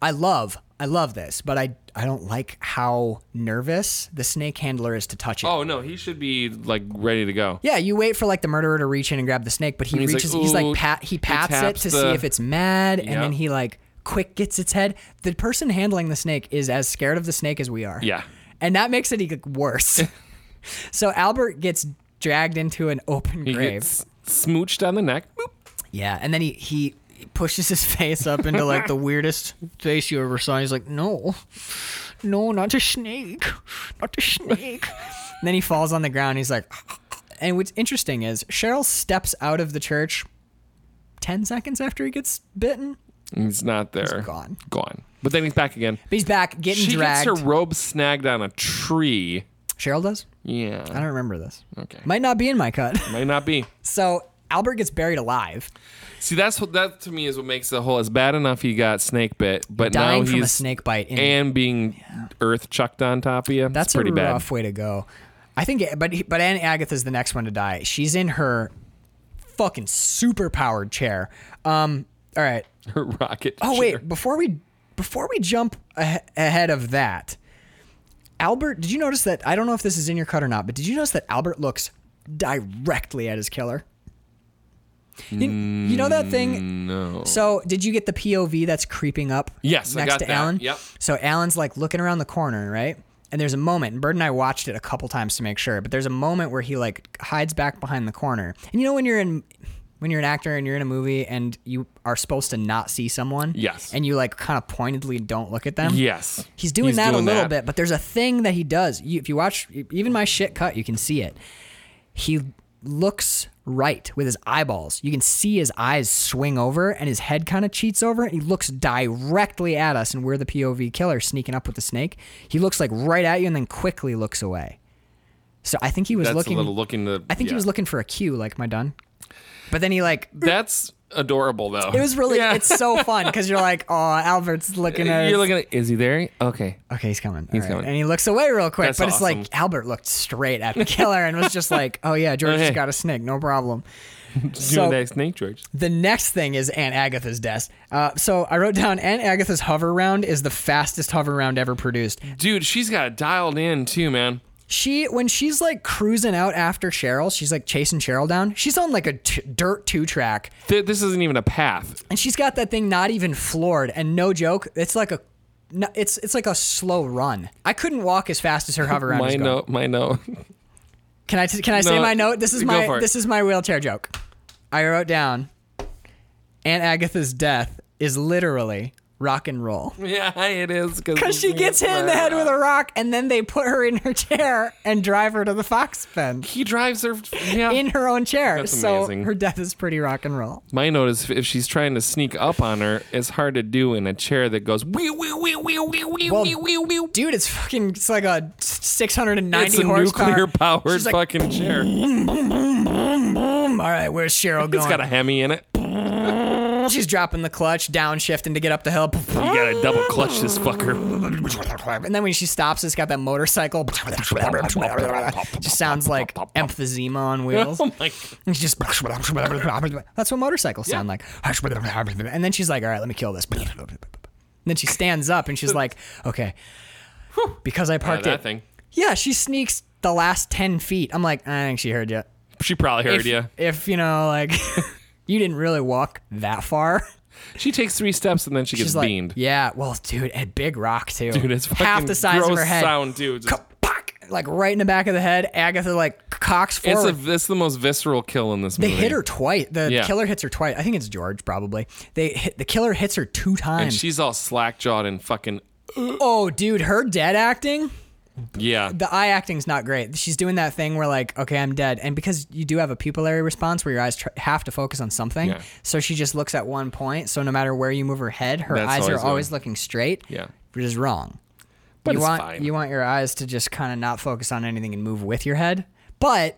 Speaker 2: I love. I love this, but I I don't like how nervous the snake handler is to touch it.
Speaker 1: Oh no, he should be like ready to go.
Speaker 2: Yeah, you wait for like the murderer to reach in and grab the snake, but he
Speaker 1: And he's like,
Speaker 2: reaches. he's
Speaker 1: "Ooh,"
Speaker 2: like pat. He
Speaker 1: he
Speaker 2: pats it
Speaker 1: taps
Speaker 2: to
Speaker 1: the-
Speaker 2: see if it's mad, and then
Speaker 1: Yeah.
Speaker 2: he like quick gets its head. The person handling the snake is as scared of the snake as we are.
Speaker 1: Yeah.
Speaker 2: and that makes it even worse. so Albert gets dragged into an open
Speaker 1: He
Speaker 2: grave.
Speaker 1: gets smooched on the neck. Boop.
Speaker 2: Yeah, and then he he pushes his face up into like the weirdest face you ever saw. He's like, no, no, not a snake, not a snake. and then he falls on the ground. He's like, and what's interesting is Cheryl steps out of the church ten seconds after he gets bitten.
Speaker 1: He's not there.
Speaker 2: gone.
Speaker 1: Gone. But then he's back again.
Speaker 2: But he's back getting
Speaker 1: she
Speaker 2: dragged.
Speaker 1: gets her robe snagged on a tree.
Speaker 2: Cheryl does.
Speaker 1: Yeah.
Speaker 2: I don't remember this.
Speaker 1: Okay.
Speaker 2: Might not be in my cut.
Speaker 1: Might not be.
Speaker 2: so Albert gets buried alive,
Speaker 1: See, that's what that to me is what makes the whole. It's bad enough he got snake bit, but
Speaker 2: dying
Speaker 1: now
Speaker 2: from a
Speaker 1: he's
Speaker 2: snake bite. In
Speaker 1: and being earth chucked on top of you.
Speaker 2: That's
Speaker 1: it's pretty
Speaker 2: a
Speaker 1: bad.
Speaker 2: rough way to go. I think, but he- but Aunt Agatha's the next one to die. She's in her fucking super powered chair. Um. All right.
Speaker 1: rocket.
Speaker 2: Oh
Speaker 1: chair.
Speaker 2: wait. Before we before we jump ah- ahead of that, Albert, did you notice that? I don't know if this is in your cut or not, but did you notice that Albert looks directly at his killer? You, you know that thing.
Speaker 1: No.
Speaker 2: So did you get the POV that's creeping up?
Speaker 1: Oh. Yes, I
Speaker 2: next
Speaker 1: got
Speaker 2: to
Speaker 1: that.
Speaker 2: Alan.
Speaker 1: Yep.
Speaker 2: So Alan's like looking around the corner, right? And there's a moment, and Bird and I watched it a couple times to make sure, but there's a moment where he like hides back behind the corner. And you know when you're in when you're an actor and you're in a movie and you are supposed to not see someone?
Speaker 1: Yes.
Speaker 2: And you like kind of pointedly don't look at them?
Speaker 1: Yes.
Speaker 2: He's doing that a little bit, but there's a thing that he does. You, if you watch even my shit cut, you can see it. He looks right with his eyeballs. You can see his eyes swing over and his head kind of cheats over and he looks directly at us and we're the POV killer sneaking up with the snake. He looks like right at you and then quickly looks away. So I think he was
Speaker 1: That's
Speaker 2: looking
Speaker 1: a little looking to.
Speaker 2: I think
Speaker 1: yeah.
Speaker 2: he was looking for a cue like my done. But then he like
Speaker 1: That's adorable though.
Speaker 2: it was really
Speaker 1: Yeah.
Speaker 2: it's so fun cuz you're like, "Oh, Albert's looking at us."
Speaker 1: You're looking at. Is he there? Okay.
Speaker 2: okay, he's coming. All right.
Speaker 1: coming.
Speaker 2: And he looks away real quick,
Speaker 1: That's
Speaker 2: but
Speaker 1: awesome.
Speaker 2: it's like Albert looked straight at the killer and was just like, "Oh yeah, George's
Speaker 1: Okay.
Speaker 2: got a snake, no problem."
Speaker 1: Doing
Speaker 2: so
Speaker 1: that snake, George.
Speaker 2: the next thing is Aunt Agatha's desk. Uh, so I wrote down Aunt Agatha's hover round is the fastest hover round ever produced.
Speaker 1: Dude, she's got it dialed in too, man.
Speaker 2: She when she's like cruising out after Cheryl, she's like chasing Cheryl down. She's on like a t- dirt two track,
Speaker 1: Th- this isn't even a path.
Speaker 2: and she's got that thing not even floored. And no joke, it's like a no, it's it's like a slow run. I couldn't walk as fast as her hover round.
Speaker 1: My
Speaker 2: is going.
Speaker 1: note. My note.
Speaker 2: Can I t- can I say
Speaker 1: No,
Speaker 2: my note? This is
Speaker 1: go for
Speaker 2: my
Speaker 1: it.
Speaker 2: this is my wheelchair joke. I wrote down Aunt Agatha's death is literally rock and roll.
Speaker 1: yeah, it is
Speaker 2: Because she gets hit in the head with a rock and then they put her in her chair and drive her to the fox pen
Speaker 1: He drives her. Yeah.
Speaker 2: in her own chair.
Speaker 1: Oh. That's
Speaker 2: so
Speaker 1: amazing.
Speaker 2: her death is pretty rock and roll.
Speaker 1: My note is if she's trying to sneak up on her, it's hard to do in a chair that goes wee wee wee wee wee wee
Speaker 2: Well,
Speaker 1: wee wee wee.
Speaker 2: Dude, it's fucking it's like a 690
Speaker 1: It's a
Speaker 2: horsepower.
Speaker 1: nuclear powered
Speaker 2: She's like,
Speaker 1: fucking chair.
Speaker 2: boom. All right, where's Cheryl
Speaker 1: It's
Speaker 2: going?
Speaker 1: got a Hemi in it. You
Speaker 2: She's dropping the clutch, downshifting to get up the hill.
Speaker 1: gotta double clutch this fucker.
Speaker 2: And then when she stops, it's got that motorcycle. just sounds like emphysema on wheels.
Speaker 1: Oh my!
Speaker 2: It's just that's what motorcycles sound like. And then she's like, "All right, let me kill this." And then she stands up and she's like, "Okay, because I
Speaker 1: God,
Speaker 2: parked
Speaker 1: that
Speaker 2: it."
Speaker 1: thing.
Speaker 2: Yeah, she sneaks the last ten feet. I'm like, I think she heard you.
Speaker 1: She probably heard
Speaker 2: If,
Speaker 1: ya.
Speaker 2: if you know, like, you didn't really walk that far.
Speaker 1: She takes three steps and then she gets
Speaker 2: She's like,
Speaker 1: beamed.
Speaker 2: yeah, well, dude, a big rock too.
Speaker 1: Dude, it's fucking
Speaker 2: half the size
Speaker 1: gross
Speaker 2: of her head.
Speaker 1: sound, dude. Just-
Speaker 2: Kapak! like right in the back of the head. Agatha like cocks
Speaker 1: it's
Speaker 2: forward.
Speaker 1: a, it's the most visceral kill in this
Speaker 2: they
Speaker 1: movie.
Speaker 2: hit her twice. The
Speaker 1: Yeah.
Speaker 2: killer hits her twice. I think it's George probably. They hit, the killer hits her two
Speaker 1: and
Speaker 2: times.
Speaker 1: she's all slack jawed and fucking
Speaker 2: oh, dude, her dead acting.
Speaker 1: yeah.
Speaker 2: The eye acting's not great. She's doing that thing where like, okay, I'm dead, and because you do have a pupillary response where your eyes tr- have to focus on something,
Speaker 1: Yeah.
Speaker 2: so she just looks at one point. So no matter where you move her head, her
Speaker 1: That's
Speaker 2: eyes
Speaker 1: always
Speaker 2: are
Speaker 1: going-
Speaker 2: always looking straight.
Speaker 1: Yeah.
Speaker 2: which is wrong.
Speaker 1: But
Speaker 2: you
Speaker 1: it's
Speaker 2: want
Speaker 1: fine.
Speaker 2: you want your eyes to just kind of not focus on anything and move with your head. But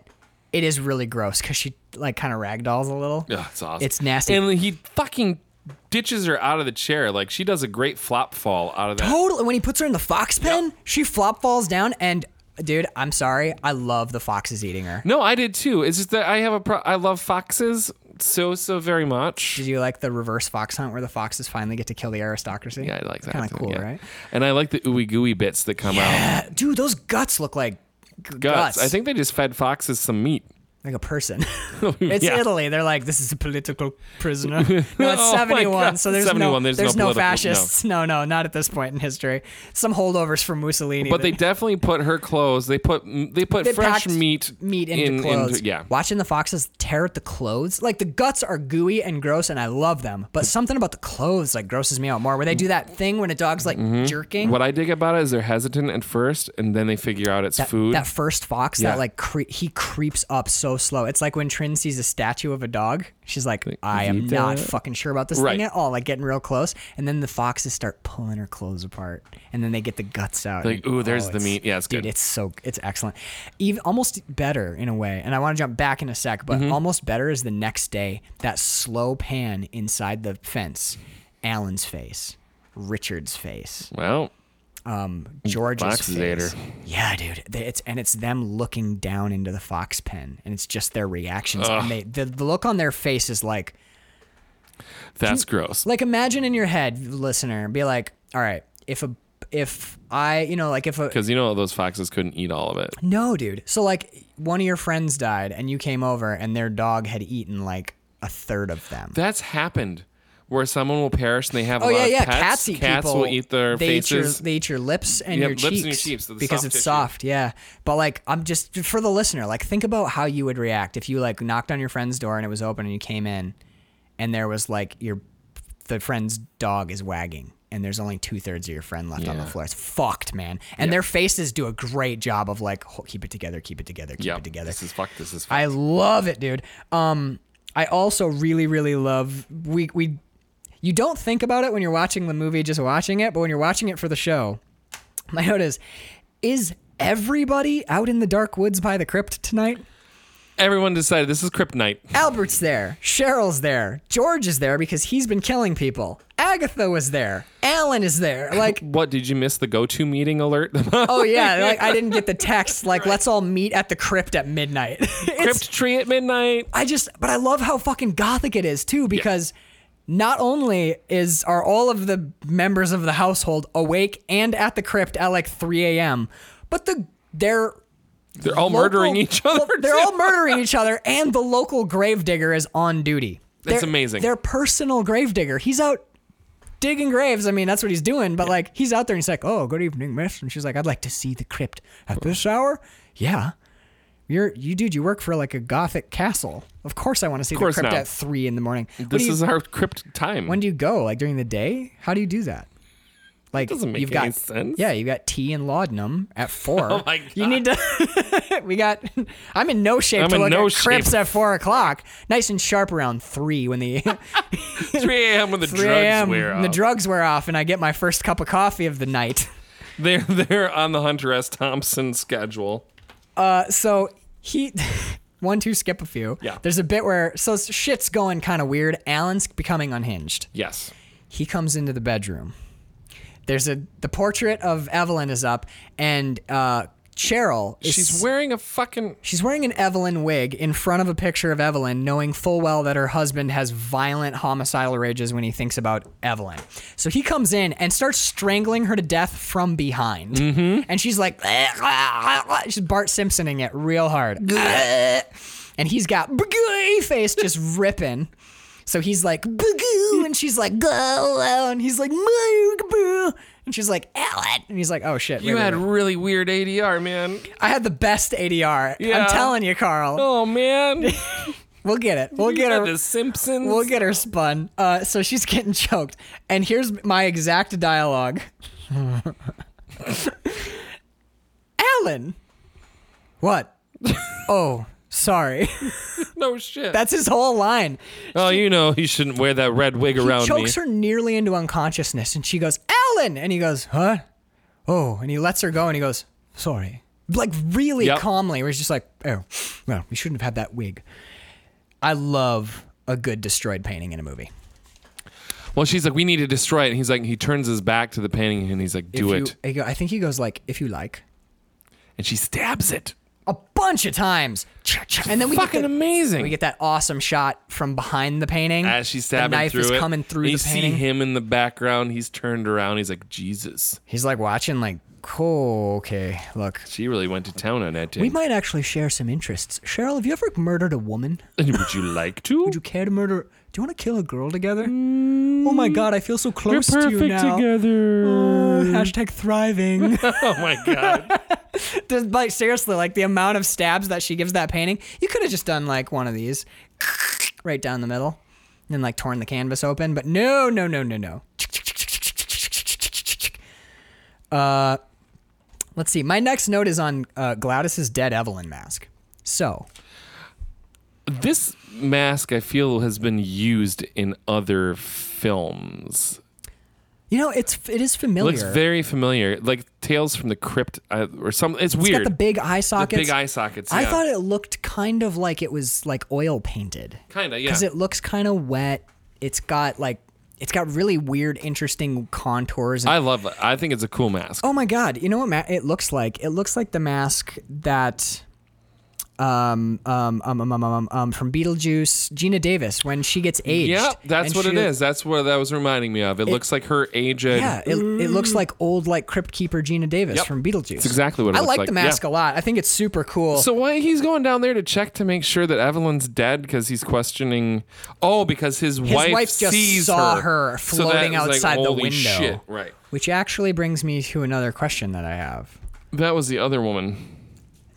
Speaker 2: it is really gross because she like kind of ragdolls a little.
Speaker 1: Yeah, it's awesome.
Speaker 2: It's nasty.
Speaker 1: And he fucking ditches her out of the chair. Like she does a great flop fall out of that.
Speaker 2: Totally. When he puts her in the fox pen, she flop falls down and. Dude, I'm sorry. I love the foxes eating her.
Speaker 1: No, I did too. It's just that I have a pro- I love foxes so so very much.
Speaker 2: Did you like the reverse fox hunt where the foxes finally get to kill the aristocracy?
Speaker 1: Yeah, I like that.
Speaker 2: Kind of
Speaker 1: too,
Speaker 2: cool,
Speaker 1: yeah.
Speaker 2: right?
Speaker 1: And I like the ooey gooey bits that come
Speaker 2: Uh, Dude, those guts look like g-
Speaker 1: out.
Speaker 2: guts.
Speaker 1: Guts. I think they just fed foxes some meat.
Speaker 2: like a person. it's
Speaker 1: Yeah.
Speaker 2: Italy. They're like, this is a political prisoner. No, it's
Speaker 1: Oh my
Speaker 2: 71,
Speaker 1: God.
Speaker 2: so there's
Speaker 1: 71,
Speaker 2: no,
Speaker 1: there's
Speaker 2: there's,
Speaker 1: no
Speaker 2: no,
Speaker 1: political-
Speaker 2: fascists. No. no, not at this point in history. Some holdovers from Mussolini.
Speaker 1: But they
Speaker 2: that-
Speaker 1: definitely put her clothes. They put they put
Speaker 2: that
Speaker 1: fresh
Speaker 2: packed
Speaker 1: meat
Speaker 2: meat into clothes.
Speaker 1: yeah.
Speaker 2: Watching the foxes tear at the clothes, like the guts are gooey and gross, and I love them. But something about the clothes like grosses me out more. Where they do that thing when a dog's like
Speaker 1: Mm-hmm.
Speaker 2: jerking.
Speaker 1: What I dig about it is they're hesitant at first, and then they figure out it's
Speaker 2: that,
Speaker 1: food.
Speaker 2: that first fox
Speaker 1: Yeah.
Speaker 2: that like cre- he creeps up so slow. It's like when Trin sees a statue of a dog. She's like, I am
Speaker 1: "Vita."
Speaker 2: not fucking sure about this
Speaker 1: Right.
Speaker 2: thing at all. Like getting real close, and then the foxes start pulling her clothes apart, and then they get the guts out.
Speaker 1: Like,
Speaker 2: and- oh,
Speaker 1: ooh, there's the
Speaker 2: it's-
Speaker 1: meat. Yeah, it's
Speaker 2: dude,
Speaker 1: good.
Speaker 2: it's so it's excellent. Even almost better in a way. And I want to jump back in a sec, but
Speaker 1: Mm-hmm.
Speaker 2: almost better is the next day. That slow pan inside the fence, Alan's face, Richard's face.
Speaker 1: well,
Speaker 2: George's
Speaker 1: Foxes
Speaker 2: face.
Speaker 1: ate her.
Speaker 2: Yeah, dude. They- It's and it's them looking down into the fox pen, and it's just their reactions. And they, the, the look on their face is like,
Speaker 1: that's gross.
Speaker 2: like imagine in your head, listener, be like, all right, if a if I, you know, like if a
Speaker 1: Because you know those foxes couldn't eat all of it.
Speaker 2: no, dude. So like one of your friends died, and you came over, and their dog had eaten like a third of them.
Speaker 1: That's happened where someone will perish and they have a
Speaker 2: Oh
Speaker 1: lot
Speaker 2: yeah,
Speaker 1: of
Speaker 2: yeah.
Speaker 1: pets.
Speaker 2: Cats eat
Speaker 1: Cats
Speaker 2: people.
Speaker 1: will eat their
Speaker 2: they
Speaker 1: faces.
Speaker 2: Eat your, they eat your lips and
Speaker 1: Yeah,
Speaker 2: your
Speaker 1: lips
Speaker 2: cheeks
Speaker 1: and your cheeks, the
Speaker 2: because
Speaker 1: soft
Speaker 2: it's
Speaker 1: tissue.
Speaker 2: soft. Yeah, but like I'm just for the listener, like think about how you would react if you like knocked on your friend's door and it was open and you came in, and there was like your the friend's dog is wagging. And there's only two thirds of your friend left on the
Speaker 1: Yeah.
Speaker 2: floor. It's fucked, man. And their faces do a great job of like, "Oh, keep it together, keep it together, keep
Speaker 1: yeah.
Speaker 2: it together.
Speaker 1: This is fuck. This is fuck.
Speaker 2: I love it, dude. Um, I also really, really love we we. You don't think about it when you're watching the movie, just watching it, but when you're watching it for the show, my note is: Is everybody out in the dark woods by the crypt tonight?
Speaker 1: Everyone decided this is kryptonite.
Speaker 2: Albert's there. Cheryl's there. George is there because he's been killing people. Agatha was there. Alan is there. Like,
Speaker 1: What did you miss the go-to meeting alert?
Speaker 2: oh yeah, like I didn't get the text. Like, let's all meet at the crypt at midnight. It's-
Speaker 1: Crypt tree at midnight.
Speaker 2: I just, but I love how fucking gothic it is too, because not only is are all of the members of the household awake and at the crypt at like 3 a.m., but the they're
Speaker 1: They're all
Speaker 2: local-
Speaker 1: murdering each
Speaker 2: well,
Speaker 1: other.
Speaker 2: they're
Speaker 1: too.
Speaker 2: all murdering each other, and the local gravedigger is on duty.
Speaker 1: That's
Speaker 2: Their-
Speaker 1: amazing.
Speaker 2: Their personal gravedigger. He's out digging graves. I mean, that's what he's doing. But like, he's out there and he's like, "Oh, good evening, miss," and she's like, "I'd like to see the crypt at this hour." Yeah. You're, you dude, you work for like a gothic castle. Of course, I want to see the
Speaker 1: course
Speaker 2: crypt
Speaker 1: not.
Speaker 2: at three in the morning. What do
Speaker 1: This
Speaker 2: you-
Speaker 1: is our crypt time.
Speaker 2: when do you go? Like during the day? How do you do that? Like
Speaker 1: doesn't make
Speaker 2: you've
Speaker 1: any
Speaker 2: got
Speaker 1: sense.
Speaker 2: yeah, you got tea and laudanum at four.
Speaker 1: Oh my
Speaker 2: You need to. we got. I'm in no shape
Speaker 1: I'm
Speaker 2: to
Speaker 1: in
Speaker 2: look
Speaker 1: no
Speaker 2: at crypts
Speaker 1: shape.
Speaker 2: at four o'clock. Nice and sharp around three when the
Speaker 1: 3 a.m. when the
Speaker 2: three
Speaker 1: drugs
Speaker 2: a.m.
Speaker 1: wear
Speaker 2: when the
Speaker 1: off.
Speaker 2: drugs wear off and I get my first cup of coffee of the night.
Speaker 1: they're they're on the Hunter S. Thompson schedule.
Speaker 2: Uh, so he one two skip a few
Speaker 1: Yeah.
Speaker 2: there's a bit where so shit's going kind of weird alan's becoming unhinged
Speaker 1: Yes.
Speaker 2: he comes into the bedroom there's a the portrait of evelyn is up and uh cheryl is
Speaker 1: She's wearing a fucking
Speaker 2: She's wearing an Evelyn wig in front of a picture of Evelyn, knowing full well that her husband has violent homicidal rages when he thinks about Evelyn. So he comes in and starts strangling her to death from behind.
Speaker 1: Mm-hmm.
Speaker 2: And she's like, she's Bart Simpsoning it real hard. and he's got "Bagoo" face just ripping. So he's like, "Bagoo," and she's like, go, and he's like, "Bagoo," and she's like, Ellen. And he's like, oh shit.
Speaker 1: You
Speaker 2: wait, wait,
Speaker 1: had
Speaker 2: wait.
Speaker 1: really weird ADR, man.
Speaker 2: I had the best ADR.
Speaker 1: Yeah.
Speaker 2: I'm telling you, Carl.
Speaker 1: Oh man.
Speaker 2: We'll get it. We'll
Speaker 1: You
Speaker 2: get
Speaker 1: had
Speaker 2: her.
Speaker 1: the Simpsons.
Speaker 2: We'll get her spun. Uh, so she's getting choked, and here's my exact dialogue. Alan, what? oh, sorry.
Speaker 1: no shit.
Speaker 2: That's his whole line.
Speaker 1: oh, you know he shouldn't wear that red wig around
Speaker 2: he
Speaker 1: me.
Speaker 2: chokes her nearly into unconsciousness, and she goes, "Alan," and he goes, "Huh?" Oh, and he lets her go, and he goes, "Sorry," like really
Speaker 1: Yep.
Speaker 2: calmly. Where he's just like, "Oh, well, we shouldn't have had that wig." I love a good destroyed painting in a movie.
Speaker 1: Well, she's like, we need to destroy it. And he's like, he turns his back to the painting and he's like,
Speaker 2: If
Speaker 1: do
Speaker 2: you-
Speaker 1: it.
Speaker 2: he go- I think he goes like, if you like,
Speaker 1: And she stabs it.
Speaker 2: a bunch of times, Cha- cha- and then we
Speaker 1: Fucking
Speaker 2: get the-
Speaker 1: amazing.
Speaker 2: We get that awesome shot from behind the painting
Speaker 1: As she's
Speaker 2: The
Speaker 1: stabbing
Speaker 2: knife
Speaker 1: through
Speaker 2: is
Speaker 1: it,
Speaker 2: coming through
Speaker 1: and
Speaker 2: the
Speaker 1: you
Speaker 2: painting.
Speaker 1: see him in the background. He's turned around. He's like, Jesus.
Speaker 2: He's like watching, like, cool, okay, look.
Speaker 1: She really went to town on that.
Speaker 2: We
Speaker 1: Didn't
Speaker 2: might actually share some interests. Cheryl, have you ever murdered a woman?
Speaker 1: she? Would you like to?
Speaker 2: Would you care to murder? Do you want to kill a girl together? oh my god, I feel so close to you now.
Speaker 1: Mm, together.
Speaker 2: Uh, hashtag thriving.
Speaker 1: oh my god.
Speaker 2: Just, like seriously, like the amount of stabs that she gives that painting, you could have just done like one of these, right down the middle, and then like torn the canvas open. But no, no, no, no, no. Uh, let's see. My next note is on uh, Glaudus's dead Evelyn mask. So
Speaker 1: This mask, I feel, has been used in other films.
Speaker 2: you know it's it is
Speaker 1: It
Speaker 2: familiar.
Speaker 1: looks very familiar, like Tales from the Crypt uh, or something. It's
Speaker 2: it's
Speaker 1: weird.
Speaker 2: got the big eye sockets.
Speaker 1: big eye sockets.
Speaker 2: I
Speaker 1: yeah.
Speaker 2: thought it looked kind of like it was like oil painted.
Speaker 1: Kinda, yeah.
Speaker 2: Because it looks kind of wet. It's got like, it's got really weird, interesting contours. And,
Speaker 1: I love it. I think it's a cool mask.
Speaker 2: oh my God. You know what ma- it looks like? It looks like the mask that um, um, um, um, um, um, um, from Beetlejuice, Gina Davis, when she gets aged.
Speaker 1: Yeah, that's
Speaker 2: and
Speaker 1: what it
Speaker 2: she-
Speaker 1: is. That's what that was reminding me of. It, looks like her aged.
Speaker 2: Yeah, it, it looks like old like crypt keeper Gina Davis
Speaker 1: Yep.
Speaker 2: from Beetlejuice.
Speaker 1: It's exactly what it
Speaker 2: I
Speaker 1: looks
Speaker 2: like
Speaker 1: like.
Speaker 2: the mask
Speaker 1: Yeah.
Speaker 2: a lot. I think it's super cool.
Speaker 1: So why he's going down there to check to make sure that Evelyn's dead because he's questioning. Oh, because his,
Speaker 2: His wife, just
Speaker 1: sees
Speaker 2: saw
Speaker 1: her,
Speaker 2: her,
Speaker 1: So that
Speaker 2: floating
Speaker 1: was like,
Speaker 2: outside the
Speaker 1: "Holy
Speaker 2: window.
Speaker 1: Shit. Right.
Speaker 2: Which actually brings me to another question that I have.
Speaker 1: That was the other woman.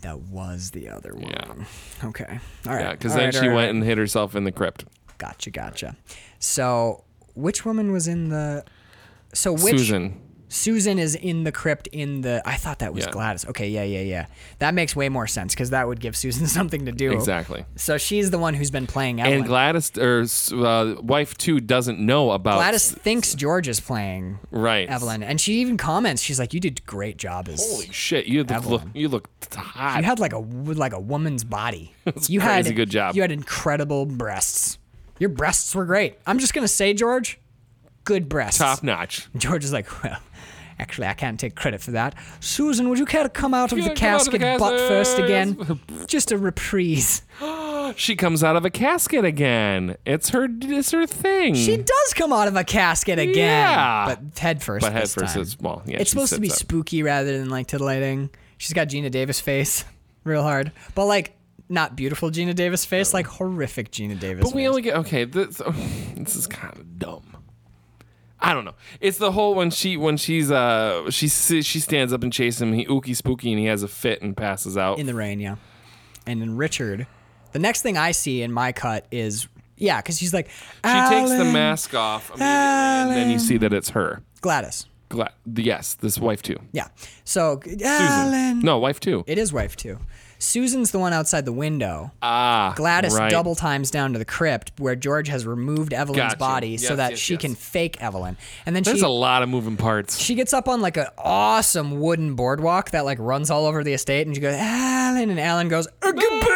Speaker 2: That was the other one.
Speaker 1: Yeah.
Speaker 2: Okay. All right.
Speaker 1: Yeah. Because
Speaker 2: All
Speaker 1: then
Speaker 2: right,
Speaker 1: she went
Speaker 2: all right, all right.
Speaker 1: and hid herself in the crypt.
Speaker 2: Gotcha. Gotcha. So, which woman was in the? So which
Speaker 1: Susan.
Speaker 2: Susan is in the crypt in the. I thought that was
Speaker 1: Yeah.
Speaker 2: Gladys. Okay. Yeah. Yeah. Yeah. That makes way more sense because that would give Susan something to do.
Speaker 1: Exactly.
Speaker 2: So she's the one who's been playing Ellen.
Speaker 1: And Gladys or uh, wife two doesn't know about
Speaker 2: Gladys thinks George is playing
Speaker 1: Right.
Speaker 2: Evelyn, and she even comments, "She's like, you did a great job as
Speaker 1: Holy shit! You look, look you look hot.
Speaker 2: you had like a like a woman's body.
Speaker 1: crazy
Speaker 2: you had
Speaker 1: good job.
Speaker 2: You had incredible breasts. Your breasts were great. I'm just gonna say, George, good breasts.
Speaker 1: Top notch.
Speaker 2: George is like, well, actually, I can't take credit for that. Susan, would you care to come out of
Speaker 1: Yeah,
Speaker 2: the
Speaker 1: come out of
Speaker 2: casket
Speaker 1: the
Speaker 2: butt first
Speaker 1: casket.
Speaker 2: again? just a reprise.
Speaker 1: She comes out of a casket again. It's her. It's her thing.
Speaker 2: She does come out of a casket again,
Speaker 1: Yeah.
Speaker 2: but head first.
Speaker 1: But head
Speaker 2: this
Speaker 1: first
Speaker 2: time.
Speaker 1: is- well, yeah,
Speaker 2: it's
Speaker 1: she
Speaker 2: supposed to be
Speaker 1: sits up.
Speaker 2: spooky rather than like titillating. She's got Gina Davis face, real hard, but like not beautiful Gina Davis face, like horrific Gina Davis.
Speaker 1: But we
Speaker 2: face.
Speaker 1: only get okay. This, this is kind of dumb. I don't know. It's the whole when she when she's uh she s- she stands up and chases him. He ooky spooky and he has a fit and passes out.
Speaker 2: in the rain, yeah. And then Richard, the next thing I see in my cut is yeah, because she's like
Speaker 1: she takes the
Speaker 2: "Alan,
Speaker 1: mask off immediately, and then you see that it's her.
Speaker 2: Gladys,
Speaker 1: Gla- yes, this wife too.
Speaker 2: yeah. So
Speaker 1: Susan.
Speaker 2: Alan,
Speaker 1: No, wife too.
Speaker 2: it is wife too. Susan's the one outside the window.
Speaker 1: Ah,
Speaker 2: Gladys
Speaker 1: right.
Speaker 2: double times down to the crypt where George has removed Evelyn's
Speaker 1: Gotcha.
Speaker 2: body so
Speaker 1: Yes,
Speaker 2: that
Speaker 1: yes,
Speaker 2: she
Speaker 1: yes.
Speaker 2: can fake Evelyn. And then
Speaker 1: There's
Speaker 2: she
Speaker 1: a lot of moving parts.
Speaker 2: she gets up on like an awesome wooden boardwalk that like runs all over the estate and she goes, Alan and Alan goes, "Oogaboo!"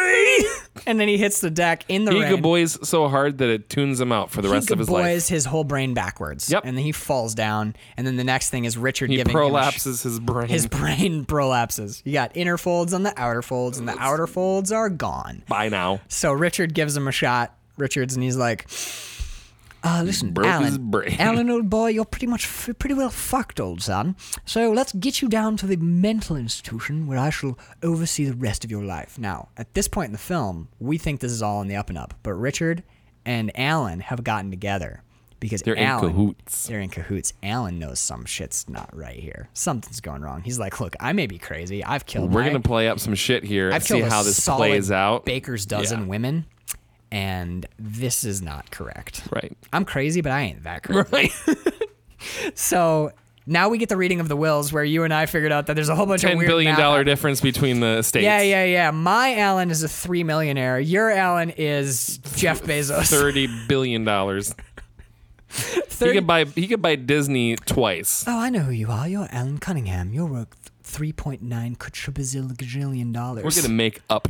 Speaker 2: and then he hits the deck in the
Speaker 1: He
Speaker 2: rain.
Speaker 1: boys so hard that it tunes him out for the rest of his life.
Speaker 2: boys his whole brain backwards.
Speaker 1: Yep.
Speaker 2: And then he falls down. And then the next thing is Richard
Speaker 1: He
Speaker 2: giving him a sh-
Speaker 1: prolapses his brain.
Speaker 2: his brain prolapses. You got inner folds on the outer folds, and the outer folds are gone.
Speaker 1: By now,
Speaker 2: So Richard gives him a shot. Richards and he's like, uh, "Listen,
Speaker 1: Broke
Speaker 2: Alan,
Speaker 1: his brain.
Speaker 2: Alan, old boy, you're pretty much f- pretty well fucked, old son. So let's get you down to the mental institution where I shall oversee the rest of your life." Now, at this point in the film, we think this is all in the up and up, but Richard and Alan have gotten together because
Speaker 1: They're in
Speaker 2: Alan,
Speaker 1: cahoots.
Speaker 2: They're in cahoots. Alan knows some shit's not right here. Something's going wrong. He's like, "Look, I may be crazy. I've killed.
Speaker 1: we're
Speaker 2: my-
Speaker 1: gonna play up some shit here and
Speaker 2: I've
Speaker 1: see
Speaker 2: killed a
Speaker 1: how this
Speaker 2: solid
Speaker 1: plays out.
Speaker 2: Baker's dozen
Speaker 1: Yeah.
Speaker 2: women, and this is not correct.
Speaker 1: Right.
Speaker 2: I'm crazy, but I ain't that crazy.
Speaker 1: Right.
Speaker 2: So now we get the reading of the wills, where you and I figured out that there's a whole bunch of
Speaker 1: Ten
Speaker 2: weird
Speaker 1: billion
Speaker 2: math-
Speaker 1: dollar difference between the states.
Speaker 2: Yeah, yeah, yeah. My Alan is a three millionaire. Your Alan is Jeff Bezos.
Speaker 1: Thirty billion dollars. He
Speaker 2: 30
Speaker 1: could buy he could buy Disney twice.
Speaker 2: Oh, I know who you are. You're Alan Cunningham. You're worth three point nine quadribazillion dollars.
Speaker 1: We're gonna make up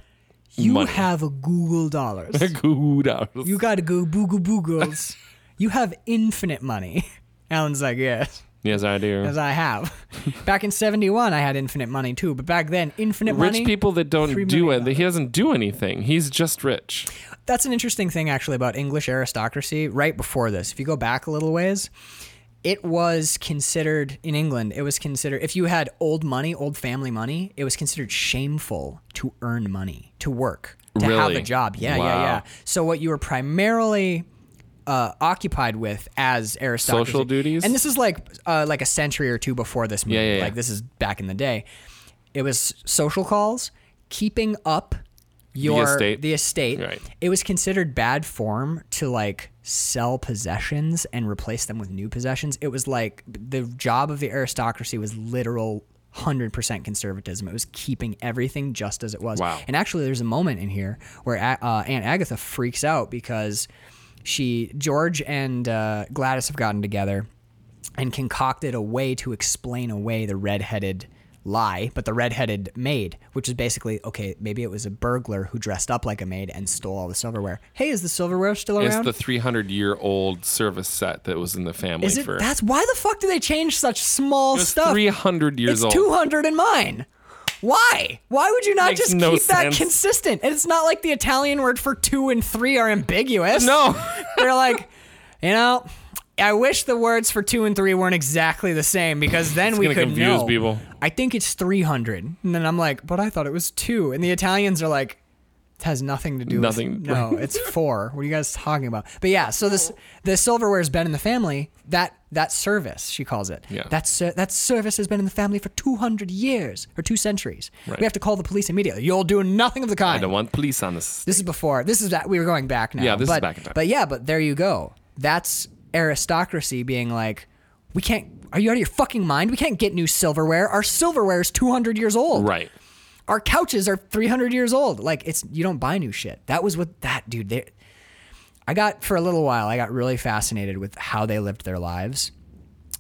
Speaker 2: you
Speaker 1: money.
Speaker 2: have a Google dollars.
Speaker 1: Goo dollars.
Speaker 2: You gotta go boogle boogles. you have infinite money. Alan's like, yes,
Speaker 1: yes, I do.
Speaker 2: as I have. Back in 71, I had infinite money too, but back then, infinite
Speaker 1: rich
Speaker 2: money.
Speaker 1: people that
Speaker 2: Three
Speaker 1: don't do
Speaker 2: million
Speaker 1: it. He doesn't do anything. He's just rich.
Speaker 2: That's an interesting thing, actually, about English aristocracy right before this. If you go back a little ways, it was considered in England, it was considered, if you had old money, old family money, it was considered shameful to earn money, to work, to have
Speaker 1: Really?
Speaker 2: a job. Yeah, yeah,
Speaker 1: Wow.
Speaker 2: yeah. So, what you were primarily uh, occupied with as aristocracy.
Speaker 1: Social duties?
Speaker 2: And this is like uh, like a century or two before this movie.
Speaker 1: yeah, yeah.
Speaker 2: Like this is back in the day. It was social calls, keeping up your
Speaker 1: estate.
Speaker 2: estate.
Speaker 1: Right.
Speaker 2: It was considered bad form to like sell possessions and replace them with new possessions. It was like the job of the aristocracy was literal 100% conservatism. It was keeping everything just as it was.
Speaker 1: Wow.
Speaker 2: And actually, there's a moment in here where A- uh, Aunt Agatha freaks out because she, George and uh, Gladys have gotten together and concocted a way to explain away the redheaded lie, but the redheaded maid, which is basically okay, maybe it was a burglar who dressed up like a maid and stole all the silverware. Hey, is the silverware still
Speaker 1: It's
Speaker 2: around?
Speaker 1: the 300 year old service set that was in the family
Speaker 2: is it
Speaker 1: for
Speaker 2: that's why the fuck do they change such small
Speaker 1: It was
Speaker 2: stuff?
Speaker 1: 300 years
Speaker 2: it's
Speaker 1: old.
Speaker 2: 200 in mine. Why? Why would you not
Speaker 1: Makes
Speaker 2: just
Speaker 1: no
Speaker 2: keep that
Speaker 1: sense.
Speaker 2: consistent? And it's not like the Italian word for two and three are ambiguous.
Speaker 1: No.
Speaker 2: They're like, you know, I wish the words for two and three weren't exactly the same because then we
Speaker 1: gonna
Speaker 2: could
Speaker 1: confuse
Speaker 2: know.
Speaker 1: people.
Speaker 2: I think it's 300. And then I'm like, but I thought it was two. And the Italians are like, it has nothing to do
Speaker 1: Nothing.
Speaker 2: with No, it's four. What are you guys talking about? But yeah, so this the silverware's been in the family. That that service, she calls it.
Speaker 1: Yeah.
Speaker 2: That ser- that service has been in the family for 200 years or two centuries.
Speaker 1: Right.
Speaker 2: We have to call the police immediately. You'll do nothing of the kind.
Speaker 1: I don't want police on this.
Speaker 2: This is before. This is that we were going back now.
Speaker 1: Yeah, this is
Speaker 2: but,
Speaker 1: back in time.
Speaker 2: But yeah, but there you go. That's aristocracy being like, we can't. Are you out of your fucking mind? We can't get new silverware. Our silverware is 200 years old.
Speaker 1: Right.
Speaker 2: Our couches are 300 years old. Like it's you don't buy new shit. That was what that dude. They, I got for a little while. I got really fascinated with how they lived their lives.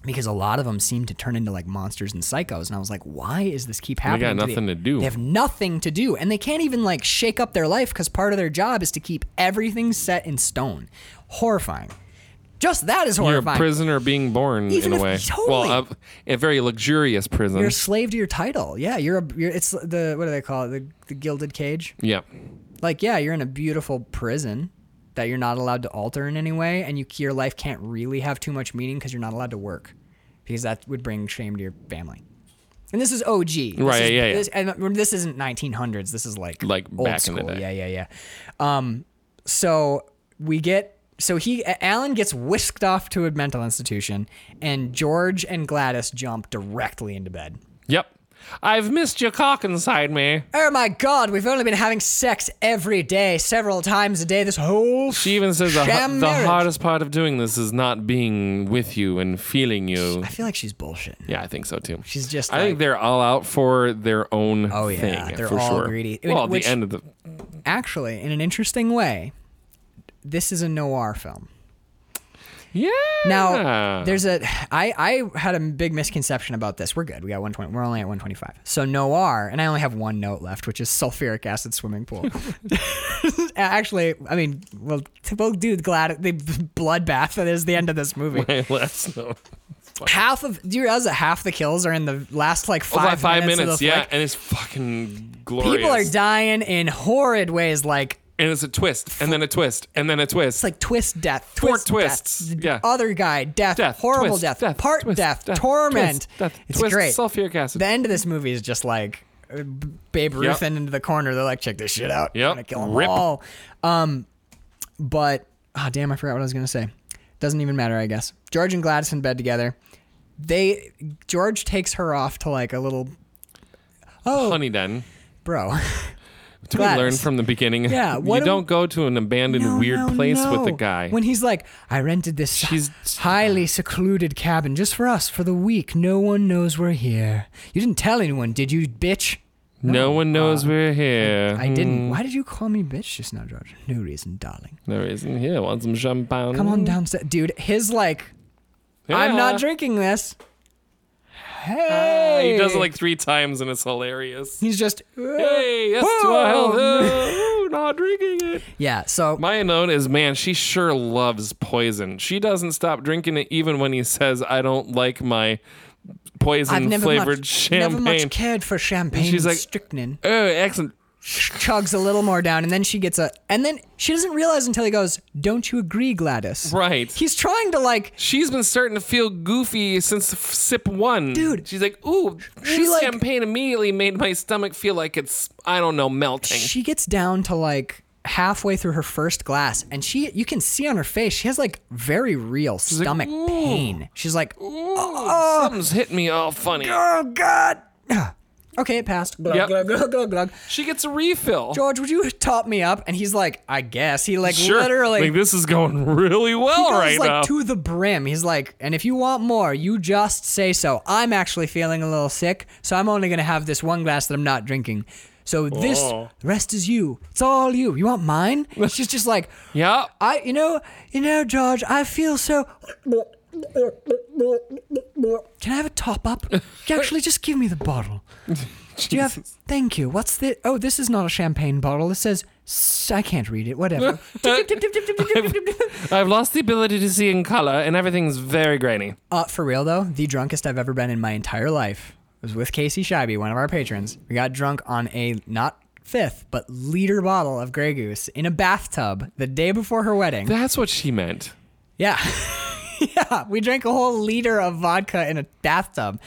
Speaker 2: Because a lot of them seemed to turn into like monsters and psychos, and I was like, "Why is this keep
Speaker 1: got
Speaker 2: happening?" to the-
Speaker 1: nothing to do.
Speaker 2: They have nothing to do and they can't even like shake up their life because part of their job is to keep everything set in stone horrifying just that is
Speaker 1: You're
Speaker 2: horrifying
Speaker 1: a prisoner being born in
Speaker 2: Even if-
Speaker 1: a way.
Speaker 2: totally.
Speaker 1: Well, a, a very luxurious prison.
Speaker 2: you're a slave to your title yeah you're a you're, it's the what do they call it the, the gilded cage
Speaker 1: yeah.
Speaker 2: like yeah you're in a beautiful prison that you're not allowed to alter in any way and you your life can't really have too much meaning because you're not allowed to work because that would bring shame to your family and this is OG. This
Speaker 1: Right,
Speaker 2: is-
Speaker 1: yeah, yeah.
Speaker 2: This, and this isn't 1900s. This is like
Speaker 1: Like
Speaker 2: old
Speaker 1: back in
Speaker 2: school.
Speaker 1: the day.
Speaker 2: Yeah, yeah, yeah. Um, so we get so he Alan gets whisked off to a mental institution, and George and Gladys jump directly into bed.
Speaker 1: Yep. I've missed your cock inside me.
Speaker 2: Oh my God! We've only been having sex every day, several times a day. This whole
Speaker 1: She even says the,
Speaker 2: Sham
Speaker 1: the
Speaker 2: marriage.
Speaker 1: hardest part of doing this is not being with you and feeling you.
Speaker 2: I feel like she's bullshit.
Speaker 1: Yeah, I think so too.
Speaker 2: She's just
Speaker 1: I
Speaker 2: like,
Speaker 1: think they're all out for their own
Speaker 2: Oh, yeah,
Speaker 1: thing.
Speaker 2: they're
Speaker 1: for
Speaker 2: all
Speaker 1: sure.
Speaker 2: greedy. I mean,
Speaker 1: Well, at
Speaker 2: which-
Speaker 1: the end of the
Speaker 2: actually, in an interesting way, this is a noir film.
Speaker 1: yeah.
Speaker 2: Now, there's a I I had a big misconception about this. We're good. We got 120. We're only at 125. So noir, and I only have one note left, which is sulfuric acid swimming pool. Actually, I mean, we'll we'll do the glad the bloodbath that is the end of this movie.
Speaker 1: my last note.
Speaker 2: Half of do you realize that half the kills are in the last like
Speaker 1: Five,
Speaker 2: five,
Speaker 1: five minutes,
Speaker 2: of the
Speaker 1: yeah,
Speaker 2: flick?
Speaker 1: and it's fucking glorious.
Speaker 2: People are dying in horrid ways, like
Speaker 1: and it's a twist, and then a twist, and then a twist.
Speaker 2: It's like twist death,
Speaker 1: Four
Speaker 2: twist
Speaker 1: twists,
Speaker 2: death,
Speaker 1: yeah.
Speaker 2: other guy death,
Speaker 1: Death,
Speaker 2: horrible
Speaker 1: twist,
Speaker 2: death,
Speaker 1: death,
Speaker 2: part
Speaker 1: twist,
Speaker 2: death,
Speaker 1: death,
Speaker 2: torment.
Speaker 1: twist, death,
Speaker 2: it's
Speaker 1: twist,
Speaker 2: great.
Speaker 1: sulfuric acid.
Speaker 2: The end of this movie is just like uh, Babe Ruth into the corner. They're like, check this shit out.
Speaker 1: Yep.
Speaker 2: I'm gonna kill them
Speaker 1: Rip.
Speaker 2: all. Um, but ah, damn, I forgot what I was gonna say. Doesn't even matter, I guess. George and Gladys in bed together. They George takes her off to like a little oh,
Speaker 1: Oh, Honey, den.
Speaker 2: bro.
Speaker 1: Do we learn
Speaker 2: Gladys.
Speaker 1: from the beginning?
Speaker 2: Yeah, what
Speaker 1: you
Speaker 2: do-
Speaker 1: don't go to an abandoned
Speaker 2: No,
Speaker 1: weird
Speaker 2: no,
Speaker 1: place with the
Speaker 2: no.
Speaker 1: guy.
Speaker 2: When he's like, I rented this
Speaker 1: She's-
Speaker 2: highly secluded cabin just for us for the week. No one knows we're here. You didn't tell anyone, did you, bitch?
Speaker 1: no, one knows we're here.
Speaker 2: Uh, I
Speaker 1: Mm.
Speaker 2: didn't. Why did you call me bitch just now, George? No reason, darling.
Speaker 1: No reason here. Want some champagne?
Speaker 2: Come on downstairs. Dude, his like, I'm not drinking this. Hey.
Speaker 1: Uh, Ah, He does it like three times and it's hilarious.
Speaker 2: He's just,
Speaker 1: Hey, yes to
Speaker 2: Whoa.
Speaker 1: our health. Oh, not drinking it.
Speaker 2: yeah. So
Speaker 1: Maya known is man, she sure loves poison. She doesn't stop drinking it even when he says, "I don't like my
Speaker 2: I've
Speaker 1: poison
Speaker 2: never
Speaker 1: flavored
Speaker 2: much, never
Speaker 1: champagne."
Speaker 2: much cared for champagne.
Speaker 1: She's
Speaker 2: and
Speaker 1: like-
Speaker 2: strychnine.
Speaker 1: oh, excellent.
Speaker 2: chugs a little more down, and then she gets a, and then she doesn't realize until he goes, "Don't you agree, Gladys?"
Speaker 1: Right.
Speaker 2: He's trying to like,
Speaker 1: She's been starting to feel goofy since f- sip one.
Speaker 2: Dude.
Speaker 1: She's like, ooh,
Speaker 2: She
Speaker 1: this
Speaker 2: like-
Speaker 1: champagne immediately made my stomach feel like it's, I don't know, melting.
Speaker 2: she gets down to like halfway through her first glass, and she, you can see on her face, she has like very real stomach pain. She's like,
Speaker 1: Ooh, something's hit me all funny.
Speaker 2: "Oh God." Okay, it passed. Glug,
Speaker 1: Yep.
Speaker 2: glug, glug, glug, glug.
Speaker 1: She gets a refill.
Speaker 2: George, would you top me up? And he's like, I guess. He like
Speaker 1: sure.
Speaker 2: literally
Speaker 1: Like, this is going really well
Speaker 2: He goes,
Speaker 1: right
Speaker 2: like
Speaker 1: now.
Speaker 2: to the brim. He's like, and if you want more, you just say so. I'm actually feeling a little sick, so I'm only gonna have this one glass that I'm not drinking. So this
Speaker 1: Oh.
Speaker 2: the rest is you. It's all you. You want mine? She's just like,
Speaker 1: yeah.
Speaker 2: I, you know, you know, George, I feel so. Can I have a top up? You actually just give me the bottle. Do you have? Thank you. What's the? Oh, this is not a champagne bottle. It says s- I can't read it. Whatever.
Speaker 1: I've lost the ability to see in color, and everything's very grainy.
Speaker 2: Uh, for real though, the drunkest I've ever been in my entire life was with Casey Shibe, one of our patrons. We got drunk on a not fifth, but liter bottle of Grey Goose in a bathtub the day before her wedding.
Speaker 1: That's what she meant.
Speaker 2: Yeah. yeah. We drank a whole liter of vodka in a bathtub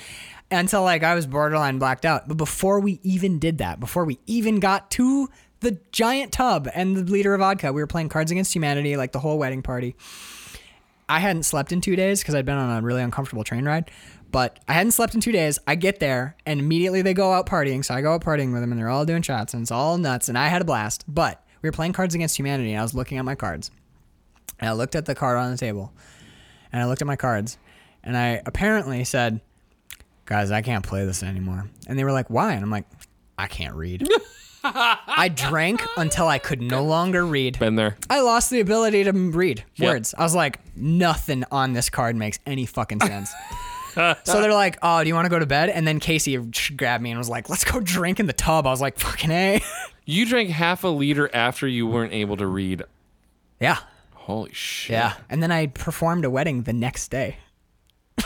Speaker 2: until like I was borderline blacked out. But before we even did that, before we even got to the giant tub and the liter of vodka, we were playing Cards Against Humanity like the whole wedding party. I hadn't slept in two days because I'd been on a really uncomfortable train ride. But I hadn't slept in two days. I get there and immediately they go out partying. So I go out partying with them and they're all doing shots and it's all nuts. And I had a blast. But we were playing Cards Against Humanity and I was looking at my cards. And I looked at the card on the table and I looked at my cards and I apparently said, Guys, I can't play this anymore. And they were like, Why? And I'm like, I can't read. I drank until I could no longer read.
Speaker 1: Been there.
Speaker 2: I lost the ability to m- read
Speaker 1: Yep.
Speaker 2: words. I was like, nothing on this card makes any fucking sense. so they're like, oh, do you want to go to bed? And then Casey sh- grabbed me and was like, let's go drink in the tub. I was like, fucking A.
Speaker 1: You drank half a liter after you weren't able to read.
Speaker 2: yeah.
Speaker 1: Holy shit.
Speaker 2: Yeah. And then I performed a wedding the next day.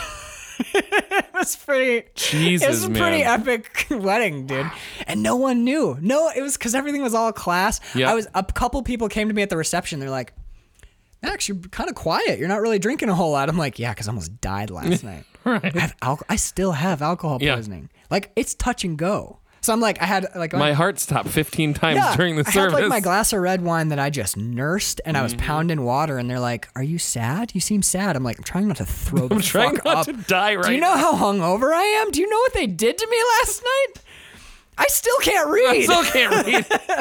Speaker 2: it was pretty.
Speaker 1: Jesus,
Speaker 2: it was a
Speaker 1: man.
Speaker 2: pretty epic wedding, dude. And no one knew. No, it was because everything was all class.
Speaker 1: Yeah.
Speaker 2: I was a couple people came to me at the reception. They're like, "Max, you're kind of quiet. You're not really drinking a whole lot." I'm like, "Yeah, because I almost died last night. I, have al- I still have alcohol
Speaker 1: Yeah.
Speaker 2: poisoning. Like it's touch and go." So I'm like, I had like
Speaker 1: My heart stopped 15 times
Speaker 2: yeah,
Speaker 1: during the
Speaker 2: I
Speaker 1: service. Mm-hmm.
Speaker 2: had like my glass of red wine that I just nursed, and I was pounding water. And they're like, "Are you sad? You seem sad." I'm like, "I'm trying not to throw the
Speaker 1: I'm trying
Speaker 2: fuck
Speaker 1: not
Speaker 2: up."
Speaker 1: to die right
Speaker 2: Do you know how hungover I am? Do you know what they did to me last night? I still can't read.
Speaker 1: I still can't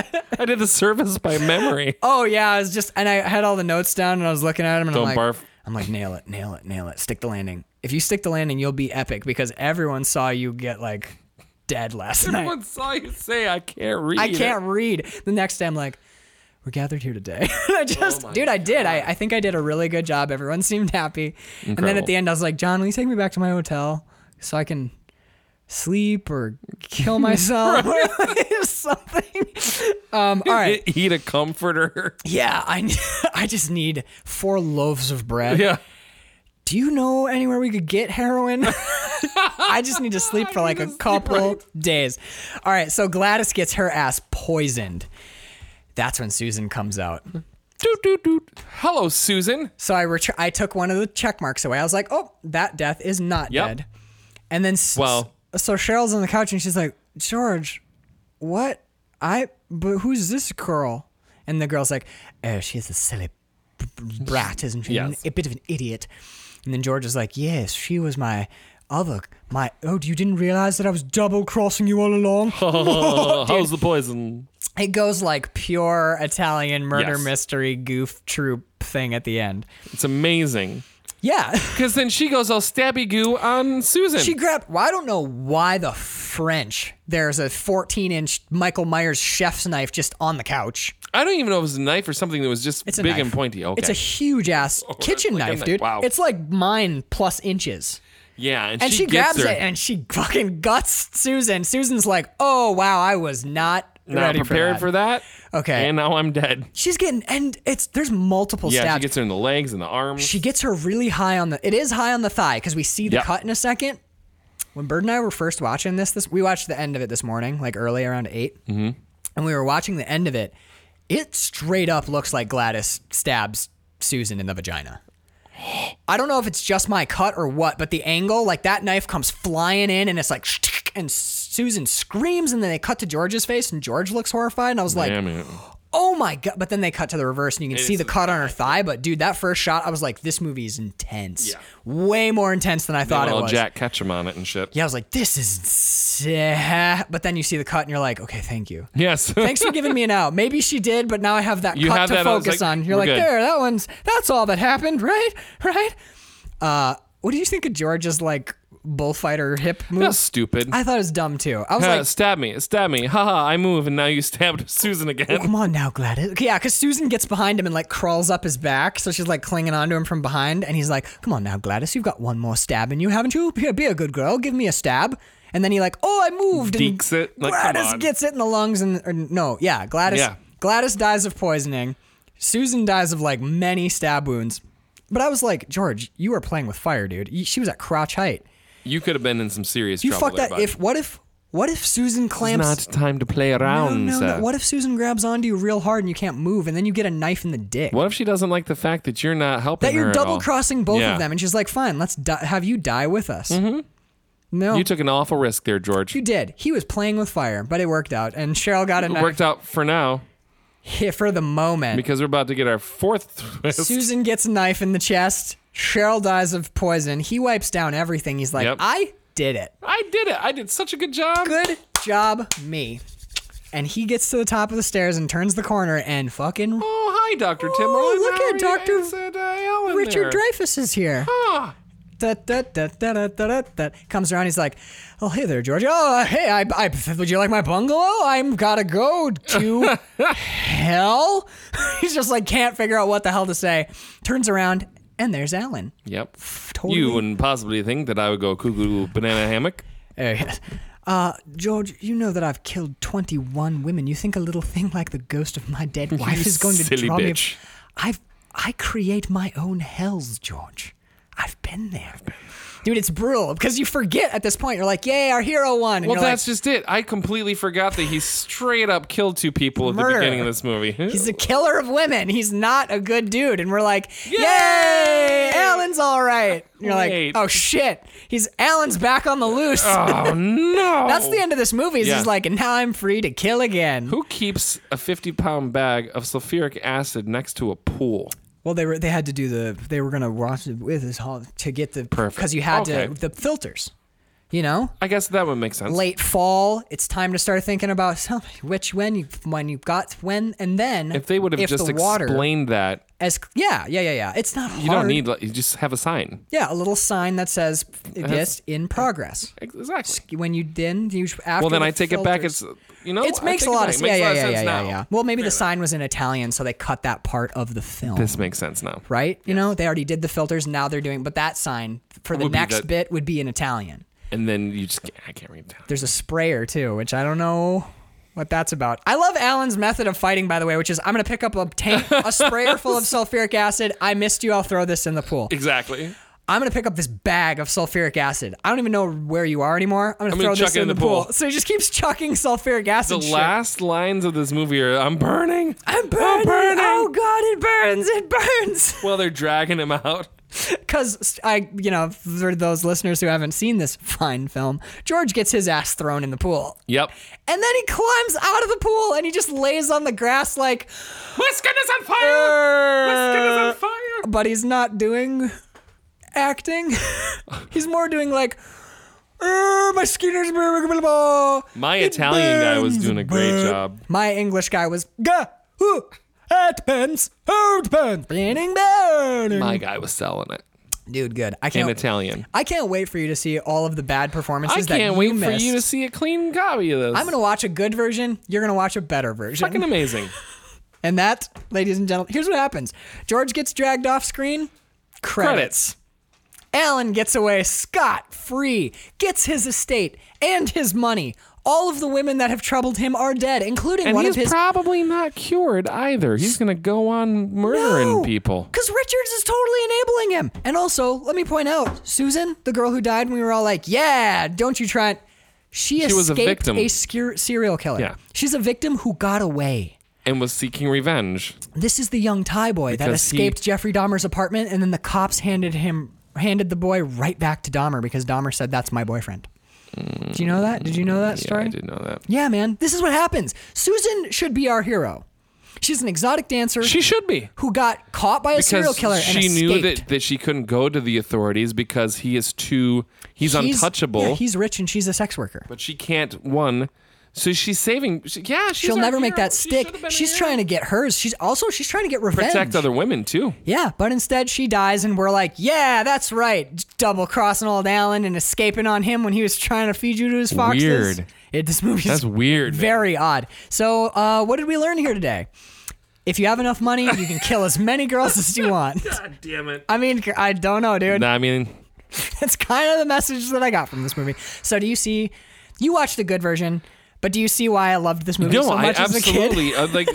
Speaker 1: read. I did the service by memory.
Speaker 2: oh yeah, I was just and I had all the notes down, and I was looking at them, and
Speaker 1: Don't
Speaker 2: I'm like,
Speaker 1: barf.
Speaker 2: I'm like, nail it, nail it, nail it. Stick the landing. If you stick the landing, you'll be epic because everyone saw you get like dead last night.
Speaker 1: Everyone saw you say I can't read.
Speaker 2: I can't read. The next day, I'm like, we're gathered here today. I
Speaker 1: Oh
Speaker 2: just, dude, I did. I, I think I did a really good job. Everyone seemed happy. And then at
Speaker 1: Incredible.
Speaker 2: the end, I was like, John, will you take me back to my hotel so I can sleep or kill myself or something? Um, all right.
Speaker 1: E- Eat a comforter.
Speaker 2: Yeah, I, I just need four loaves of bread.
Speaker 1: Yeah.
Speaker 2: Do you know anywhere we could get heroin? I just need to sleep for like a couple days. All right, so Gladys gets her ass poisoned. That's when Susan comes out.
Speaker 1: Doot, doot, doot. Hello, Susan.
Speaker 2: So I ret- I took one of the check marks away. I was like, "Oh, that death is not
Speaker 1: Yep.
Speaker 2: dead." And then s-
Speaker 1: Well-
Speaker 2: s- so Cheryl's on the couch and she's like, "George, what? I but who's this girl?" And the girl's like, "Oh, she's a silly b- b- brat, isn't she?
Speaker 1: Yes.
Speaker 2: A bit of an idiot." And then George is like, "Yes, she was my other my oh, you didn't realize that I was double crossing you all along."
Speaker 1: Oh, how's the poison?
Speaker 2: It goes like pure Italian murder
Speaker 1: Yes.
Speaker 2: mystery goof troop thing at the end.
Speaker 1: It's amazing.
Speaker 2: Yeah.
Speaker 1: Because then she goes all stabby goo on Susan.
Speaker 2: She grabbed. Well, I don't know why the French. There's a 14 inch Michael Myers chef's knife just on the couch.
Speaker 1: I don't even know if it was a knife or something that was just
Speaker 2: It's a
Speaker 1: big
Speaker 2: knife.
Speaker 1: and pointy. Okay.
Speaker 2: It's a huge ass kitchen
Speaker 1: like a
Speaker 2: knife,
Speaker 1: knife.
Speaker 2: dude.
Speaker 1: Wow.
Speaker 2: It's like mine plus inches.
Speaker 1: yeah, and,
Speaker 2: And she,
Speaker 1: gets
Speaker 2: grabs
Speaker 1: her.
Speaker 2: it and she fucking guts Susan. Susan's like, "Oh wow, I was not,
Speaker 1: not
Speaker 2: ready
Speaker 1: prepared
Speaker 2: for
Speaker 1: for
Speaker 2: that."
Speaker 1: that.
Speaker 2: Okay.
Speaker 1: And now I'm dead.
Speaker 2: She's getting and it's there's multiple
Speaker 1: Yeah, she
Speaker 2: stabs.
Speaker 1: gets her in the legs and the arms.
Speaker 2: she gets her really high on the it is high on the thigh because we see the
Speaker 1: Yep.
Speaker 2: cut in a second when bird and i were first watching this this we watched the end of it this morning like early around 8 mm-hmm. and we were watching the end of it it straight up looks like gladys stabs susan in the vagina i don't know if it's just my cut or what but the angle like that knife comes flying in and it's like and susan screams and then they cut to george's face and george looks horrified and i was like
Speaker 1: Damn it.
Speaker 2: oh my god but then they cut to the reverse and you can see
Speaker 1: is
Speaker 2: the cut on her thigh but dude that first shot i was like this movie is intense
Speaker 1: Yeah.
Speaker 2: way more intense than i
Speaker 1: Got
Speaker 2: thought it
Speaker 1: all
Speaker 2: was
Speaker 1: Jack Ketchum on it and shit.
Speaker 2: yeah i was like this is sick. but then you see the cut and you're like okay thank you
Speaker 1: Yes.
Speaker 2: thanks for giving me an out maybe she did but now i have that
Speaker 1: You
Speaker 2: cut
Speaker 1: have
Speaker 2: to
Speaker 1: that, I was
Speaker 2: focus
Speaker 1: like,
Speaker 2: on you're
Speaker 1: we're
Speaker 2: like
Speaker 1: good.
Speaker 2: there that one's that's all that happened right right uh what do you think of george's like bullfighter hip move
Speaker 1: That's stupid.
Speaker 2: i thought it was dumb too i was
Speaker 1: Huh,
Speaker 2: like
Speaker 1: stab me, stab me. Haha, I move and now you stabbed Susan
Speaker 2: Oh,
Speaker 1: again.
Speaker 2: come on now, Gladys. Okay, yeah, because Susan gets behind him and like crawls up his back, so she's like clinging onto him from behind, and he's like, "Come on now, Gladys, you've got one more stab in you, haven't you? Be, be a good girl, give me a stab." And then he like, "Oh, I moved." And
Speaker 1: Deeks it, like, come
Speaker 2: Gladys
Speaker 1: on.
Speaker 2: gets it in the lungs, and or, no, yeah, Gladys.
Speaker 1: Yeah.
Speaker 2: Gladys dies of poisoning. Susan dies of like many stab wounds. But I was like, George, you are playing with fire, dude. You- She was at crotch height.
Speaker 1: You could have been in some serious
Speaker 2: You
Speaker 1: trouble.
Speaker 2: fucked
Speaker 1: there,
Speaker 2: that.
Speaker 1: bud.
Speaker 2: If what if what if Susan
Speaker 1: it's
Speaker 2: clamps?
Speaker 1: not time to play
Speaker 2: no,
Speaker 1: around,
Speaker 2: no,
Speaker 1: Seth.
Speaker 2: no. What if Susan grabs onto you real hard and you can't move, and then you get a knife in the dick?
Speaker 1: What if she doesn't like the fact that you're not helping
Speaker 2: That you're
Speaker 1: her at all?
Speaker 2: double crossing both
Speaker 1: Yeah.
Speaker 2: of them, and she's like, "Fine, let's di- have you die with us." Mm-hmm. No,
Speaker 1: You took an awful risk there, George.
Speaker 2: You did. He was playing with fire, but it worked out. And Cheryl got a
Speaker 1: It
Speaker 2: knife
Speaker 1: worked out for now
Speaker 2: hit for the moment.
Speaker 1: because we're about to get our fourth twist.
Speaker 2: Susan gets a knife in the chest. Cheryl dies of poison. He wipes down everything. He's like,
Speaker 1: Yep.
Speaker 2: I did it.
Speaker 1: I did it. I did such a good job.
Speaker 2: Good job, me. And he gets to the top of the stairs and turns the corner and fucking
Speaker 1: Oh, hi, Dr. Timberlake.
Speaker 2: Oh, look
Speaker 1: How
Speaker 2: at
Speaker 1: are you?
Speaker 2: Dr.
Speaker 1: It's, uh, Ellen
Speaker 2: Richard
Speaker 1: there.
Speaker 2: Dreyfus is here.
Speaker 1: Ah,
Speaker 2: Da, da, da, da, da, da, da, da. Comes around. He's like, "Oh, hey there, George. Oh, uh, hey, I, I, would you like my bungalow? I'm gotta go to hell." He's just like can't figure out what the hell to say. Turns around and there's Alan.
Speaker 1: Yep.
Speaker 2: Totally.
Speaker 1: You wouldn't possibly think that I would go cuckoo banana hammock.
Speaker 2: Hey, Uh, George, you know that I've killed 21 women. You think a little thing like the ghost of my dead wife is going to
Speaker 1: silly
Speaker 2: draw
Speaker 1: bitch.
Speaker 2: me? I've I create my own hells, George. I've been there. Dude, it's brutal because you forget at this point. You're like, yay, our hero won. And
Speaker 1: Well,
Speaker 2: you're like,
Speaker 1: that's just it. I completely forgot that he straight up killed two people at the
Speaker 2: Murder.
Speaker 1: beginning of this movie.
Speaker 2: He's a killer of women. He's not a good dude. And we're like, yay, Alan's all right. And you're
Speaker 1: Wait.
Speaker 2: like, oh shit, he's Alan's back on the loose.
Speaker 1: oh no!
Speaker 2: That's the end of this movie. Is
Speaker 1: Yeah.
Speaker 2: He's like, and now I'm free to kill again.
Speaker 1: Who keeps a 50 pound bag of sulfuric acid next to a pool?
Speaker 2: Well, they were they had to do the they were gonna wash it with his hall to get the
Speaker 1: Perfect.
Speaker 2: because you had
Speaker 1: Okay.
Speaker 2: to the filters, you know.
Speaker 1: I guess that would make sense.
Speaker 2: Late fall, it's time to start thinking about so- which when you when you got when and then
Speaker 1: If they would have
Speaker 2: if
Speaker 1: just
Speaker 2: the water
Speaker 1: explained that,
Speaker 2: as yeah yeah yeah yeah it's not
Speaker 1: you don't need, like, you just have a sign.
Speaker 2: yeah a little sign that says yes in progress
Speaker 1: Exactly.
Speaker 2: when you then you after
Speaker 1: Well, then
Speaker 2: the
Speaker 1: I take it back.
Speaker 2: filters-
Speaker 1: It's, you know,
Speaker 2: it
Speaker 1: I
Speaker 2: makes
Speaker 1: take
Speaker 2: a
Speaker 1: it
Speaker 2: lot
Speaker 1: back. It
Speaker 2: of
Speaker 1: makes
Speaker 2: yeah
Speaker 1: a
Speaker 2: yeah
Speaker 1: lot
Speaker 2: yeah
Speaker 1: sense
Speaker 2: yeah
Speaker 1: now.
Speaker 2: yeah, yeah well maybe the sign was in Italian so they cut that part of the film
Speaker 1: This makes sense now.
Speaker 2: right? You know, they already did the filters. Now they're doing, but that sign for the
Speaker 1: Would be
Speaker 2: next
Speaker 1: that-
Speaker 2: bit would be in Italian.
Speaker 1: And then you just, I can't read down.
Speaker 2: There's a sprayer too, which I don't know what that's about. I love Alan's method of fighting, by the way, which is I'm gonna pick up a tank, a sprayer full of sulfuric acid. I missed you. I'll throw this in the pool.
Speaker 1: Exactly.
Speaker 2: I'm gonna pick up this bag of sulfuric acid. I don't even know where you are anymore. I'm gonna,
Speaker 1: I'm gonna
Speaker 2: throw
Speaker 1: chuck
Speaker 2: this
Speaker 1: it in
Speaker 2: in, the,
Speaker 1: the
Speaker 2: pool.
Speaker 1: pool.
Speaker 2: So he just keeps chucking sulfuric acid.
Speaker 1: The
Speaker 2: shit.
Speaker 1: last lines of this movie are, I'm burning.
Speaker 2: I'm burning.
Speaker 1: burning.
Speaker 2: Oh God, it burns! It burns!
Speaker 1: Well, they're dragging him out.
Speaker 2: because I, you know, for those listeners who haven't seen this fine film, George gets his ass thrown in the pool.
Speaker 1: Yep.
Speaker 2: And then he climbs out of the pool and he just lays on the grass like,
Speaker 1: My skin is on fire! My skin is on fire!
Speaker 2: but he's not doing acting. he's more doing like, "Er, my skinner's
Speaker 1: My Italian guy was doing a great job.
Speaker 2: My English guy was, Gah, whoo, it depends, oh, it depends, burning, burning.
Speaker 1: My guy was selling it
Speaker 2: Dude, good. I
Speaker 1: in
Speaker 2: can't.
Speaker 1: Italian.
Speaker 2: I can't wait for you to see all of the bad
Speaker 1: I
Speaker 2: performances that
Speaker 1: can't
Speaker 2: you
Speaker 1: wait
Speaker 2: missed.
Speaker 1: for you to see a clean copy of this.
Speaker 2: I'm gonna watch a good version. You're gonna watch a better version.
Speaker 1: fucking amazing.
Speaker 2: and that, ladies and gentlemen, here's what happens: George gets dragged off screen. Credits.
Speaker 1: Credits.
Speaker 2: Alan gets away scot free, gets his estate and his money. All of the women that have troubled him are dead, including
Speaker 1: And
Speaker 2: one
Speaker 1: he's
Speaker 2: of his.
Speaker 1: probably not cured either. He's gonna go on murdering people.
Speaker 2: Because Richards is totally enabling him. And also, let me point out Susan, the girl who died, when we were all like, yeah, don't you try it. She,
Speaker 1: She
Speaker 2: escaped
Speaker 1: was a victim.
Speaker 2: a ser- serial killer.
Speaker 1: Yeah.
Speaker 2: She's a victim who got away.
Speaker 1: And was seeking revenge.
Speaker 2: This is the young Thai boy that
Speaker 1: Because he-
Speaker 2: escaped Jeffrey Dahmer's apartment, and then the cops handed him handed the boy right back to Dahmer because Dahmer said, "That's my boyfriend." Do you know that? Did you know that
Speaker 1: Mm, Yeah,
Speaker 2: story?
Speaker 1: I did know that.
Speaker 2: Yeah, man. This is what happens. Susan should be our hero. She's an exotic dancer
Speaker 1: She should be.
Speaker 2: who got caught by a serial
Speaker 1: Because
Speaker 2: killer and
Speaker 1: she
Speaker 2: escaped.
Speaker 1: knew that, that she couldn't go to the authorities because he is too he's,
Speaker 2: He's-
Speaker 1: untouchable.
Speaker 2: yeah, he's rich and she's a sex worker.
Speaker 1: but she can't one. So she's saving she, yeah, she's
Speaker 2: She'll
Speaker 1: our
Speaker 2: never make
Speaker 1: hero.
Speaker 2: that
Speaker 1: She
Speaker 2: stick.
Speaker 1: should've been a
Speaker 2: she's
Speaker 1: hero.
Speaker 2: trying to get hers. She's also she's trying to get revenge.
Speaker 1: protect other women too.
Speaker 2: Yeah, but instead she dies, and we're like, yeah, that's right, double crossing old Alan and escaping on him when he was trying to feed you to his foxes.
Speaker 1: Weird.
Speaker 2: It, this movie
Speaker 1: That's
Speaker 2: is
Speaker 1: weird, man.
Speaker 2: Very odd. So, uh, what did we learn here today? If you have enough money, you can kill as many girls as you want.
Speaker 1: God damn it.
Speaker 2: I mean, I don't know, dude.
Speaker 1: I mean
Speaker 2: That's kind of the message that I got from this movie. So, do you see? You watched the good version, but do you see why I loved this movie
Speaker 1: No,
Speaker 2: so
Speaker 1: I
Speaker 2: much as a kid?
Speaker 1: absolutely uh, like.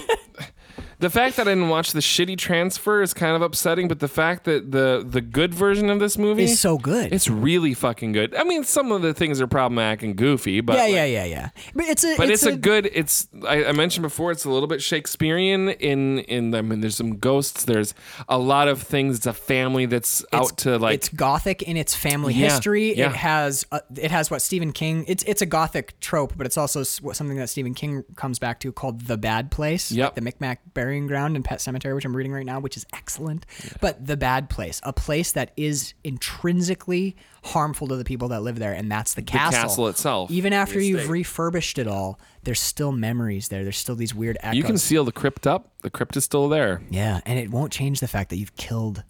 Speaker 1: The fact that I didn't watch the shitty transfer is kind of upsetting, but the fact that the the good version of this movie
Speaker 2: It's so good.
Speaker 1: It's really fucking good. I mean, some of the things are problematic and goofy, but
Speaker 2: yeah,
Speaker 1: like,
Speaker 2: yeah, yeah, yeah. But it's a.
Speaker 1: But it's, a, good. It's I, I mentioned before. It's a little bit Shakespearean in in. I mean, there's some ghosts. There's a lot of things. It's a family that's out to like.
Speaker 2: it's gothic in its family
Speaker 1: Yeah,
Speaker 2: history.
Speaker 1: yeah.
Speaker 2: It has uh, it has what Stephen King. It's it's a gothic trope, but it's also s- what- something that Stephen King comes back to called the bad place.
Speaker 1: Yep.
Speaker 2: like the Micmac burying ground and Pet Cemetery, which I'm reading right now, which is excellent. But the bad place, a place that is intrinsically harmful to the people that live there, and that's the castle,
Speaker 1: castle itself.
Speaker 2: Even after you've refurbished it all, there's still memories there. There's still these weird echoes.
Speaker 1: you can seal the crypt up. The crypt is still there.
Speaker 2: Yeah, and it won't change the fact that you've killed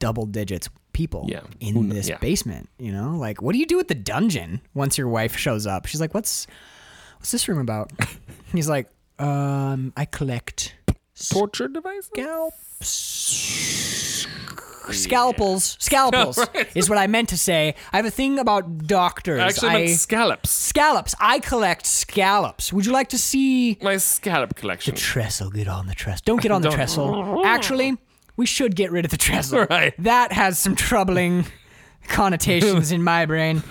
Speaker 2: double digits people
Speaker 1: Yeah, who
Speaker 2: in
Speaker 1: kn-
Speaker 2: this
Speaker 1: yeah.
Speaker 2: basement. You know, like what do you do with the dungeon once your wife shows up? She's like, "What's what's this room about?" He's like, "Um, I collect
Speaker 1: Torture devices.
Speaker 2: scalps." Scalpels, scalpels is what I meant to say. I have a thing about doctors.
Speaker 1: I actually
Speaker 2: I,
Speaker 1: meant scallops.
Speaker 2: scallops. I collect scallops. Would you like to see
Speaker 1: My scallop collection.
Speaker 2: trestle. Get on the trestle. Don't get on the
Speaker 1: Don't.
Speaker 2: trestle. Actually, we should get rid of the trestle.
Speaker 1: Right.
Speaker 2: That has some troubling connotations in my brain.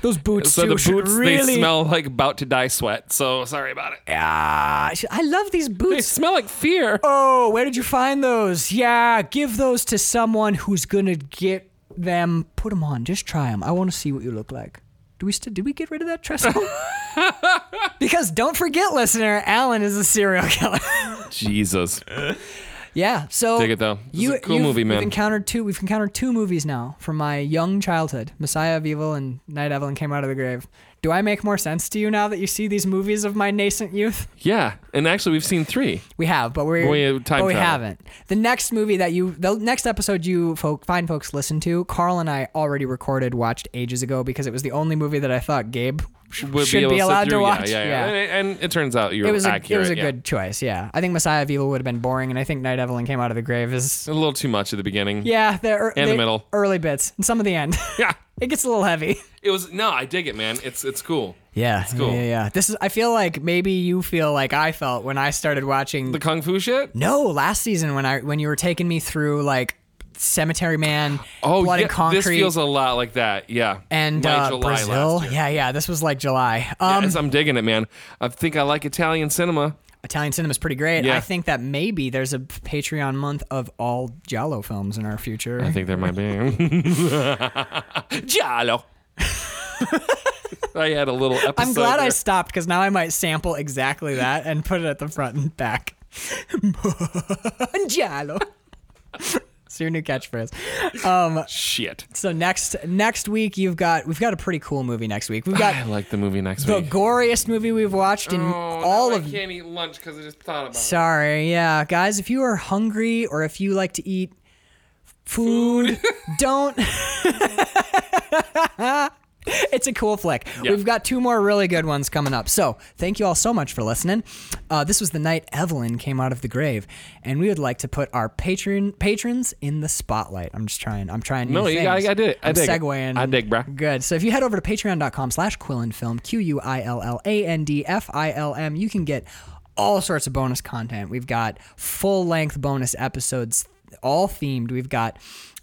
Speaker 2: Those boots
Speaker 1: So
Speaker 2: too
Speaker 1: the
Speaker 2: should
Speaker 1: boots
Speaker 2: really.
Speaker 1: they smell like about to die sweat. So sorry about it.
Speaker 2: Ah, I should- I love these
Speaker 1: They
Speaker 2: boots.
Speaker 1: smell like fear.
Speaker 2: Oh, where did you find those? Yeah, give those to someone who's gonna get them. Put them on. Just try them. I want to see what you look like. Do we st- did we get rid of that trestle? because don't forget, listener, Alan is a serial killer.
Speaker 1: Jesus.
Speaker 2: Yeah. So
Speaker 1: Dig it, though. This is a cool
Speaker 2: you've-
Speaker 1: movie, man.
Speaker 2: We've encountered two. We've encountered two movies now from my young childhood: Messiah of Evil and Night Evelyn Came Out of the Grave. Do I make more sense to you now that you see these movies of my nascent youth?
Speaker 1: Yeah. And actually, we've seen three.
Speaker 2: We have, but we're
Speaker 1: We have time
Speaker 2: but we
Speaker 1: travel.
Speaker 2: haven't. The next movie that you, the next episode you folk, fine folks listen to, Carl and I already recorded, watched ages ago because it was the only movie that I thought Gabe sh-
Speaker 1: Would
Speaker 2: should be,
Speaker 1: able
Speaker 2: allowed
Speaker 1: sit
Speaker 2: to
Speaker 1: through.
Speaker 2: watch.
Speaker 1: Yeah, yeah. yeah. And, and it turns out you're
Speaker 2: It was a,
Speaker 1: accurate.
Speaker 2: it was a
Speaker 1: yeah.
Speaker 2: good choice, yeah. I think Messiah of Evil would have been boring, and I think Night Evelyn Came Out of the Grave is
Speaker 1: A little too much at the beginning.
Speaker 2: Yeah, the, ear
Speaker 1: And the middle.
Speaker 2: early bits, and some of the end.
Speaker 1: Yeah.
Speaker 2: it gets a little heavy.
Speaker 1: It was no, I dig it, man. It's it's cool.
Speaker 2: Yeah,
Speaker 1: cool.
Speaker 2: yeah, yeah. This is. I feel like maybe you feel like I felt when I started watching.
Speaker 1: The kung fu shit.
Speaker 2: no, last season when I when you were taking me through like Cemetery Man,
Speaker 1: Oh,
Speaker 2: Blood
Speaker 1: yeah,
Speaker 2: and Concrete,
Speaker 1: this feels a lot like that. Yeah,
Speaker 2: and
Speaker 1: My
Speaker 2: uh,
Speaker 1: July last
Speaker 2: Brazil.
Speaker 1: year.
Speaker 2: Yeah, yeah. This was like July.
Speaker 1: Yeah,
Speaker 2: Um,
Speaker 1: it's- I'm digging it, man. I think I like Italian cinema.
Speaker 2: Italian cinema is pretty great.
Speaker 1: Yeah.
Speaker 2: I think that maybe there's a Patreon month of all Giallo films in our future.
Speaker 1: I think there might be Giallo. I had a little episode.
Speaker 2: I'm glad I
Speaker 1: there.
Speaker 2: stopped because now I might sample exactly that and put it at the front and back. Giallo. it's your new catchphrase.
Speaker 1: shit.
Speaker 2: So next next week you've got we've got a pretty cool movie next week. We've
Speaker 1: I
Speaker 2: got
Speaker 1: like the movie next
Speaker 2: the
Speaker 1: week.
Speaker 2: goriest movie we've watched in all of
Speaker 1: Oh, can't eat lunch because I just thought about
Speaker 2: Sorry, yeah, guys. If you are hungry or if you like to eat food, don't. it's a cool flick. We've got two more really good ones coming up. So thank you all so much for listening. Uh, this was the night Evelyn came out of the grave, and we would like to put our patron patrons in the spotlight. I'm just trying. I'm trying.
Speaker 1: No,
Speaker 2: new
Speaker 1: you-
Speaker 2: things.
Speaker 1: I- I did it. I
Speaker 2: am
Speaker 1: dig it.
Speaker 2: segueing.
Speaker 1: I dig, bruh.
Speaker 2: Good. So if you head over to patreon.com slash quillandfilm, Q U I L L A N D F I L M, you can get all sorts of bonus content. We've got full length bonus episodes, all themed. We've got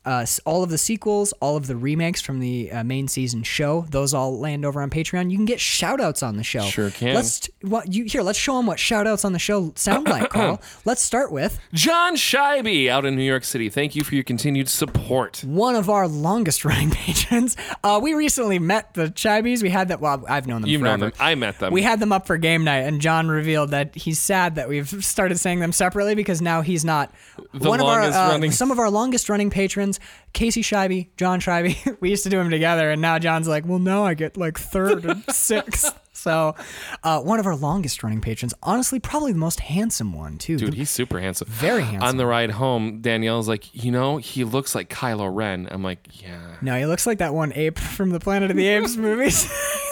Speaker 2: uh, s- all of the sequels, all of the remakes from the uh, main season show. Those all land over on Patreon. You can get shout outs on the show.
Speaker 1: Sure can.
Speaker 2: Let's, what, you, here, let's show them what shout outs on the show sound like, Carl. Let's start with
Speaker 1: John Scheibe out in New York City. Thank you for your continued support.
Speaker 2: one of our longest running patrons. Uh, we recently met the Chibis. We had that. Well, I've known them
Speaker 1: You've
Speaker 2: forever.
Speaker 1: known them. I met them.
Speaker 2: We had them up for game night, and John revealed that he's sad that we've started saying them separately because now he's not
Speaker 1: The
Speaker 2: one of our uh,
Speaker 1: longest running-
Speaker 2: some of our longest running patrons, Casey Scheibe, John Scheibe. we used to do them together, and now John's like, well, now I get like third and sixth. So, uh, one of our longest running patrons, honestly, probably the most handsome one too.
Speaker 1: Dude, he's super handsome.
Speaker 2: Very handsome.
Speaker 1: On the ride home, Danielle's like, you know, he looks like Kylo Ren. I'm like, yeah.
Speaker 2: no, he looks like that one ape from the Planet of the Apes movies.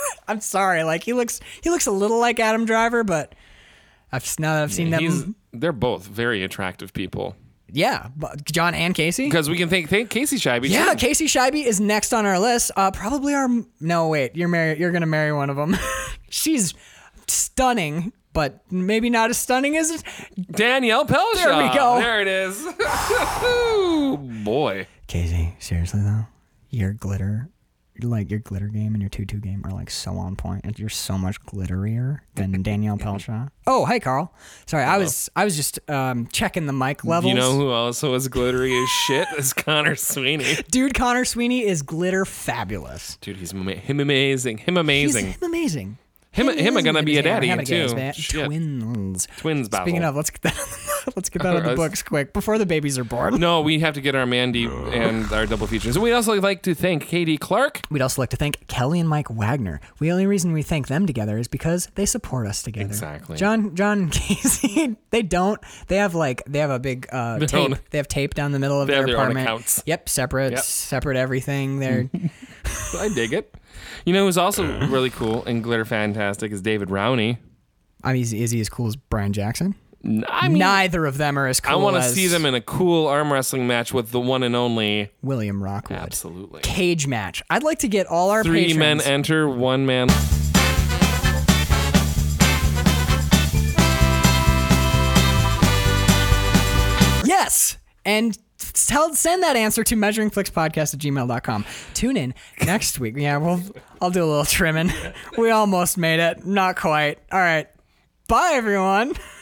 Speaker 2: I'm sorry, like he looks he looks a little like Adam Driver, but I've now that I've seen
Speaker 1: He's,
Speaker 2: them,
Speaker 1: they're both very attractive people.
Speaker 2: yeah, but John and Casey.
Speaker 1: Because we can thank, thank Casey Scheibe.
Speaker 2: Yeah,
Speaker 1: too.
Speaker 2: Casey Scheibe is next on our list. Uh, probably our no, wait, you're married. You're gonna marry one of them. She's stunning, but maybe not as stunning as it.
Speaker 1: Danielle Pelshaw.
Speaker 2: There we go.
Speaker 1: There it is. Ooh, boy.
Speaker 2: Casey, seriously though, your glitter, like your glitter game and your two-two game are like so on point, and you're so much glitterier than Danielle Pelshaw. Oh, hi Carl. Sorry, I was I was just um, checking the mic levels.
Speaker 1: You know who also is glittery as shit? Is Connor Sweeney.
Speaker 2: dude, Connor Sweeney is glitter fabulous.
Speaker 1: Dude, he's ama- him amazing. Him amazing.
Speaker 2: He's amazing.
Speaker 1: Him-
Speaker 2: He
Speaker 1: him
Speaker 2: is
Speaker 1: gonna be a
Speaker 2: amazing.
Speaker 1: daddy
Speaker 2: Him
Speaker 1: too.
Speaker 2: is ba-
Speaker 1: Shit.
Speaker 2: Twins.
Speaker 1: Twins battle.
Speaker 2: Speaking of, let's get that. let's get that on the books quick before the babies are born.
Speaker 1: No, we have to get our Mandy and our double features. And we'd also like to thank Katie Clark.
Speaker 2: We'd also like to thank Kelly and Mike Wagner. The only reason we thank them together is because they support us together.
Speaker 1: Exactly.
Speaker 2: John, John, and Casey. They don't. They have like they have a big uh, tape.
Speaker 1: own-
Speaker 2: They have tape down the middle of
Speaker 1: They
Speaker 2: their
Speaker 1: have their own
Speaker 2: apartment.
Speaker 1: accounts.
Speaker 2: Yep, separate,
Speaker 1: Yep.
Speaker 2: separate everything. They're
Speaker 1: I dig it. You know who's also really cool and glitter fantastic is David Rowney.
Speaker 2: I mean, is, is he as cool as Brian Jackson?
Speaker 1: N- I mean,
Speaker 2: Neither of them are as cool.
Speaker 1: I want to
Speaker 2: as
Speaker 1: see them in a cool arm wrestling match with the one and only.
Speaker 2: William Rockwood.
Speaker 1: Absolutely.
Speaker 2: Cage match. I'd like to get all our
Speaker 1: Three
Speaker 2: patrons-
Speaker 1: men enter, one man.
Speaker 2: Yes. And tell send that answer to measuringflixpodcast at gmail.com. Tune in next week. Yeah, we'll I'll do a little trimming. We almost made it. Not quite. All right. Bye everyone.